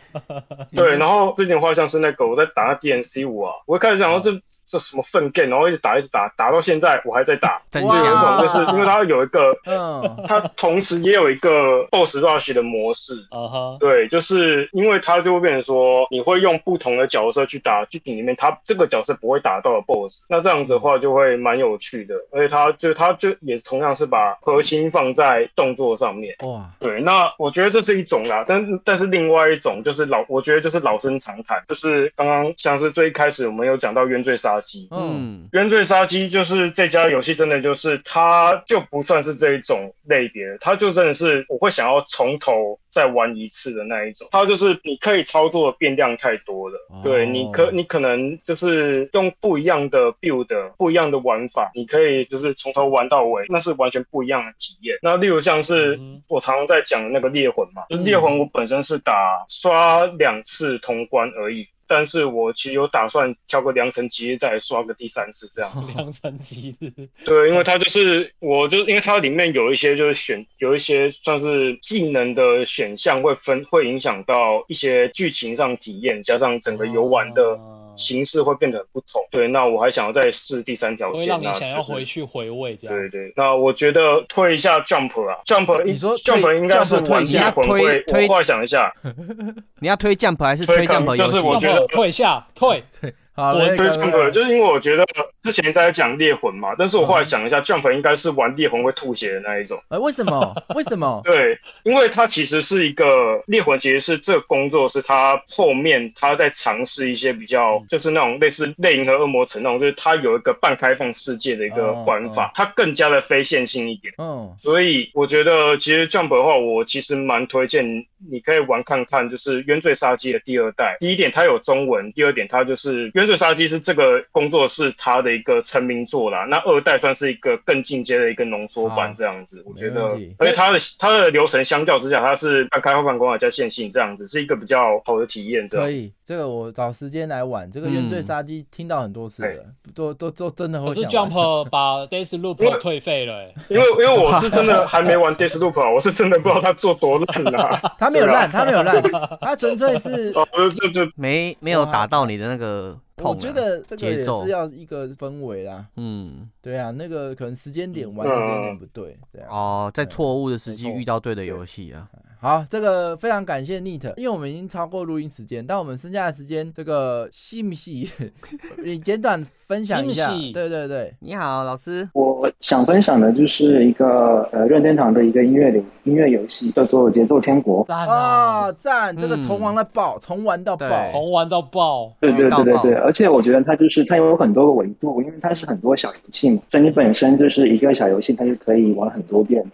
[SPEAKER 12] 对，然后最近的话像是那个我在打那 DNC 五啊，我一开始
[SPEAKER 1] 哦
[SPEAKER 12] 想说这这什么粪 game，然后一直打一直打，打到现在我还在
[SPEAKER 1] <laughs>
[SPEAKER 12] 打。
[SPEAKER 4] 真
[SPEAKER 12] 就是有一种
[SPEAKER 1] 哇
[SPEAKER 12] 就是因为它有一个，
[SPEAKER 1] 嗯，
[SPEAKER 12] 它同时也有一个 boss rush 的模式，
[SPEAKER 2] 啊哈，
[SPEAKER 12] 对，就是因为它就会变成说，你会用不同的角色去打剧情里面他这个角色不会打到的 BOSS，那这样子的话就会蛮有趣的，而且他就他就也同样是把核心放在动作上面。
[SPEAKER 13] 啊
[SPEAKER 1] 哇，
[SPEAKER 12] 对，那我觉得这是一种啦，但是但是另外一种就是老，我觉得就是老生常谈，就是刚刚像是最一开始我们有讲到冤罪杀机，
[SPEAKER 4] 嗯，
[SPEAKER 12] 冤罪杀机就是这家游戏真的就是它就不算是这一种类别，它就真的是我会想要从头再玩一次的那一种，它就是你可以操作的变量太多了，对，你可你可能就是用不一样的 build、不一样的玩法，你可以就是从头玩到尾，那是完全不一样的体验。那例如像是我常常在讲的那个猎魂嘛，就猎魂我本身是打刷两次通关而已。但是我其实有打算挑个良辰吉日再来刷个第三次这样
[SPEAKER 2] <laughs>
[SPEAKER 12] 子，
[SPEAKER 2] 良辰吉日，
[SPEAKER 12] 对，因为它就是我就因为它里面有一些就是选有一些算是技能的选项会分会影响到一些剧情上体验，加上整个游玩的形式会变得很不同。对，那我还想要再试第三条
[SPEAKER 2] 会
[SPEAKER 12] 线
[SPEAKER 2] 让你
[SPEAKER 12] 啊，
[SPEAKER 2] 想
[SPEAKER 12] 就
[SPEAKER 2] 要
[SPEAKER 12] 是
[SPEAKER 2] 回去回味这样。
[SPEAKER 12] 对对，那我觉得推一下 Jump 啊，Jump 你说 Jump 应该是
[SPEAKER 4] Jump 推
[SPEAKER 12] 玩
[SPEAKER 4] 一下
[SPEAKER 12] 猎魂
[SPEAKER 4] 推
[SPEAKER 12] 会，
[SPEAKER 4] 推
[SPEAKER 12] 我后来想一下，
[SPEAKER 7] 呃
[SPEAKER 4] <laughs> 你要推 jump 还是推 jump 游戏？
[SPEAKER 1] 哦
[SPEAKER 2] 退下
[SPEAKER 4] <laughs>
[SPEAKER 2] 退，
[SPEAKER 1] 好
[SPEAKER 12] 我
[SPEAKER 1] 嘞
[SPEAKER 12] 推
[SPEAKER 1] 来来
[SPEAKER 12] Jump 就是因为我觉得之前在讲猎魂嘛，但是我后来想一下，Jump 应该是玩猎魂会吐血的那一种。
[SPEAKER 1] 哎，为什么？为什么？
[SPEAKER 12] 对，因为它其实是一个猎魂，其实是这个工作是他后面他在尝试一些比较，就是那种类似类银河恶魔城那种，就是它有一个半开放世界的一个玩法，它更加的非线性一点。
[SPEAKER 1] 嗯，
[SPEAKER 12] 所以我觉得，其实 Jump 的话，我其实蛮推荐你可以玩看看，就是《冤罪杀机》的第二代。第一点，它有中文；第二点，它就是《冤罪杀机》是这个工作室它的一个成名作啦。那二代算是一个更进阶的一个浓缩版这样子，我觉
[SPEAKER 1] 没
[SPEAKER 12] 得
[SPEAKER 1] 问题。
[SPEAKER 12] 而且它的它的流程相较之下，它是半开放关卡加线性这样子，是一个比较好的体验。这样
[SPEAKER 1] 可以，这个我找时间来玩。这个《原罪杀机》听到很多次了，都都都真的会
[SPEAKER 2] 可是
[SPEAKER 1] 想玩。啊
[SPEAKER 2] Jump 把 Days Loop 退费了、
[SPEAKER 1] <laughs>
[SPEAKER 2] 欸，
[SPEAKER 12] 因为因为我是真的还没玩 Deathloop 啊，我是真的不知道它做多烂
[SPEAKER 1] <laughs>
[SPEAKER 12] 啊。
[SPEAKER 1] 他没有烂，他没有烂，他纯粹是
[SPEAKER 12] <laughs> 哦，这这这
[SPEAKER 4] 没没有打到你的那个
[SPEAKER 1] 我
[SPEAKER 4] 痛、啊，
[SPEAKER 1] 觉得这个也
[SPEAKER 4] 节奏
[SPEAKER 1] 是，要一个氛围啦。
[SPEAKER 4] 嗯，
[SPEAKER 1] 对啊，那个可能时间点玩的时间点不对，啊这样。
[SPEAKER 4] 哦，在错误的时机遇到对的游戏
[SPEAKER 1] <laughs>
[SPEAKER 4] 啊，
[SPEAKER 1] 好，这个非常感谢 Neat，因为我们已经超过录音时间，但我们剩下的时间，这个细不细？ <laughs> 你简短分享一下
[SPEAKER 4] 信不信。
[SPEAKER 1] 对对对，
[SPEAKER 4] 你好，老师。
[SPEAKER 6] 我想分享的就是一个呃任天堂的一个音乐流音乐游戏，叫做《节奏天国》。
[SPEAKER 1] 啊，赞！这个重玩了爆，重玩到爆，
[SPEAKER 2] 重玩到爆。
[SPEAKER 6] 对对对对对，而且我觉得它就是它有很多个维度，因为它是很多小游戏嘛，所以你本身就是一个小游戏，它就可以玩很多遍。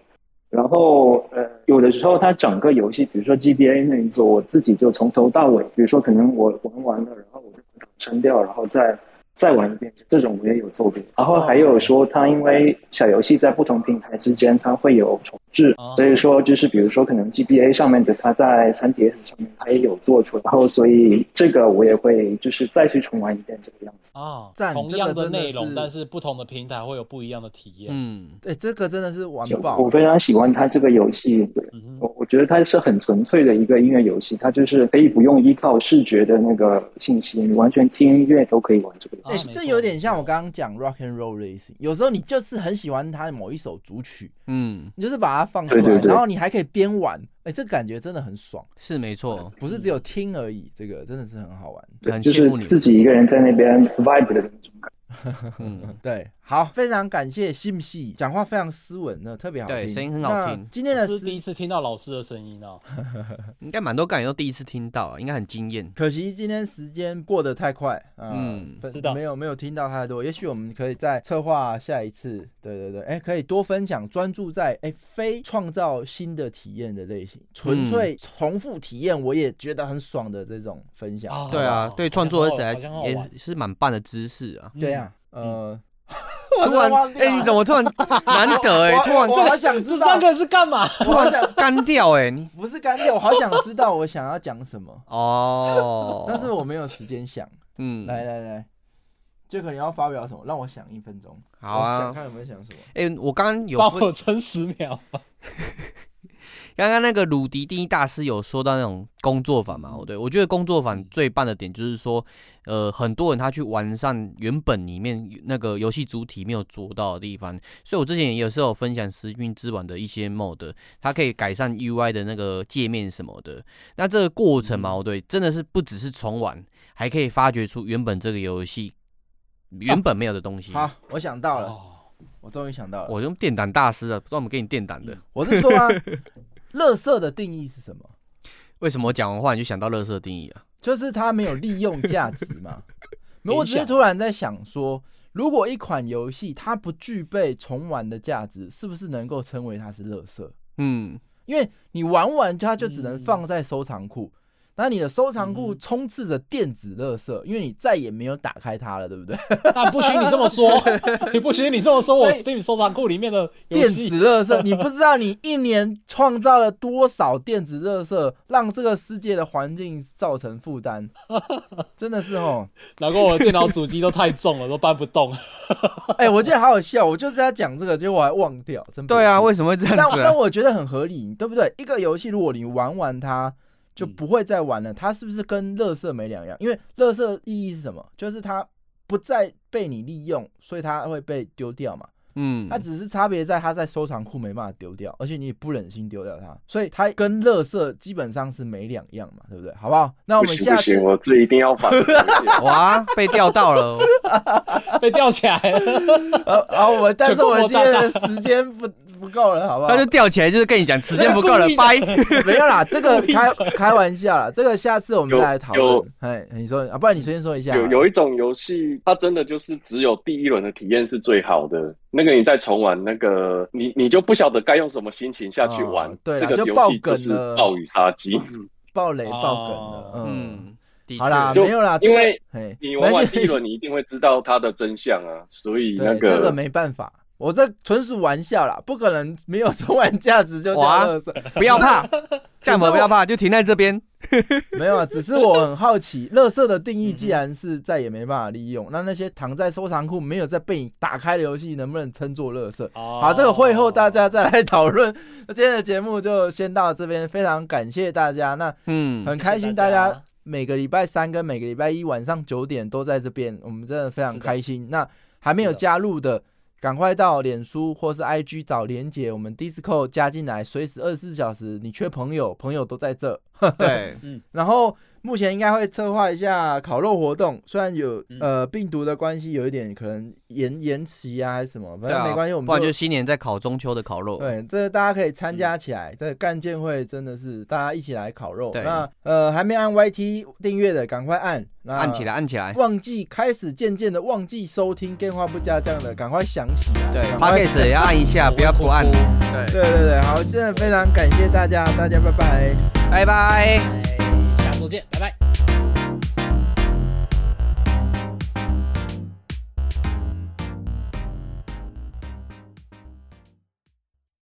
[SPEAKER 6] 然后呃，有的时候它整个游戏，比如说 GBA 那一座，我自己就从头到尾，比如说可能我玩完了，然后我就把它删掉，然后再再玩一遍，这种我也有做过。然后还有说，它因为小游戏在不同平台之间它会有重置，所以说就是比如说可能 GBA 上面的它在 3DS 上面它也有做出，然后所以这个我也会就是再去重玩一遍这个样子。
[SPEAKER 2] 啊，
[SPEAKER 1] 赞
[SPEAKER 2] 同
[SPEAKER 1] 这个
[SPEAKER 2] 样的
[SPEAKER 1] 真的
[SPEAKER 2] 内容，
[SPEAKER 1] 是
[SPEAKER 2] 但是不同的平台会有不一样的体验。
[SPEAKER 4] 嗯，
[SPEAKER 1] 对，哎这个真的是玩
[SPEAKER 6] 就
[SPEAKER 1] 爆
[SPEAKER 6] 我。非常喜欢它这个游戏，对我我觉得它是很纯粹的一个音乐游戏，它就是可以不用依靠视觉的那个信息，你完全听音乐都可以玩这个
[SPEAKER 2] 啊
[SPEAKER 6] 游戏。
[SPEAKER 1] 哎、这有点像我刚刚讲 rock and roll racing，有时候你就是很喜欢它的某一首主曲，
[SPEAKER 4] 嗯，
[SPEAKER 1] 你就是把它放出来，
[SPEAKER 4] 对对对
[SPEAKER 1] 然后你还可以边玩，哎、这感觉真的很爽，
[SPEAKER 4] 是没错，
[SPEAKER 1] 不是只有听而已，这个真的是很好玩。
[SPEAKER 6] 对，就是自己一个人在那边 vibe 的那种感
[SPEAKER 4] 嗯，
[SPEAKER 1] 对，好，非常感谢信不信讲话非常斯文，那特别好听，那今天的
[SPEAKER 2] 我是
[SPEAKER 1] 时
[SPEAKER 2] 第一次听到老师的声音
[SPEAKER 1] <laughs>
[SPEAKER 2] 啊，
[SPEAKER 4] 应该蛮多感人都第一次听到、啊，应该很惊艳。
[SPEAKER 1] 可惜今天时间过得太快，嗯
[SPEAKER 4] 嗯，
[SPEAKER 1] 分
[SPEAKER 4] 是的
[SPEAKER 1] 没有没有听到太多。也许我们可以再策划下一次，对对对，哎、可以多分享，专注在哎、非创造新的体验的类型，纯粹重复体验，我也觉得很爽的这种分享。
[SPEAKER 4] 对啊，对创作者来
[SPEAKER 1] 哦好像好玩
[SPEAKER 4] 也是蛮棒的知识啊。
[SPEAKER 1] 对啊，呃， <laughs>
[SPEAKER 4] 突然，哎、你怎么突然难得哎、
[SPEAKER 1] 我
[SPEAKER 4] 突然
[SPEAKER 1] 我好想知道这三个
[SPEAKER 2] 是干嘛？
[SPEAKER 1] 我好想
[SPEAKER 4] 干掉哎、你
[SPEAKER 1] 不是干掉，我好想知道我想要讲什么，
[SPEAKER 4] 哦，
[SPEAKER 1] 但是我没有时间想。
[SPEAKER 4] 嗯，
[SPEAKER 1] 来来来，就可能要发表什么，让我想一分钟。
[SPEAKER 4] 好啊
[SPEAKER 1] 我想看有没有想什么。
[SPEAKER 4] 哎、我刚刚有
[SPEAKER 2] 帮
[SPEAKER 4] 分
[SPEAKER 2] 我撑十秒吧。
[SPEAKER 4] 刚刚那个鲁迪第一大师有说到那种工作坊
[SPEAKER 1] 嗯
[SPEAKER 4] 嘛，对，我觉得工作坊最棒的点就是说，呃，很多人他去完善原本里面那个游戏主体没有做到的地方，所以我之前也是有分享《时运之王》的一些 mod，它可以改善 UI 的那个界面什么的。那这个过程
[SPEAKER 1] 嗯
[SPEAKER 4] 嘛，对，真的是不只是重玩，还可以发掘出原本这个游戏
[SPEAKER 1] 啊
[SPEAKER 4] 原本没有的东西。
[SPEAKER 1] 好，我想到了，我终于想到了。
[SPEAKER 4] 我用电胆大师啊，专门给你电胆的。
[SPEAKER 1] 我是说啊，乐色的定义是什么？
[SPEAKER 4] <laughs> 为什么我讲完话你就想到乐色定义啊？
[SPEAKER 1] 就是它没有利用价值
[SPEAKER 4] <laughs>
[SPEAKER 1] 嘛。没有我只是
[SPEAKER 4] 影响
[SPEAKER 1] 突然在想说，如果一款游戏它不具备重玩的价值，是不是能够称为它是乐色？
[SPEAKER 4] 嗯，
[SPEAKER 1] 因为你玩完它就只能放在收藏库，那、你的收藏
[SPEAKER 4] 嗯
[SPEAKER 1] 库充斥着电子垃圾，因为你再也没有打开它了，对不 <laughs> 对？
[SPEAKER 2] 那不许你这么说， <laughs> 你不许你这么说，我 Steam 收藏库里面的游
[SPEAKER 1] 电
[SPEAKER 2] 戏
[SPEAKER 1] 子
[SPEAKER 2] <laughs>
[SPEAKER 1] 垃圾，你不知道你一年创造了多少电子垃圾，让这个世界的环境造成负担，真的是哦。
[SPEAKER 2] 难怪我的电脑主机都太重了，都搬不动。
[SPEAKER 1] <laughs> 哎、我记得好好笑，我就是要讲这个，结果我还忘掉，真
[SPEAKER 4] 对啊，为什么会这样子、
[SPEAKER 1] 但
[SPEAKER 4] 啊？
[SPEAKER 1] 但我觉得很合理，对不对？一个游戏如果你玩完它就
[SPEAKER 13] 嗯
[SPEAKER 1] 不会再玩了，它是不是跟乐色没两样？因为乐色意义是什么？就是它不再被你利用，所以它会被丢掉嘛。
[SPEAKER 4] 嗯
[SPEAKER 1] 它只是差别在它在收藏库没办法丢掉，而且你也不忍心丢掉它，所以它跟乐色基本上是没两样嘛，对不对？好不好？那我
[SPEAKER 13] 不
[SPEAKER 1] 们
[SPEAKER 13] 行
[SPEAKER 1] 下
[SPEAKER 13] 不
[SPEAKER 1] 次
[SPEAKER 13] 行，我这一定要反驳。
[SPEAKER 4] <laughs> 哇，被钓到了，
[SPEAKER 2] <laughs> 被钓起来
[SPEAKER 1] 了。好，我但是我们今天的时间不不够了，好不好？
[SPEAKER 4] 他就吊起来，就是跟你
[SPEAKER 1] <laughs>
[SPEAKER 4] 讲时间不够了，拜。
[SPEAKER 1] 没有啦，
[SPEAKER 4] <laughs>
[SPEAKER 1] 这个开开玩笑啦，这个下次我们再来讨
[SPEAKER 13] 有
[SPEAKER 1] 论。哎，你说啊，不然你先说一下。
[SPEAKER 13] 有有一种游戏，它真的就是只有第一轮的体验是最好的。那个你再重玩，那个你你就不晓得该用什么心情下去玩。
[SPEAKER 1] 哦对啦
[SPEAKER 13] 这个
[SPEAKER 1] 就
[SPEAKER 13] 游
[SPEAKER 1] 爆
[SPEAKER 13] 戏
[SPEAKER 1] 梗
[SPEAKER 13] 就是
[SPEAKER 1] 了嗯
[SPEAKER 13] 暴雨杀机。
[SPEAKER 1] 爆
[SPEAKER 2] 哦
[SPEAKER 1] 雷爆梗了，嗯，
[SPEAKER 4] 确
[SPEAKER 1] 好啦，
[SPEAKER 13] 就
[SPEAKER 1] 没有啦，这
[SPEAKER 13] 因
[SPEAKER 1] 个
[SPEAKER 13] 为
[SPEAKER 1] 嘿
[SPEAKER 13] 你玩
[SPEAKER 1] 没
[SPEAKER 13] 完
[SPEAKER 1] 事
[SPEAKER 13] 第一轮，你一定会知道它的真相啊。所以那
[SPEAKER 1] 对这个没办法，我这纯属玩笑啦，不可能没有重玩价值就叫
[SPEAKER 4] 哇
[SPEAKER 1] 垃圾，
[SPEAKER 4] 不要
[SPEAKER 1] <laughs>
[SPEAKER 4] 怕， <laughs> 战友不要怕，就停在这边。
[SPEAKER 1] 没有啊，只是我很好奇，垃圾的定义既然是再也没办法利用，那那些躺在收藏库没有再被你打开的游戏，能不能称作垃圾？好，这个会后大家再来讨论。那今天的节目就先到这边，非常感谢大家。那
[SPEAKER 4] 嗯
[SPEAKER 1] 很开心大家每个礼拜三跟每个礼拜一晚上九点都在这边，我们真的非常开心。那还没有加入的。赶快到脸书或是 IG 找连结，我们 Discord 加进来，随时二十四小时。你缺朋友，朋友都在这。 <laughs>
[SPEAKER 4] 对，
[SPEAKER 2] 嗯，
[SPEAKER 1] 然后目前应该会策划一下烤肉活动，虽然有
[SPEAKER 4] 嗯
[SPEAKER 1] 呃病毒的关系，有一点可能延延期啊还是什么，反
[SPEAKER 4] 对
[SPEAKER 1] 正
[SPEAKER 4] 啊，
[SPEAKER 1] 没关系，我们
[SPEAKER 4] 不然就嗯新年再烤中秋的烤肉。
[SPEAKER 1] 对，这大家可以参加起来，这干建会真的是大家一起来烤肉。
[SPEAKER 4] 对
[SPEAKER 1] 那呃还没按 YT 订阅的，赶快按，那
[SPEAKER 4] 按起来，按起来。嗯
[SPEAKER 1] 忘记开始渐渐的忘记收听电话不加酱的，赶快想起来。
[SPEAKER 4] 对
[SPEAKER 1] 赶快
[SPEAKER 4] p o c k e t 也要按一下，不要不按。
[SPEAKER 1] 对
[SPEAKER 4] 对，
[SPEAKER 1] 对对，好，现在非常感谢大家，大家拜拜，
[SPEAKER 4] 拜拜，
[SPEAKER 2] 下周见，拜拜。